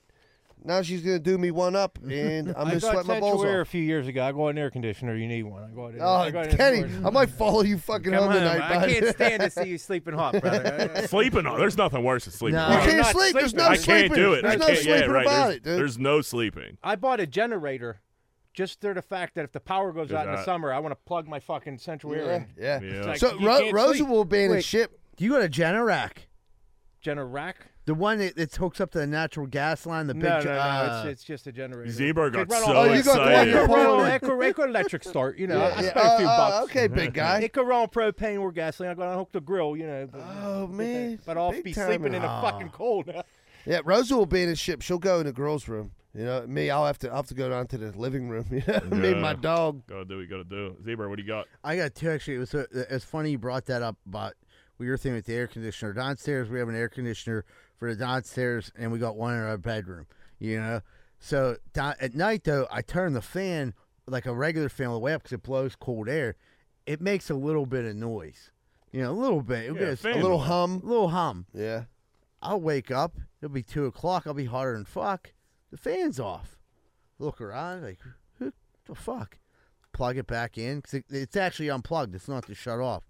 S3: now she's gonna do me one up, and I'm
S2: I
S3: gonna
S2: got
S3: sweat my balls
S2: Central Air
S3: off.
S2: a few years ago. I got an air conditioner. You need one. I got it.
S3: Oh,
S2: I got an air
S3: Kenny,
S2: conditioner.
S3: I might follow you fucking
S2: Come
S3: home,
S2: on,
S3: tonight,
S2: I
S3: bud.
S2: can't stand to see you sleeping hot, brother.
S4: sleeping on. There's nothing worse than sleeping.
S1: No.
S3: you
S4: on.
S1: I'm
S3: can't
S2: not
S3: sleep. There's
S2: sleeping.
S3: no
S4: I
S3: sleeping.
S4: can't do it.
S3: There's
S4: I
S3: no
S4: can't.
S3: sleeping
S4: yeah, right.
S3: about
S4: there's,
S3: it, dude.
S4: there's no sleeping.
S2: I bought a generator just through the fact that if the power goes
S4: There's
S2: out in the
S4: that.
S2: summer, I want to plug my fucking Central Air in.
S3: yeah.
S4: Yeah.
S2: like-
S3: So
S2: you
S3: Ro-
S2: can't
S3: Rosa
S2: sleep.
S3: will abandon
S2: Wait.
S3: ship.
S1: you go to Generac,
S2: Generac?
S1: the one that, that hooks up to the natural gas line. The big
S2: No, no,
S1: ge-
S2: no.
S1: uh,
S2: it's, it's just a generator.
S4: Zebra got
S2: Could run
S4: so
S2: all-
S3: Oh, you got the one
S4: excited.
S3: that-
S2: Could run all-
S3: Yeah.
S2: it could- it could electric start, you know. I
S3: Yeah,
S2: spent
S3: yeah.
S2: a few
S3: Oh,
S2: bucks.
S3: oh, okay, big guy.
S2: It could run on propane or gasoline. I got to hook the grill, you know. But,
S3: Oh man.
S2: but I'll
S3: Big
S2: be
S3: time. Oh.
S2: sleeping in a fucking cold.
S3: Yeah, Rosa will abandon ship. She'll go in the girls' room. You know, me, I'll have to I'll have to go down to the living room. You know, me and my
S4: Yeah.
S3: dog.
S4: Gotta do what you gotta do. Zebra, what do you got?
S1: I got two actually. It was uh, it's funny you brought that up about we were thinking with the air conditioner downstairs. We have an air conditioner for the downstairs, and we got one in our bedroom. You know, so down, at night though, I turn the fan like a regular fan all the way up because it blows cold air. It makes a little bit of noise. You know, a little bit. It'll
S4: Yeah,
S1: get
S4: fan
S3: A little hum.
S1: little hum.
S3: Yeah.
S1: I'll wake up. It'll be two o'clock. I'll be hotter than fuck. The fan's off. Look around, like who the fuck? Plug it back in 'cause it, it's actually unplugged. It's not to shut off.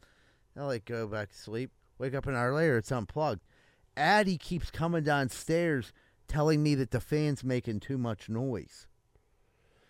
S1: I like go back to sleep. Wake up an hour later. It's unplugged. Addie keeps coming downstairs telling me that the fan's making too much noise.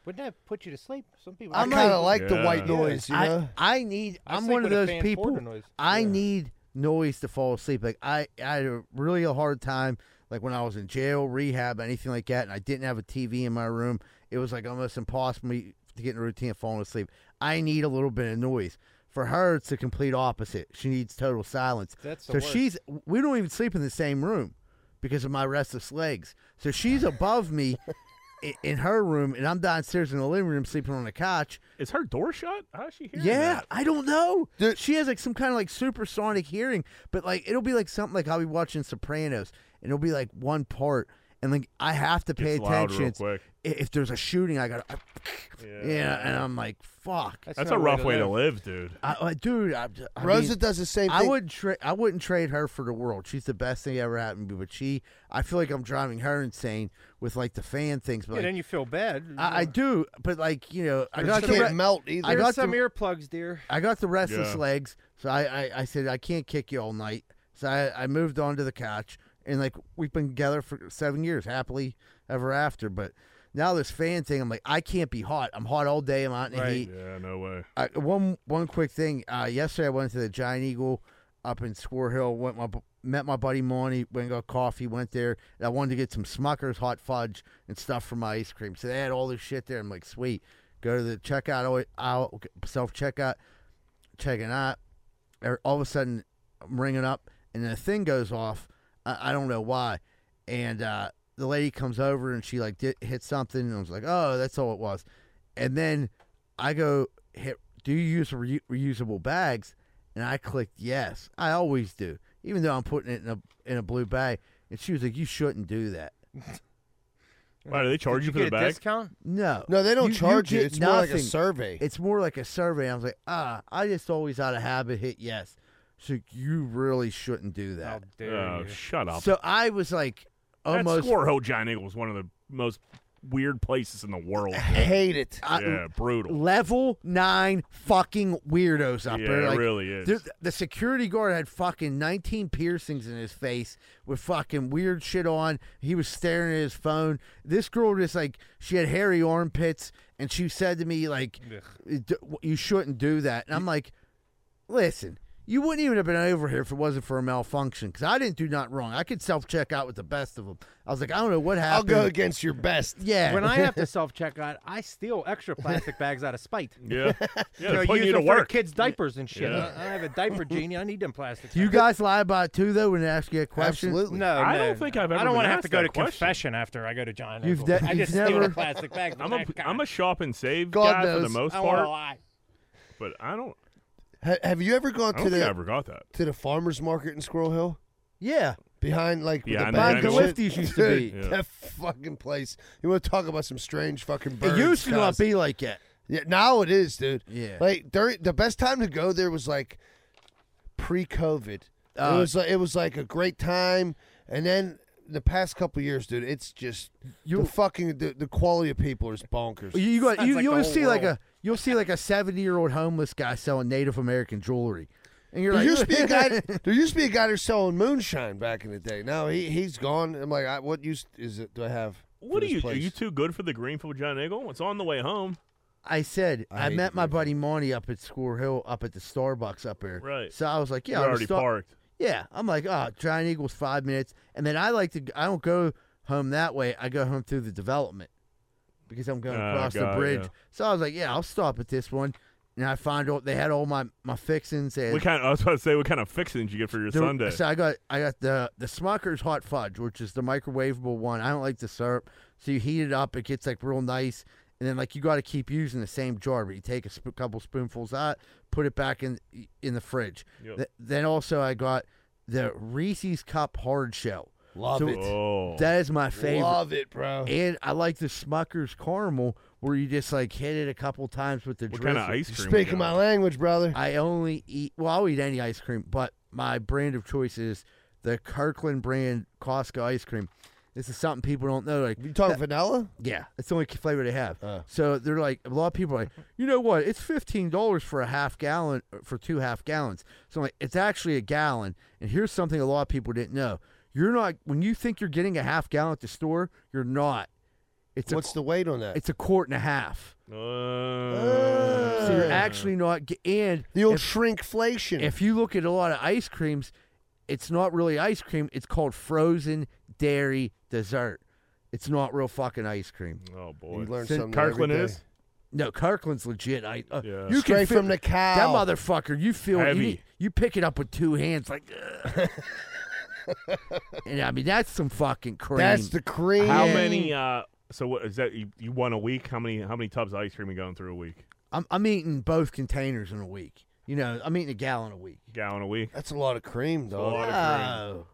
S2: Wouldn't that put you to sleep? Some people.
S3: I
S1: I'm
S3: kind of
S1: like-
S3: like the
S4: Yeah.
S3: white noise. You know.
S1: I, I need.
S2: I
S1: I'm
S2: sleep
S1: one of
S2: with a
S1: those
S2: fan for
S1: people.
S2: the noise.
S1: I
S2: Yeah.
S1: need noise to fall asleep. Like I, I had a really a hard time. Like when I was in jail, rehab, anything like that, and I didn't have a TV in my room, it was like almost impossible me to get in a routine of falling asleep. I need a little bit of noise. For her, it's the complete opposite. She needs total silence.
S2: That's the
S1: so
S2: worst.
S1: she's. We don't even sleep in the same room because of my restless legs. So she's above me. i- In her room, and I'm downstairs in the living room sleeping on the couch,
S4: Is her door shut? How is she hearing
S1: yeah,
S4: that?
S1: I don't know.
S3: Dude-
S1: She has like some kind of like supersonic hearing, but like it'll be like something like I'll be watching Sopranos, and it'll be like one part, and like I have to pay
S4: Gets loud real
S1: attention.
S4: quick.
S1: I- If there's a shooting, I got, yeah.
S4: Yeah.
S1: yeah, and I'm like, fuck,
S4: That's
S2: not
S4: a rough way to live, dude.
S1: I, I- dude. I, I
S3: Rosa
S1: mean,
S3: does the same
S1: I
S3: thing.
S1: would tra- I wouldn't trade her for the world. She's the best thing ever happened to me. But she, I feel like I'm driving her insane with like the fan things. But
S2: Yeah,
S1: like,
S2: then you feel bad.
S1: I, I do, but like you know, I
S3: She
S1: got the
S3: can't
S1: re-
S3: melt either.
S1: I
S2: There's
S1: got
S2: some
S1: the-
S2: earplugs, dear.
S1: I got the restless
S4: Yeah.
S1: legs, so I, I, I said I can't kick you all night. So I, I moved on to the couch, and like we've been together for seven years, happily ever after. But now this fan thing, I'm like, I can't be hot. I'm hot all day. I'm out in the heat.
S4: Yeah, no way.
S1: Uh, one one quick thing. Uh, yesterday, I went to the Giant Eagle up in Square Hill. Went my met my buddy Monty. Went and got coffee. Went there. And I wanted to get some Smuckers hot fudge and stuff for my ice cream. So they had all this shit there. I'm like, sweet. Go to the checkout oh, aisle, self checkout, checking out. Er- All of a sudden, I'm ringing up, and the thing goes off. I, I don't know why. And uh, the lady comes over and she like did, hit something, and I was like, oh, that's all it was. And then I go, hit, do you use reu- reusable bags? And I clicked yes. I always do, even though I'm putting it in a in a blue bag. And she was like, you shouldn't do that.
S4: Why do they charge you for the bag?
S1: No,
S3: No, they don't charge you.
S1: get
S3: It's more like a
S1: nothing.
S3: survey.
S1: It's more like a survey. I was like, ah, I just always out of habit hit yes. So you really shouldn't do that.
S4: Oh, shut up.
S1: So I was like,
S4: That
S1: almost
S4: Square Hill Giant Eagle is one of the most weird places in the world.
S3: Hate it.
S1: I-
S4: yeah, brutal.
S1: level nine fucking weirdos up
S4: Yeah,
S1: there.
S4: it
S1: Like,
S4: really is.
S1: there- The security guard had fucking 19 piercings in his face with fucking weird shit on. He was staring at his phone. This girl just like, she had hairy armpits and she said to me, like, "D- you shouldn't do that. And I'm like, listen. You wouldn't even have been over here if it wasn't for a malfunction because I didn't do nothing wrong. I could self check out with the best of them. I was like, I don't know what
S3: I'll
S1: happened.
S3: go against your best.
S1: Yeah.
S2: When I have to self checkout, I steal extra plastic bags out of spite.
S4: Yeah.
S2: You
S4: Yeah,
S2: know,
S4: they put
S2: use
S4: you to
S2: them for
S4: work.
S2: kids' diapers and shit.
S4: Yeah.
S2: I I have a diaper genie. I need them plastic.
S1: Do you guys lie about it too, though, when they ask you a question?
S3: Absolutely.
S2: No,
S4: I
S2: no,
S4: don't think I've
S2: I
S4: ever
S2: don't want
S4: been
S2: to have to
S4: asked
S2: go
S4: that
S2: to
S4: question.
S2: confession after I go to John.
S1: You've
S2: Eagle.
S1: de-
S2: I
S1: you've
S2: just steal
S1: never-
S2: the plastic bags.
S4: I'm a, I'm a shop and save
S3: God
S4: guy for the
S3: knows.
S4: most
S2: I want to
S4: part,
S2: lie.
S4: but I don't.
S3: Ha- have you ever gone
S4: I
S3: to
S4: don't think I
S3: the
S4: ever got that.
S3: to the farmers market in Squirrel Hill?
S1: Yeah.
S3: Behind like
S4: Yeah, I
S3: the
S4: know
S3: back
S4: that
S3: of
S1: one.
S3: shit?
S1: Lifties used to
S3: Dude,
S4: be. Yeah.
S3: That fucking place. You want to talk about some strange fucking birds?
S1: It used to not
S3: guys.
S1: be like that.
S3: Yeah, now it is, dude.
S1: Yeah.
S3: Like during the best time to go there was like pre-COVID.
S1: Uh,
S3: it was like it was like a great time, and then the past couple years, dude, it's just
S1: You-
S3: the fucking the, the quality of people is bonkers.
S1: You, you got
S2: Sounds
S1: you
S2: like the
S1: you'll
S2: whole
S1: see like
S2: world.
S1: a you'll see like a seventy year old homeless guy selling Native American jewelry, and you're
S3: There
S1: like,
S3: used to be a guy. There used to be a guy that's selling moonshine back in the day. Now he he's gone. I'm like, I, what use is it? Do I have? for
S4: What are
S3: this
S4: you? Are
S3: place?
S4: you too good for the Greenfield Giant Eagle? It's on the way home.
S1: I said
S3: I
S1: I,
S3: hate
S1: met
S3: to
S1: my
S3: be-
S1: buddy Monty up at Square Hill up at the Starbucks up here.
S4: Right.
S1: So I was like, yeah,
S4: You're
S1: I'll
S4: already
S1: stop-
S4: parked.
S1: Yeah, I'm like, oh, Giant Eagles five minutes, and then I like to I don't go home that way. I go home through the development because I'm going
S4: Oh,
S1: across
S4: God,
S1: the bridge.
S4: yeah.
S1: So I was like, yeah, I'll stop at this one, and I find all they had all my my fixings and
S4: What kind? Of, I was about to say, what kind of fixings you get for your
S1: The-
S4: Sunday?
S1: So I got I got the the Smucker's hot fudge, which is the microwavable one. I don't like the syrup, so you heat it up, it gets like real nice, and then like you got to keep using the same jar, but you take a sp- couple spoonfuls out, put it back in in the fridge.
S4: Yep.
S1: Th- then also I got the Reese's cup hard shell.
S3: Love
S1: So
S3: it.
S4: oh,
S1: That is my favorite.
S3: Love it, bro.
S1: And I like the Smucker's caramel, where you just like hit it a couple times with the
S4: what
S1: drizzle.
S4: kind of ice
S3: You're
S4: cream? we
S3: speaking
S4: got?
S3: my language, brother.
S1: I only eat well, I'll eat any ice cream, but my brand of choice is the Kirkland brand Costco ice cream. This is something people don't know. Like,
S3: you talking vanilla?
S1: yeah, it's the only flavor they have.
S3: Oh.
S1: So they're like, a lot of people are like, you know what? It's fifteen dollars for a half gallon, uh, for two half gallons. So I'm like, it's actually a gallon. And here's something a lot of people didn't know: you're not when you think you're getting a half gallon at the store, you're not. It's
S3: What's
S1: a
S3: the weight on that?
S1: it's a quart and a half.
S4: Uh,
S1: So you're
S3: Uh.
S1: actually not. ge- And
S3: the old
S1: if-
S3: shrinkflation.
S1: if you look at a lot of ice creams, it's not really ice cream. It's called frozen dairy dessert. It's not real fucking ice cream.
S4: oh boy,
S3: you learn
S1: Sin-
S3: something every
S4: Kirkland
S3: day.
S4: is.
S1: No, Kirkland's legit. I uh,
S4: Yeah.
S1: you can
S3: straight
S1: feel,
S3: from the cow.
S1: that motherfucker. You feel it. You,
S4: Heavy.
S1: you pick it up with two hands, like. ugh. and I mean that's some fucking cream.
S3: That's the cream.
S4: How many? Uh, so what is that? You, you won a week? How many? How many tubs of ice cream are you going through a week?
S1: I'm, I'm eating both containers in a week. You know, I'm eating a gallon a week.
S4: Gallon a week.
S3: That's a lot of cream,
S4: a
S3: dog.
S4: lot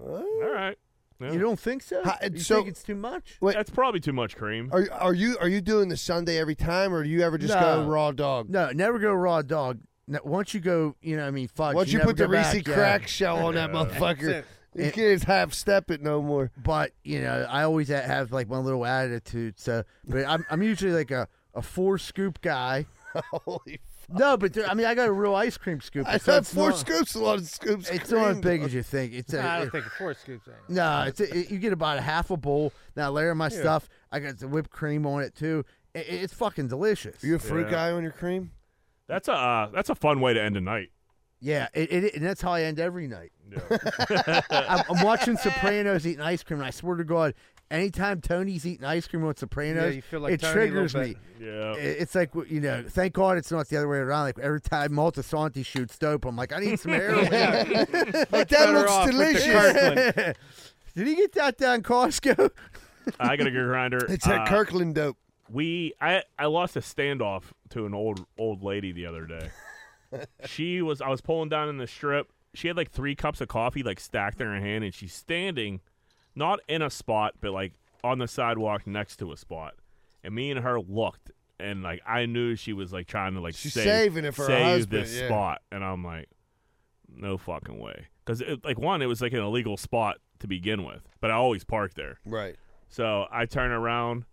S1: Oh,
S4: All right. Yeah.
S1: you don't think so?
S3: How-
S1: you
S3: so-
S1: think it's too much?
S3: Wait.
S4: That's probably too much cream.
S3: Are are you are you doing the Sunday every time, or do you ever just
S1: No.
S3: go raw dog?
S1: No, never go raw dog. No, once you go, you know, what I mean, fudge.
S3: Once you,
S1: never
S3: put the
S1: go back,
S3: Reese
S1: yeah.
S3: crack shell on that motherfucker,
S2: That's
S3: you can't half step it no more.
S1: But you know, I always ha- have like my little attitude. So, but I'm I'm usually like a a four scoop guy,
S3: Holy
S1: No, but there, I mean, I got a real ice cream scoop.
S3: I
S1: so
S3: had
S1: it's
S3: four
S1: not-
S3: scoops, a lot of scoops.
S1: It's not as big as you think. It's a,
S2: I don't think four scoops. ain't it.
S1: No, it's it, you get about a half a bowl. Now I layer my
S2: Yeah.
S1: stuff. I got the whipped cream on it too. I- I- it's fucking delicious.
S3: You a fruit
S4: Yeah.
S3: guy on your cream?
S4: That's a uh, that's a fun way to end a night.
S1: Yeah, it, it, and that's how I end every night.
S4: Yeah.
S1: I'm, I'm watching Sopranos eating ice cream, and I swear to God, anytime Tony's eating ice cream on
S2: Yeah,
S1: Sopranos,
S2: you feel like
S1: it
S2: Tony a little
S1: triggers me.
S2: bit.
S4: yeah.
S1: I- It's like you know, thank God it's not the other way around. Like every time Maltasanti shoots dope, I'm like, I need some heroin.
S3: Like that
S2: better
S3: looks
S2: off with the
S3: delicious.
S2: Kirkland.
S1: Did he get that down Costco?
S4: I got a good grinder.
S3: It's that
S4: Uh,
S3: Kirkland dope.
S4: we I I lost a standoff to an old old lady the other day. she was I was pulling down in the strip. She had like three cups of coffee like stacked in her hand, and she's standing, not in a spot, but like on the sidewalk next to a spot. And me and her looked, and like I knew she was like trying to like
S3: She's
S4: save,
S3: saving it for her
S4: save
S3: husband,
S4: this
S3: yeah.
S4: spot, and I'm like, no fucking way, because like one, it was like an illegal spot to begin with, but I always park there.
S3: Right.
S4: So I turn around,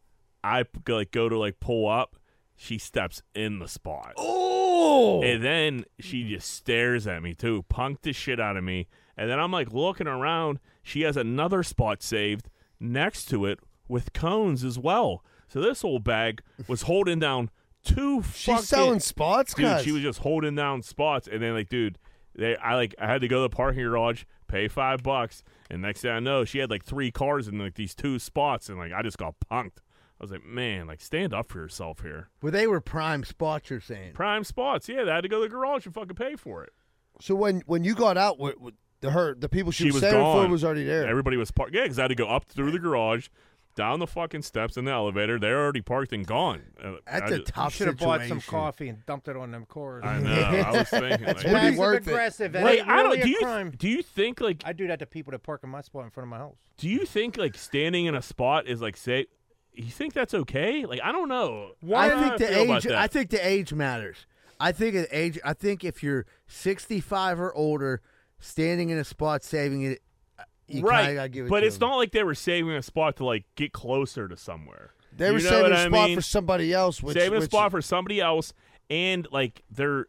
S4: I p- go, like go to like pull up. She steps in the spot,
S1: Oh,
S4: and then she just stares at me too, punked the shit out of me. And then I'm like looking around. She has another spot saved next to it with cones as well. So this old bag was holding down two.
S3: She's
S4: fucking-
S3: selling spots,
S4: dude.
S3: guys.
S4: She was just holding down spots, and then like, dude, they, I like, I had to go to the parking garage, pay five bucks, and next thing I know, she had like three cars in like these two spots, and like, I just got punked. I was like, man, like, stand up for yourself here.
S1: well, they were prime spots. You're saying?
S4: Prime spots, yeah. They had to go to the garage and fucking pay for it.
S3: so when when you got out, with, with the her the people she,
S4: She
S3: was,
S4: was
S3: saving for
S4: gone.
S3: was already there.
S4: Everybody was parked, yeah, because I had to go up through the garage, down the fucking steps in the elevator. They're already parked and gone. Uh, I
S1: That's a
S4: ju-
S2: You
S1: tough
S2: should have bought some
S1: situation.
S2: coffee and dumped it on them corridors.
S4: I know. I was thinking. like,
S3: Would be
S2: Passive
S3: worth it.
S2: aggressive. That
S4: Like,
S2: ain't
S4: I don't.
S2: really a
S4: Do you
S2: crime.
S4: do you think like
S2: I do that to people that park in my spot in front of my house.
S4: do you think like standing in a spot is like say you think that's okay like i don't know
S1: I
S4: Why do
S1: think the
S4: feel about
S1: age.
S4: that?
S1: I think the age matters. I think the age. I think if you're 65 or older, standing in a spot saving it, uh, you
S4: right
S1: kinda gotta give it.
S4: but
S1: to
S4: it's
S1: them.
S4: not like they were saving a spot to like get closer to somewhere
S3: they were
S4: You know
S3: saving
S4: what
S3: a
S4: I
S3: spot
S4: mean?
S3: for somebody else. Which,
S4: saving
S3: which,
S4: a spot for somebody else and like they're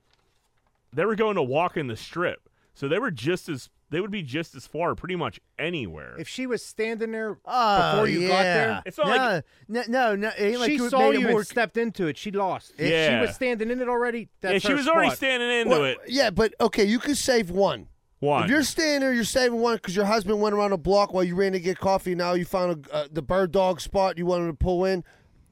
S4: they were going to walk in the strip so they were just as they would be just as far pretty much anywhere
S2: If she was standing there
S1: Oh,
S2: before you
S1: yeah.
S2: got there,
S4: It's not like-
S1: no, like no, no, no. It ain't like
S2: she
S1: you
S2: saw
S1: made
S2: you
S1: it more
S2: and stepped into it. She lost. If
S4: Yeah.
S2: she was standing in it already, that's
S4: yeah she
S2: her
S4: was already
S2: spot.
S4: standing into
S3: Well,
S4: it
S3: Yeah, but okay, you could save one.
S4: one
S3: If you're staying there, you're saving one because your husband went around a block while you ran to get coffee. Now you found a, uh, the bird dog spot you wanted to pull in.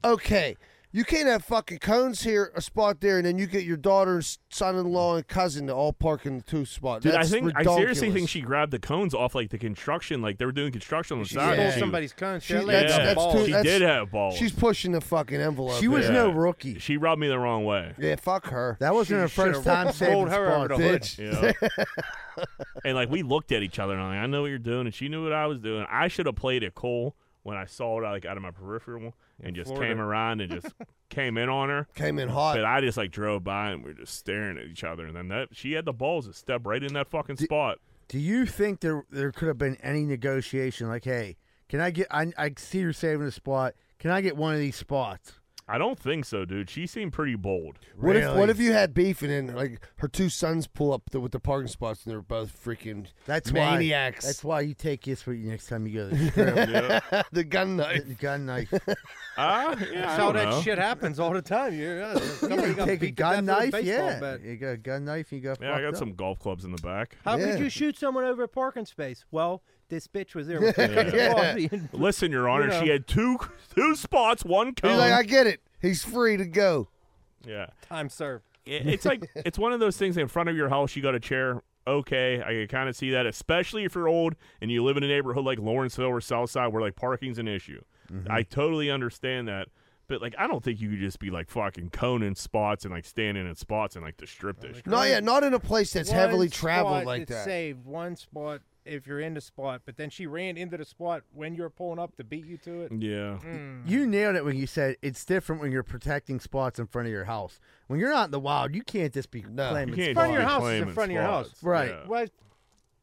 S3: Okay, you can't have fucking cones here, a spot there, and then you get your daughter, son-in-law, and cousin to all park in the two spot.
S4: Dude,
S3: Oh, That's
S4: I think
S3: ridiculous.
S4: I seriously think she grabbed the cones off like the construction, like they were doing construction on the
S3: She
S4: side.
S3: stole
S4: and she was-
S2: somebody's cone.
S3: She-
S2: She,
S4: Yeah,
S3: That's- that's too-
S4: she
S3: that's-
S4: did have balls.
S3: she's pushing the fucking envelope.
S1: She was
S3: there.
S1: no
S4: Yeah.
S1: rookie.
S4: She rubbed me the wrong way.
S3: Yeah, fuck her,
S1: That wasn't her first time saving
S2: rolled her over the
S1: spot. dude.
S2: hood.
S3: bitch.
S4: Yeah. and like we looked at each other and I'm like, I know what you're doing, and she knew what I was doing. I should have played it cool when I saw it like out of my peripheral and just
S2: Florida.
S4: came around and just came in on her.
S3: Came in hot.
S4: But I just like drove by and we were just staring at each other, and then that she had the balls to step right in that fucking spot.
S1: Do you think there there could have been any negotiation? Like, hey, can I get? I, I see you're saving a spot. Can I get one of these spots?
S4: I don't think so, dude. She seemed pretty bold.
S3: What if what
S1: Really?
S3: if you had beef and then like her two sons pull up the, with the parking spots and they're both freaking
S1: That's
S3: maniacs?
S1: Why, that's why you take this with you next time you go to the strip.
S3: the gun knife.
S1: Get the gun knife.
S4: Ah, yeah, I
S2: That's how
S4: don't
S2: that
S4: know.
S2: shit happens all the time. You're, yeah, somebody got
S1: take a
S2: beat to death
S1: gun
S2: with a
S1: knife.
S2: baseball
S1: Yeah,
S2: bat.
S1: you got a gun knife. You got.
S4: Yeah, I
S1: fucked
S4: got
S1: up.
S4: some golf clubs in the back.
S2: How
S3: Yeah.
S2: could you shoot someone over a parking space? Well, this bitch was there with her cup of
S3: Yeah.
S2: coffee and
S4: Listen, Your Honor,
S2: know.
S4: she had two two spots, one cone.
S3: He's like, I get it. He's free to go.
S4: yeah,
S2: time served.
S4: It- it's like it's one of those things in front of your house. You got a chair. Okay, I can kind of see that, especially if you're old and you live in a neighborhood like Lawrenceville or Southside where like parking's an issue. I totally understand that, but like I don't think you could just be like fucking coning spots and like standing in spots and like oh, the strip dish.
S3: Not yet. Not in a place that's heavily
S2: One
S3: traveled
S2: spot
S3: like
S2: that's
S3: that.
S2: Saved one spot if you're in the spot, but then she ran into the spot when you were pulling up to beat you to it. Mm.
S4: Yeah,
S2: Hmm.
S1: You nailed it when you said it's different when you're protecting spots in front of your house. When you're out in the wild, you can't just be
S3: No.
S1: claiming
S4: you can't
S1: spots.
S2: front of your
S4: just
S2: house
S4: be
S2: is in
S4: claiming
S2: front of your
S4: spots.
S2: house.
S1: Right.
S4: Yeah.
S2: Well,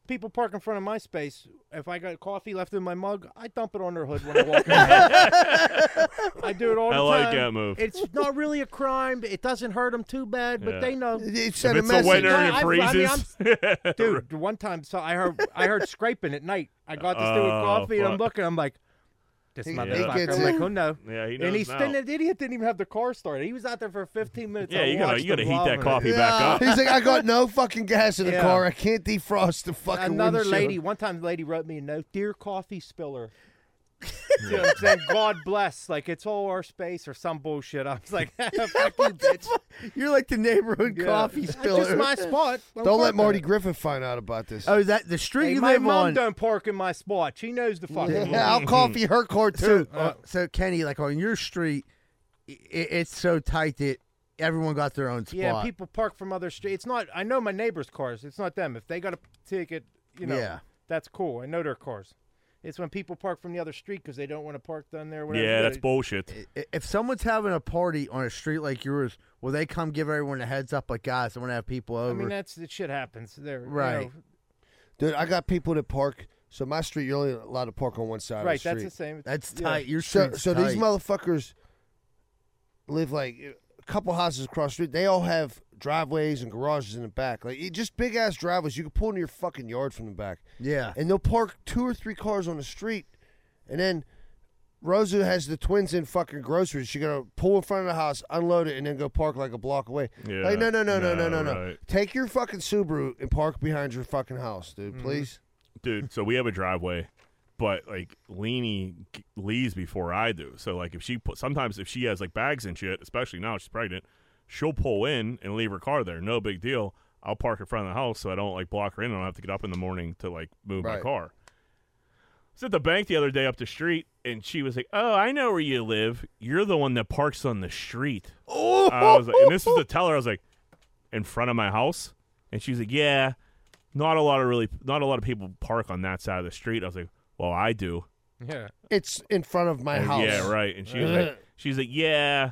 S2: people park in front of my space, if I got coffee left in my mug, I dump it on their hood when I walk in. I do it all the
S4: I
S2: time.
S4: like that move.
S2: It's not really a crime. It doesn't hurt them too bad, but
S4: Yeah.
S2: they know.
S4: It- it sent If a it's a winter and
S2: No,
S4: it
S2: I- I mean, I'm-
S4: freezes.
S2: dude, one time, so I heard I heard scraping at night. I got this dude with
S4: Oh,
S2: coffee, and I'm
S4: fuck.
S2: looking. I'm like, this
S4: He- he
S2: motherfucker.
S4: gets
S2: I'm
S4: it.
S2: like, oh no.
S4: Yeah, he knows
S2: and he's
S4: now.
S2: and that idiot didn't even have the car started. He was out there for 15 minutes.
S4: Yeah,
S2: I
S4: you gotta-
S2: watched
S4: you gotta
S2: him
S4: heat that
S2: loving it.
S4: coffee back up.
S3: He's like, I got no fucking gas in the
S2: Yeah.
S3: car. I can't defrost the fucking
S2: Another
S3: windshield.
S2: lady, one time, the lady wrote me a note, "Dear coffee spiller." you know what I'm saying? God bless. Like it's all our space or some bullshit. I was like, fuck you, bitch.
S1: You're like the neighborhood
S2: Yeah.
S1: coffee
S2: That's
S1: spiller.
S2: just my spot. I'm
S3: Don't let
S2: parking
S3: Marty
S2: it.
S3: Griffin find out about this.
S1: Oh, is that the street
S2: Hey,
S1: you
S2: my
S1: live
S2: mom
S1: on?
S2: don't park in my spot. She knows the fucking.
S1: Yeah,
S2: law.
S1: I'll coffee
S3: her car
S1: So,
S3: too.
S1: uh, so Kenny, like on your street, i i- it's so tight that everyone got their own spot.
S2: Yeah, people park from other streets. It's not. I know my neighbors' cars. It's not them. If they got a ticket, you know,
S1: Yeah.
S2: that's cool. I know their cars. It's when people park from the other street because they don't want to park down there. Whatever.
S4: Yeah, that's bullshit.
S1: I- If someone's having a party on a street like yours, will they come give everyone a heads up? Like, guys, I want to have people over.
S2: I mean, that's that shit happens. There, You know,
S1: Right.
S3: Dude, I got people that park. So my street, you're only allowed to park on one side
S2: Right,
S3: of the
S2: that's
S3: street.
S2: the same.
S1: That's
S2: Yeah.
S1: tight. Your
S3: so,
S1: street's
S3: so
S1: tight.
S3: these motherfuckers live like a couple houses across the street. They all have driveways and garages in the back, like it- just big ass driveways. You can pull into your fucking yard from the back.
S1: Yeah.
S3: and they'll park two or three cars on the street, and then Rosa has the twins in fucking groceries. She gotta pull in front of the house, unload it, and then go park like a block away.
S4: Yeah,
S3: like no, no, no, no, no, no, no.
S4: right.
S3: Take your fucking Subaru and park behind your fucking house, dude. Please.
S4: dude. So we have a driveway, but like Leanie g- leaves before I do. So like if she put, sometimes if she has like bags and shit, especially now she's pregnant, she'll pull in and leave her car there. No big deal. I'll park in front of the house so I don't like block her in. I don't have to get up in the morning to like move my
S3: Right.
S4: car. I was at the bank the other day up the street, and she was like, "Oh, I know where you live. You're the one that parks on the street." Oh, I was like, and this was the teller. I was like, "In front of my house," and she's like, "Yeah, not a lot of really, not a lot of people park on that side of the street." I was like, "Well, I do."
S2: Yeah.
S3: It's in front of my
S4: And
S3: house.
S4: Oh, Yeah, right. And she was like, "She's like, yeah."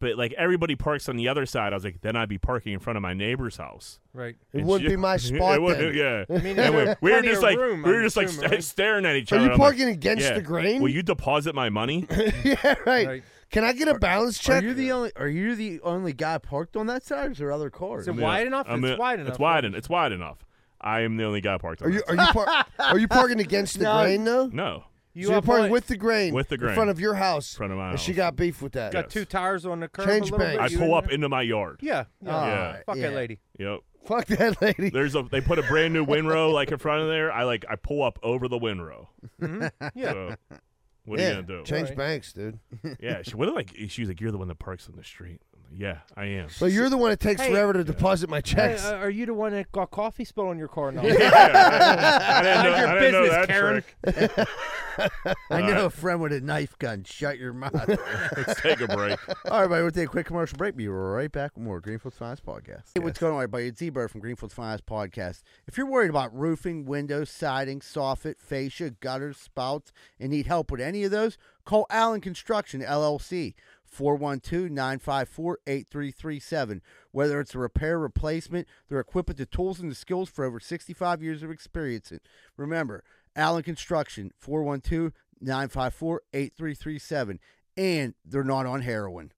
S4: But like everybody parks on the other side, I was like, then I'd be parking in front of my neighbor's house.
S2: Right.
S3: It
S4: And
S3: would
S4: she-
S3: be my
S4: it
S3: spot.
S4: would-
S3: then.
S4: yeah.
S2: I mean,
S4: And we-
S2: there's
S4: we were
S2: plenty
S4: just
S2: of
S4: like
S2: room,
S4: we were
S2: I'm
S4: just like
S2: assuming,
S4: st- staring at each
S3: Are
S4: other.
S3: you
S4: I'm like,
S3: parking against
S4: yeah.
S3: the grain?
S4: Will you deposit my money?
S3: yeah, right.
S2: Right.
S3: Can I get a balance check?
S1: Are you the only? Are you the only guy parked on that side? Or is there other cars?
S2: Is it wide enough?
S4: I'm
S2: it's
S4: in-
S2: wide enough.
S4: It's wide enough. It's wide enough. I am the only guy parked. On
S3: Are you
S4: that
S3: are you par- are you parking against the
S1: No.
S3: grain though?
S4: side. No,
S2: You
S3: so you're
S2: up on-
S3: parking with the grain,
S4: With the
S3: in
S4: grain.
S3: front of your house,
S4: in front of my
S3: and
S4: house.
S3: she got beef with that.
S2: got two tires on the curb.
S3: Change
S2: a little
S3: bank.
S2: bit.
S4: I
S2: You
S4: pull
S2: in
S4: up
S2: there?
S4: into my yard.
S2: Yeah. yeah.
S4: Yeah.
S2: Fuck
S1: yeah.
S2: that lady.
S4: Yep.
S3: Fuck that lady.
S4: There's a they put a brand new windrow like in front of there. I like I pull up over the windrow.
S2: Mm-hmm. Yeah.
S4: So, what
S3: yeah,
S4: are you gonna do?
S3: Change
S2: Right.
S3: banks, dude.
S4: Yeah, she what like she was like, You're the one that parks on the street. I'm like, yeah, I am.
S3: So you're the one that takes
S2: Hey. uh,
S3: forever to deposit my
S2: Hey,
S3: checks.
S2: uh, are you the one that got coffee spilled on your car now?
S4: Yeah, I didn't know,
S2: Mind your
S4: I didn't know
S2: business,
S4: that
S2: Karen.
S4: trick.
S1: I know a friend with a knife gun. Shut your mouth.
S4: Let's take a break.
S1: All right, buddy, we'll take a quick commercial break. Be right back with more Greenfield's Finest Podcast. Hey, what's going on, everybody? It's Z-Bird from Greenfield's Finest Podcast. If you're worried about roofing, windows, siding, soffit, fascia, gutters, spouts, and need help with any of those, call Allen Construction, LLC, 412-954-8337. Whether it's a repair, replacement, they're equipped with the tools and the skills for over 65 years of experience. And Remember, Allen Construction, 412 954 8337. And they're not on heroin.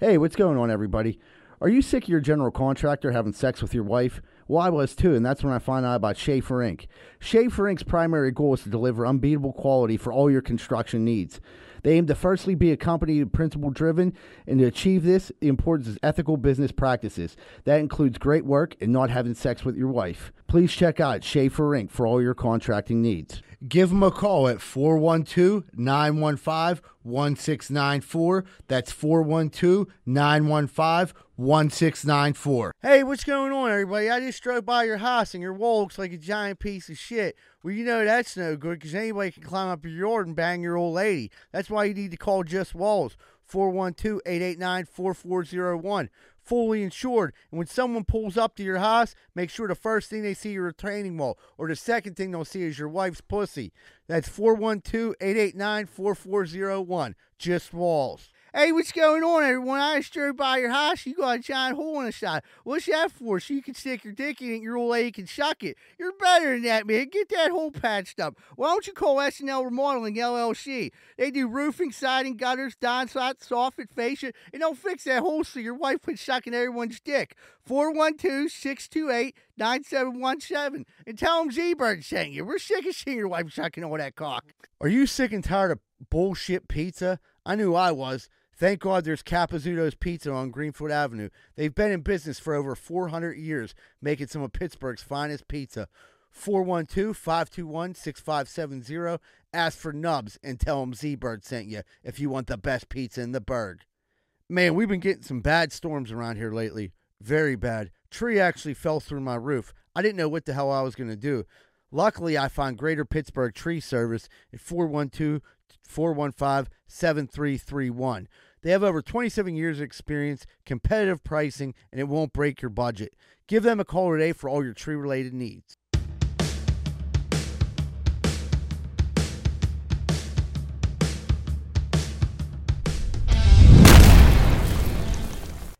S1: Hey, what's going on, everybody? Are you sick of your general contractor having sex with your wife? Well, I was too, and that's when I found out about Schaefer Inc. Schaefer Inc.'s primary goal is to deliver unbeatable quality for all your construction needs. They aim to firstly be a company principle driven, and to achieve this, the importance is ethical business practices. That includes great work and not having sex with your wife. Please check out Schaefer Inc. for all your contracting needs. Give them a call at 412 915 1694. That's 412 915 1694. Hey, what's going on, everybody? I just drove by your house and your wall looks like a giant piece of shit. Well, you know that's no good because anybody can climb up your yard and bang your old lady. That's why you need to call Just Walls 412 889 4401 fully insured. And when someone pulls up to your house, make sure the first thing they see is your retaining wall, or the second thing they'll see is your wife's pussy. That's 412 889 4401. Just walls. Hey, what's going on, everyone? I just drove by your house. You got a giant hole in the side. What's that for? So you can stick your dick in it, your old lady can suck it. You're better than that, man. Get that hole patched up. Why don't you call SNL Remodeling LLC? They do roofing, siding, gutters, downspout, soffit, fascia, and they'll fix that hole so your wife quit sucking everyone's dick. 412 628 9717. And tell them Z Bird sent you. We're sick of seeing your wife sucking all that cock. Are you sick and tired of bullshit pizza? I knew I was. Thank God there's Capizzuto's Pizza on Greenfield Avenue. They've been in business for over 400 years, making some of Pittsburgh's finest pizza. 412 521 6570. Ask for Nubs and tell them Z Bird sent you if you want the best pizza in the bird. Man, we've been getting some bad storms around here lately. Very bad. Tree actually fell through my roof. I didn't know what the hell I was going to do. Luckily, I found Greater Pittsburgh Tree Service at 412 415 7331. They have over 27 years of experience, competitive pricing, and it won't break your budget. Give them a call today for all your tree related needs.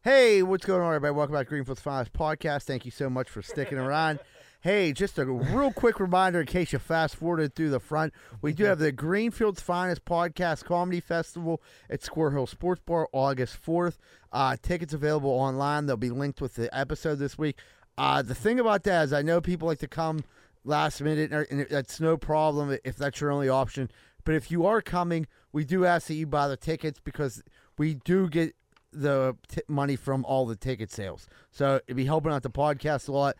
S1: Hey, what's going on, everybody? Welcome back to Greenfield's Finest Podcast. Thank you so much for sticking around. Hey, just a real quick reminder in case you fast forwarded through the front, we do have the Greenfield's Finest Podcast Comedy Festival at Square Hill Sports Bar August 4th. Uh, tickets available online. They'll be linked with the episode this week. Uh, the thing about that is, I know people like to come last minute, and- and that's no problem if that's your only option. But if you are coming, we do ask that you buy the tickets because we do get the t- money from all the ticket sales. So it'd be helping out the podcast a lot,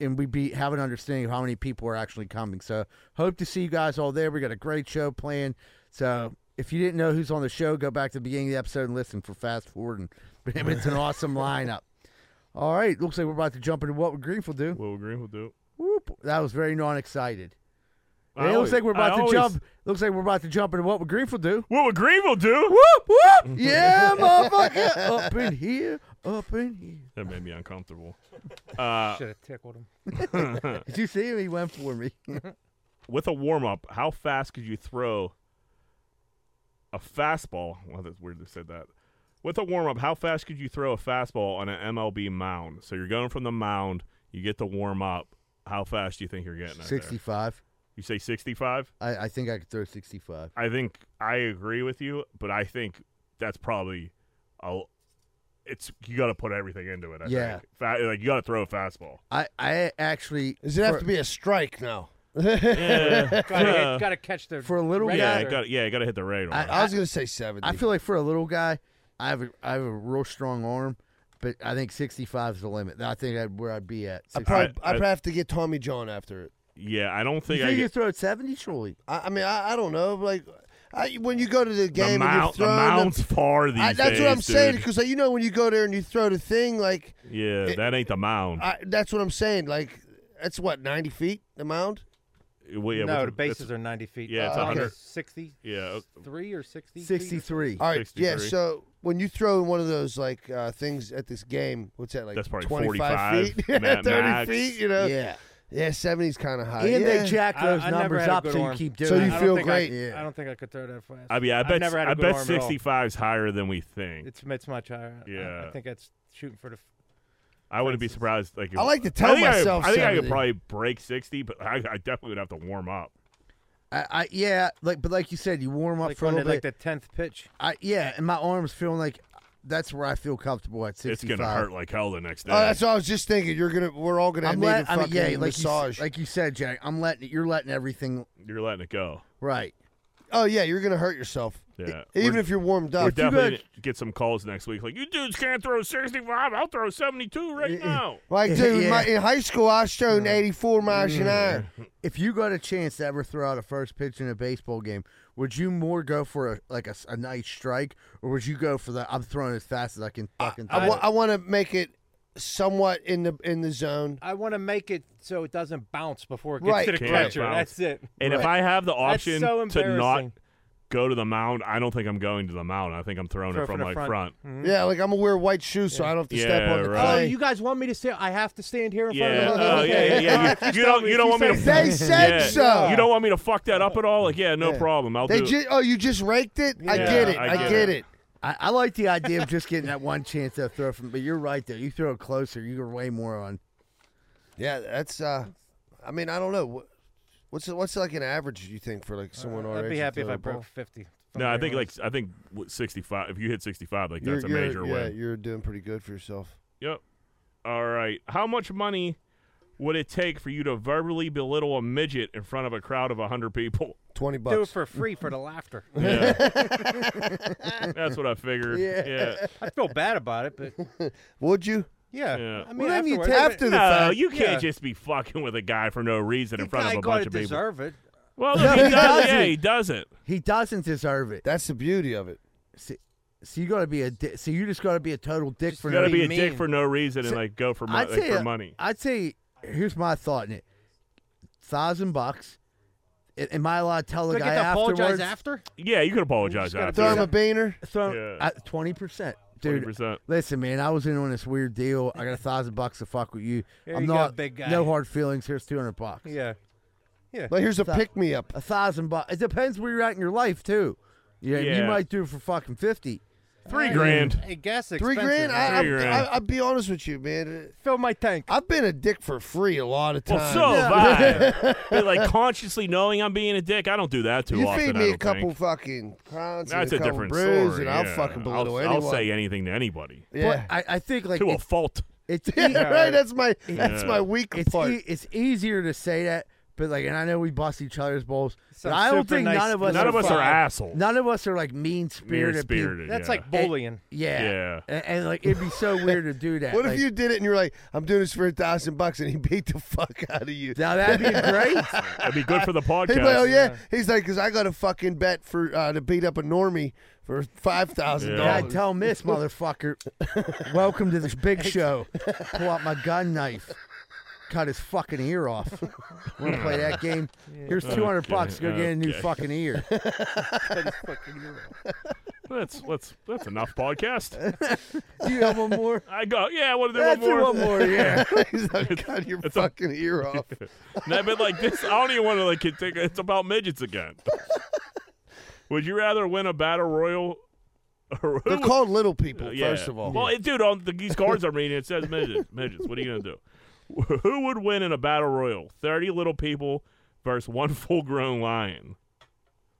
S1: and we'd be have an understanding of how many people are actually coming. So hope to see you guys all there. We got a great show planned. So if you didn't know who's on the show, go back to the beginning of the episode and listen for fast forward. And but it's an awesome lineup. All right, looks like we're about to jump into what would Greenfield do.
S4: What would Greenfield do?
S1: Whoop! That was very non-excited.
S4: I
S1: it
S4: always-
S1: looks like we're
S4: I
S1: about to
S4: always-
S1: jump. Looks like we're about to jump into what would Greenfield do.
S4: What would Greenville do?
S1: Whoop whoop! Yeah, motherfucker! up in here, up in here.
S4: That made me uncomfortable. Uh,
S2: Should have tickled him.
S1: Did you see him? He went for me.
S4: with a warm up, how fast could you throw a fastball? Well, that's weird they said that. With a warm up, how fast could you throw a fastball on an MLB mound? So you're going from the mound, you get the warm up. How fast do you think you're getting? out there?
S1: Sixty-five.
S4: You say 65?
S1: I, I think I could throw sixty-five.
S4: I think I agree with you, but I think that's probably a. It's you got to put everything into it. I
S1: Yeah.
S4: think. Fa- like you got to throw a fastball.
S1: I I actually.
S3: Does it have to be a strike now?
S4: Yeah.
S2: Gotta, gotta catch the
S1: For a little
S2: red
S1: guy-
S4: Yeah,
S2: letter.
S4: got yeah, got to hit the radar.
S1: I,
S3: I was gonna say seventy.
S1: I feel like for a little guy, I have a, I have a real strong arm, but I think sixty-five is the limit. I think I'd, where I'd be at.
S3: I
S1: 65.
S3: probably,
S4: I-
S3: I, would have to get Tommy John after it.
S4: yeah, I don't think
S1: you
S4: I
S1: think you
S4: get
S1: throw at seventy, surely?
S3: I, I mean, I, I don't know. but Like I, when you go to the
S4: the,
S3: game, and you're
S4: mount, the
S3: throwing
S4: mound's far these
S3: I, that's
S4: days.
S3: what I'm saying
S4: dude.
S3: because you know when you go there and you throw the thing, like
S4: Yeah,
S3: It-
S4: that ain't the mound.
S3: I, that's what I'm saying. Like that's what ninety feet the mound.
S4: Well, yeah,
S2: no,
S4: with
S2: the bases
S4: it's-
S2: are 90 feet.
S4: yeah, it's
S2: Uh,
S4: 100.
S2: 63
S4: Yeah, uh,
S2: or 60?
S1: Sixty-three.
S3: All right, yeah.
S4: 63.
S3: So when you throw in one of those like uh, things at this game, what's that like?
S4: That's probably
S3: 25 feet,
S4: 45, Mad
S3: thirty
S4: Max.
S3: feet. You know,
S1: Yeah,
S3: yeah, seventy's kind of high.
S1: Uh, and
S3: yeah.
S1: they jack
S2: I-
S1: those
S2: I never
S1: numbers
S2: had a
S1: up
S2: good
S1: so
S2: arm.
S1: you keep doing.
S3: So
S1: it.
S3: you
S2: I don't
S3: feel
S2: think
S3: great.
S2: I,
S1: Yeah.
S2: I don't think I could throw that fast.
S4: I mean, I
S2: I've
S4: bet
S2: never had
S4: I
S2: a good
S4: bet
S2: arm at all.
S4: 65 is higher than we think.
S2: It's it's much higher. I- I,
S4: Yeah.
S2: think that's shooting for the. f-
S4: I wouldn't be
S2: Francis.
S4: surprised. Like, if-
S3: I like to tell
S4: I think I-
S3: myself
S4: I, think I could
S3: 70.
S4: probably break 60, but I, I definitely would have to warm up.
S1: I, I yeah, like but like you said, you warm up
S2: Like
S1: for a
S2: when they
S1: little
S2: like
S1: bit.
S2: the tenth pitch.
S1: I yeah, and my arms feeling like that's where I feel comfortable at
S4: It's
S1: sixty-five.
S4: gonna hurt like hell the next day.
S3: Oh, that's what I was just thinking. You're gonna, we're all gonna
S1: I'm
S3: need
S1: letting,
S3: a
S1: I mean,
S3: fucking
S1: yeah, like you,
S3: massage.
S1: s- like you said, Jack. I'm letting you're letting everything
S4: You're letting it go.
S1: right.
S3: oh yeah, you're gonna hurt yourself.
S4: Yeah.
S3: E-, Even
S4: We're-
S3: if you're warmed
S4: We're
S3: up.
S4: definitely gonna get some calls next week. Like you dudes can't throw 65. I'll throw 72 right now.
S3: Like dude,
S1: Yeah. Mm.
S3: my, in high school I was throwing 84 miles an hour.
S1: If you got a chance to ever throw out a first pitch in a baseball game, would you more go for a, like a, s- a nice strike, or would you go for the I'm throwing as fast as I can fucking?
S3: I,
S1: throw it?
S3: want to make it somewhat in the in the zone.
S2: I want to make it so it doesn't bounce before it gets
S3: Right.
S2: to the
S4: Can't
S2: catcher.
S4: bounce.
S2: That's it.
S4: And if
S3: Right.
S4: I have the option
S2: so
S4: to not
S2: embarrassing.
S4: go to the mound, I don't think I'm going to the mound. I think I'm throwing
S2: Throw
S4: it
S2: for
S4: from
S2: the
S4: my front.
S2: front.
S3: Yeah, like I'm gonna wear white shoes so I don't have to step
S4: Mm-hmm. Yeah,
S3: on the
S4: right.
S2: Oh,
S3: clay.
S2: you guys want me to stand? I have to stand here in
S4: Yeah.
S2: front
S4: Oh,
S2: of
S4: yeah, yeah, yeah. You, you don't you don't want me to
S3: they said
S4: Yeah.
S3: so.
S4: You don't want me to fuck that up at all? Like, yeah, no problem. I'll
S3: They
S4: do. it.
S3: ju- oh, you just raked it. I
S4: Yeah,
S3: get it.
S4: I
S3: I
S4: get
S3: get,
S4: it.
S3: it.
S1: I, I like the idea of just getting that one chance to throw from, but you're right though. You throw it closer, you're way more on.
S3: Yeah, that's. uh I mean, I don't know. Wh- What's what's like an average? You think for like someone?
S2: Uh, I'd
S3: our
S2: be
S3: age to
S2: happy if
S3: throw
S2: I
S3: the ball?
S2: broke fifty.
S4: No, I think like I think what, 65. If you hit 65, like
S3: You're-
S4: that's a
S3: you're-
S4: major
S3: yeah,
S4: win.
S3: You're doing pretty good for yourself.
S4: Yep. All right. How much money would it take for you to verbally belittle a midget in front of a crowd of 100 people?
S3: Twenty bucks.
S2: do it for free for the laughter.
S4: Yeah. That's what I figured. Yeah.
S2: I feel bad about it, but
S3: Would you?
S2: yeah.
S4: Yeah.
S2: I mean,
S3: Well, then you
S2: afterwards-
S3: have to.
S4: No,
S3: the fact.
S4: you can't
S2: Yeah.
S4: just be fucking with a guy for no reason in
S2: The
S4: front
S2: guy
S4: of a
S2: gotta
S4: bunch of people.
S2: deserve it.
S4: Well,
S1: No,
S4: he, does.
S1: he
S4: Yeah,
S1: doesn't.
S4: he does it.
S1: He doesn't deserve it.
S3: That's the beauty of it.
S1: So, so you gotta be a. Di- so you just gotta be a total dick for
S4: You
S1: no
S4: gotta be a
S2: mean.
S4: dick for no reason and like go for, mo-
S1: I'd
S4: like,
S1: say
S4: for
S1: a-
S4: money.
S1: I'd say here's my thought in it: thousand bucks. A- Am I allowed to tell the
S2: Do I
S1: guy
S2: get to apologize
S1: afterwards?
S2: after?
S4: Yeah, you could apologize
S2: gotta
S4: after.
S3: Throw him a beaner.
S1: Throw
S4: Yeah.
S1: at twenty percent, dude.
S4: 20%.
S1: Listen, man, I was in on this weird deal. I got a thousand bucks to fuck with you.
S2: Here
S1: I'm
S2: you go,
S1: not
S2: big guy.
S1: No hard feelings. Here's two hundred bucks.
S2: Yeah.
S3: Like here's a
S1: Stop.
S3: pick me up.
S1: A thousand bucks. It depends where you're at in your life too. Yeah, you
S4: Yeah.
S1: might do it for fucking fifty.
S4: Three grand.
S2: Hey, gas is
S3: Three
S2: expensive,
S3: grand.
S2: man.
S3: I,
S4: Three
S3: I,
S4: grand.
S3: I, I'll be honest with you, man.
S2: fill my tank.
S3: I've been a dick for free a lot of
S4: Well,
S3: times.
S4: so have I. But, like consciously knowing I'm being a dick, I don't do that too
S3: you
S4: often.
S3: feed
S4: I
S3: me a
S4: don't
S3: couple
S4: think.
S3: fucking crowns
S4: That's a
S3: and a, couple
S4: different
S3: brews,
S4: story.
S3: and I'll
S4: yeah.
S3: fucking belittle
S4: I'll,
S3: anyone.
S4: I'll say anything to anybody.
S3: yeah.
S1: But I, I think like
S4: to a
S1: it's,
S4: fault.
S1: it's e-
S3: yeah, right. That's my that's
S4: Yeah.
S3: my weak
S1: it's,
S3: part.
S1: e- it's easier to say that, but like, and I know we bust each other's balls, but
S2: Sounds
S1: I don't
S2: super
S1: think
S2: nice.
S1: none of us
S4: None
S1: are
S4: of us are
S1: fucking-
S4: assholes.
S1: None of us are like mean
S4: Mere
S1: spirited.
S4: spirited.
S2: That's
S4: yeah.
S2: like bullying.
S1: yeah,
S4: Yeah.
S1: And, and, like it'd be so weird to do that.
S3: what
S1: Like,
S3: if you did it and you're like, I'm doing this for a thousand bucks, and he beat the fuck out of you?
S1: Now that'd be great.
S4: That'd be good for the podcast.
S3: He's like, oh yeah. He's like, because I got a fucking bet for uh, to beat up a normie for five thousand
S1: And
S4: Yeah.
S1: I'd
S3: dollars.
S1: tell Miss motherfucker, welcome to this big show. Pull out my gun knife, cut his fucking ear off. Want to play that game? Here's two hundred
S4: Okay,
S1: bucks. Go get a
S4: Oh,
S1: new
S4: okay.
S1: fucking ear.
S4: That's that's that's enough podcast.
S1: Do you have one more?
S4: I go. Yeah, I want to do
S1: Let's
S4: one
S1: do
S4: more.
S1: one more. Yeah.
S3: He's like, cut your
S4: it's a-
S3: fucking ear off.
S4: No, but like this, I don't even want to like continue. It's about midgets again. Would you rather win a battle royal? Or
S3: They're called little people,
S4: Uh, yeah.
S3: first of all.
S4: Well, it, dude, on the, these cards I'm reading, it says midgets. midgets. What are you gonna do? Who would win in a battle royal? Thirty little people versus one full-grown lion.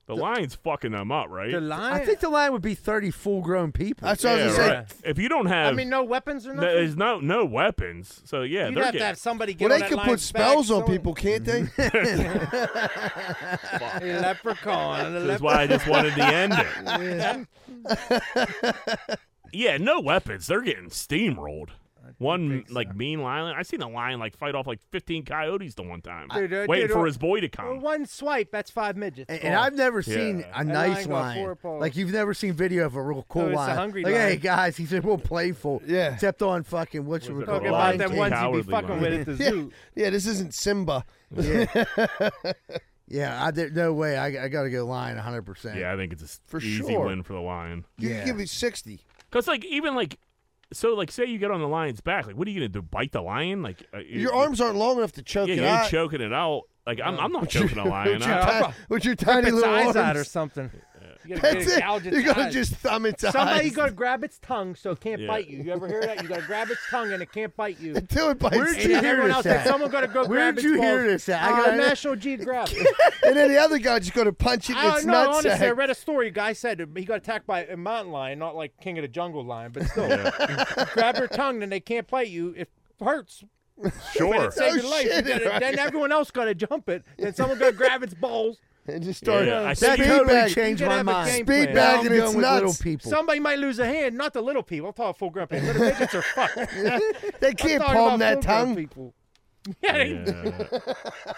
S4: The, lion's fucking them up, right?
S2: The lion.
S1: I think the line would be thirty full-grown people.
S3: That's what I was
S4: Yeah,
S3: gonna say.
S2: right.
S4: If you don't have,
S2: I mean, no weapons or
S4: no,
S2: nothing.
S4: there's no no weapons. So yeah,
S2: You'd
S4: they're
S2: have
S4: getting
S2: to have somebody get
S3: Well,
S2: on that
S3: they can put
S2: lion's back,
S3: spells on
S2: someone-
S3: people, can't they?
S2: A leprechaun. A
S4: That's
S2: leprechaun.
S4: why I just wanted the ending. yeah, no weapons. They're getting steamrolled. One like mean lion. I seen a lion like fight off like fifteen coyotes the one time,
S2: Dude, uh,
S4: waiting
S2: dude,
S4: for
S2: uh,
S4: his boy to come.
S2: Well, One swipe, that's five midgets.
S1: And, and I've never seen
S4: Yeah.
S1: a
S4: And
S1: nice
S2: lion got
S1: lion.
S2: four paws.
S1: Like you've never seen video of a real cool
S2: No, it's a
S1: lion.
S2: hungry
S1: like,
S2: lion.
S1: hey guys, he's real playful.
S3: Yeah.
S1: Except on fucking what's your
S4: it
S2: Talking
S4: Well,
S2: about
S4: lion
S2: them
S4: king.
S2: ones you be
S4: Cowardly
S2: fucking
S4: lion.
S2: with at the zoo.
S3: Yeah, this isn't Simba.
S1: Yeah. yeah, I, there, no way. I, I got to go lion 100%.
S4: yeah, I think it's a s-
S3: For
S4: easy
S3: sure.
S4: win for the lion.
S3: You
S1: Yeah.
S3: can give me sixty.
S4: Cause like even like, so like say you get on the lion's back, like what are you gonna do? Bite the lion? Like uh, you-
S3: Your arms aren't long enough to choke
S4: Yeah,
S3: it
S4: you
S3: out.
S4: ain't choking it out. Like I'm, I'm not choking a lion.
S3: with, your
S4: out.
S3: ti- with your tiny
S2: Rip its
S3: little
S2: eyes
S3: arms.
S2: out or something. You gotta
S3: That's
S2: get-
S3: it.
S2: gouge its
S3: You're gonna
S2: eyes.
S3: just thumb its
S2: Somebody
S3: eyes
S2: gotta grab its tongue so it can't
S4: Yeah.
S2: bite you. You ever hear that? You gotta grab its tongue and it can't bite you. And
S3: until it bites
S1: Where'd
S3: you.
S1: you
S2: then
S1: hear
S2: everyone
S1: this
S2: else,
S1: at?
S2: said, someone gotta go
S1: Where'd
S2: grab its
S1: you
S2: balls.
S1: hear this at? I
S2: Uh,
S1: gotta-
S2: National Geographic.
S3: and then the other guy's just gonna punch it in
S2: I
S3: its
S2: don't know.
S3: nutsack.
S2: Honestly, I read a story. A guy said he got attacked by a mountain lion, not like king of the jungle lion, but still. grab your tongue, then they can't bite you. It hurts.
S4: Sure.
S2: It saved
S3: No
S2: your life. You
S3: shit,
S2: gotta-
S3: right.
S2: Then everyone else got to jump it. Then someone got to grab its balls.
S3: and just start
S4: Yeah, I
S1: That
S4: Speed
S1: totally
S3: bag.
S1: changed
S2: You gotta
S1: my
S2: have a game
S1: mind.
S3: Speed
S2: plan.
S3: bag
S1: I'm
S3: and it's
S1: going with little
S3: nuts.
S1: people.
S2: Somebody might lose a hand, not the little people. I'm talking full grown people. Little midgets are fucked.
S3: They
S2: Talking
S3: can't palm
S2: about
S3: that
S2: full-grown
S3: tongue.
S2: People. Yeah, they,
S4: Yeah.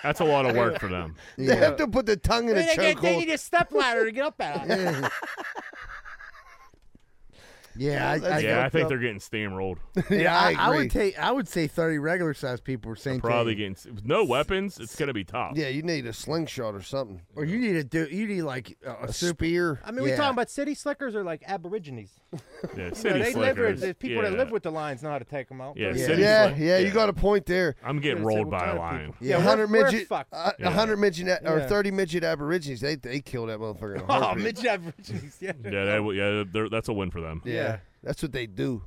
S4: That's a lot of work for them.
S3: They have to put the tongue in a
S2: they, they, they need
S3: chokehold.
S2: a step ladder to get up out of it.
S1: Yeah, I,
S4: yeah, I think they're getting steamrolled.
S1: yeah, I, I would take. I would say thirty regular size people are saying
S4: Probably getting s- with no weapons. It's gonna be tough.
S3: Yeah, you need a slingshot or something.
S1: Or you need to do. You need like a,
S3: a spear.
S2: I mean, we talking about city slickers or like aborigines?
S4: Yeah,
S2: You know,
S4: city
S2: they live
S4: slickers.
S2: with the people that
S4: Yeah.
S2: live with the lions know how to take them out.
S4: Yeah,
S3: Yeah,
S4: city
S3: yeah,
S4: slick-
S3: yeah, you got a point there.
S4: I'm getting
S2: Gonna say,
S4: rolled by
S2: what
S4: a
S2: kind of
S4: lion.
S2: people- Yeah,
S3: a
S2: we're-
S3: hundred
S2: we're
S3: midget,
S2: fucked.
S3: uh, a
S4: Yeah.
S3: hundred midget or
S2: Yeah.
S3: thirty midget aborigines. They they kill that motherfucker. in a
S2: Oh,
S3: heartbeat.
S2: midget aborigines. Yeah.
S4: Yeah, they, will- yeah, they're- that's a win for them.
S3: Yeah. that's what they do.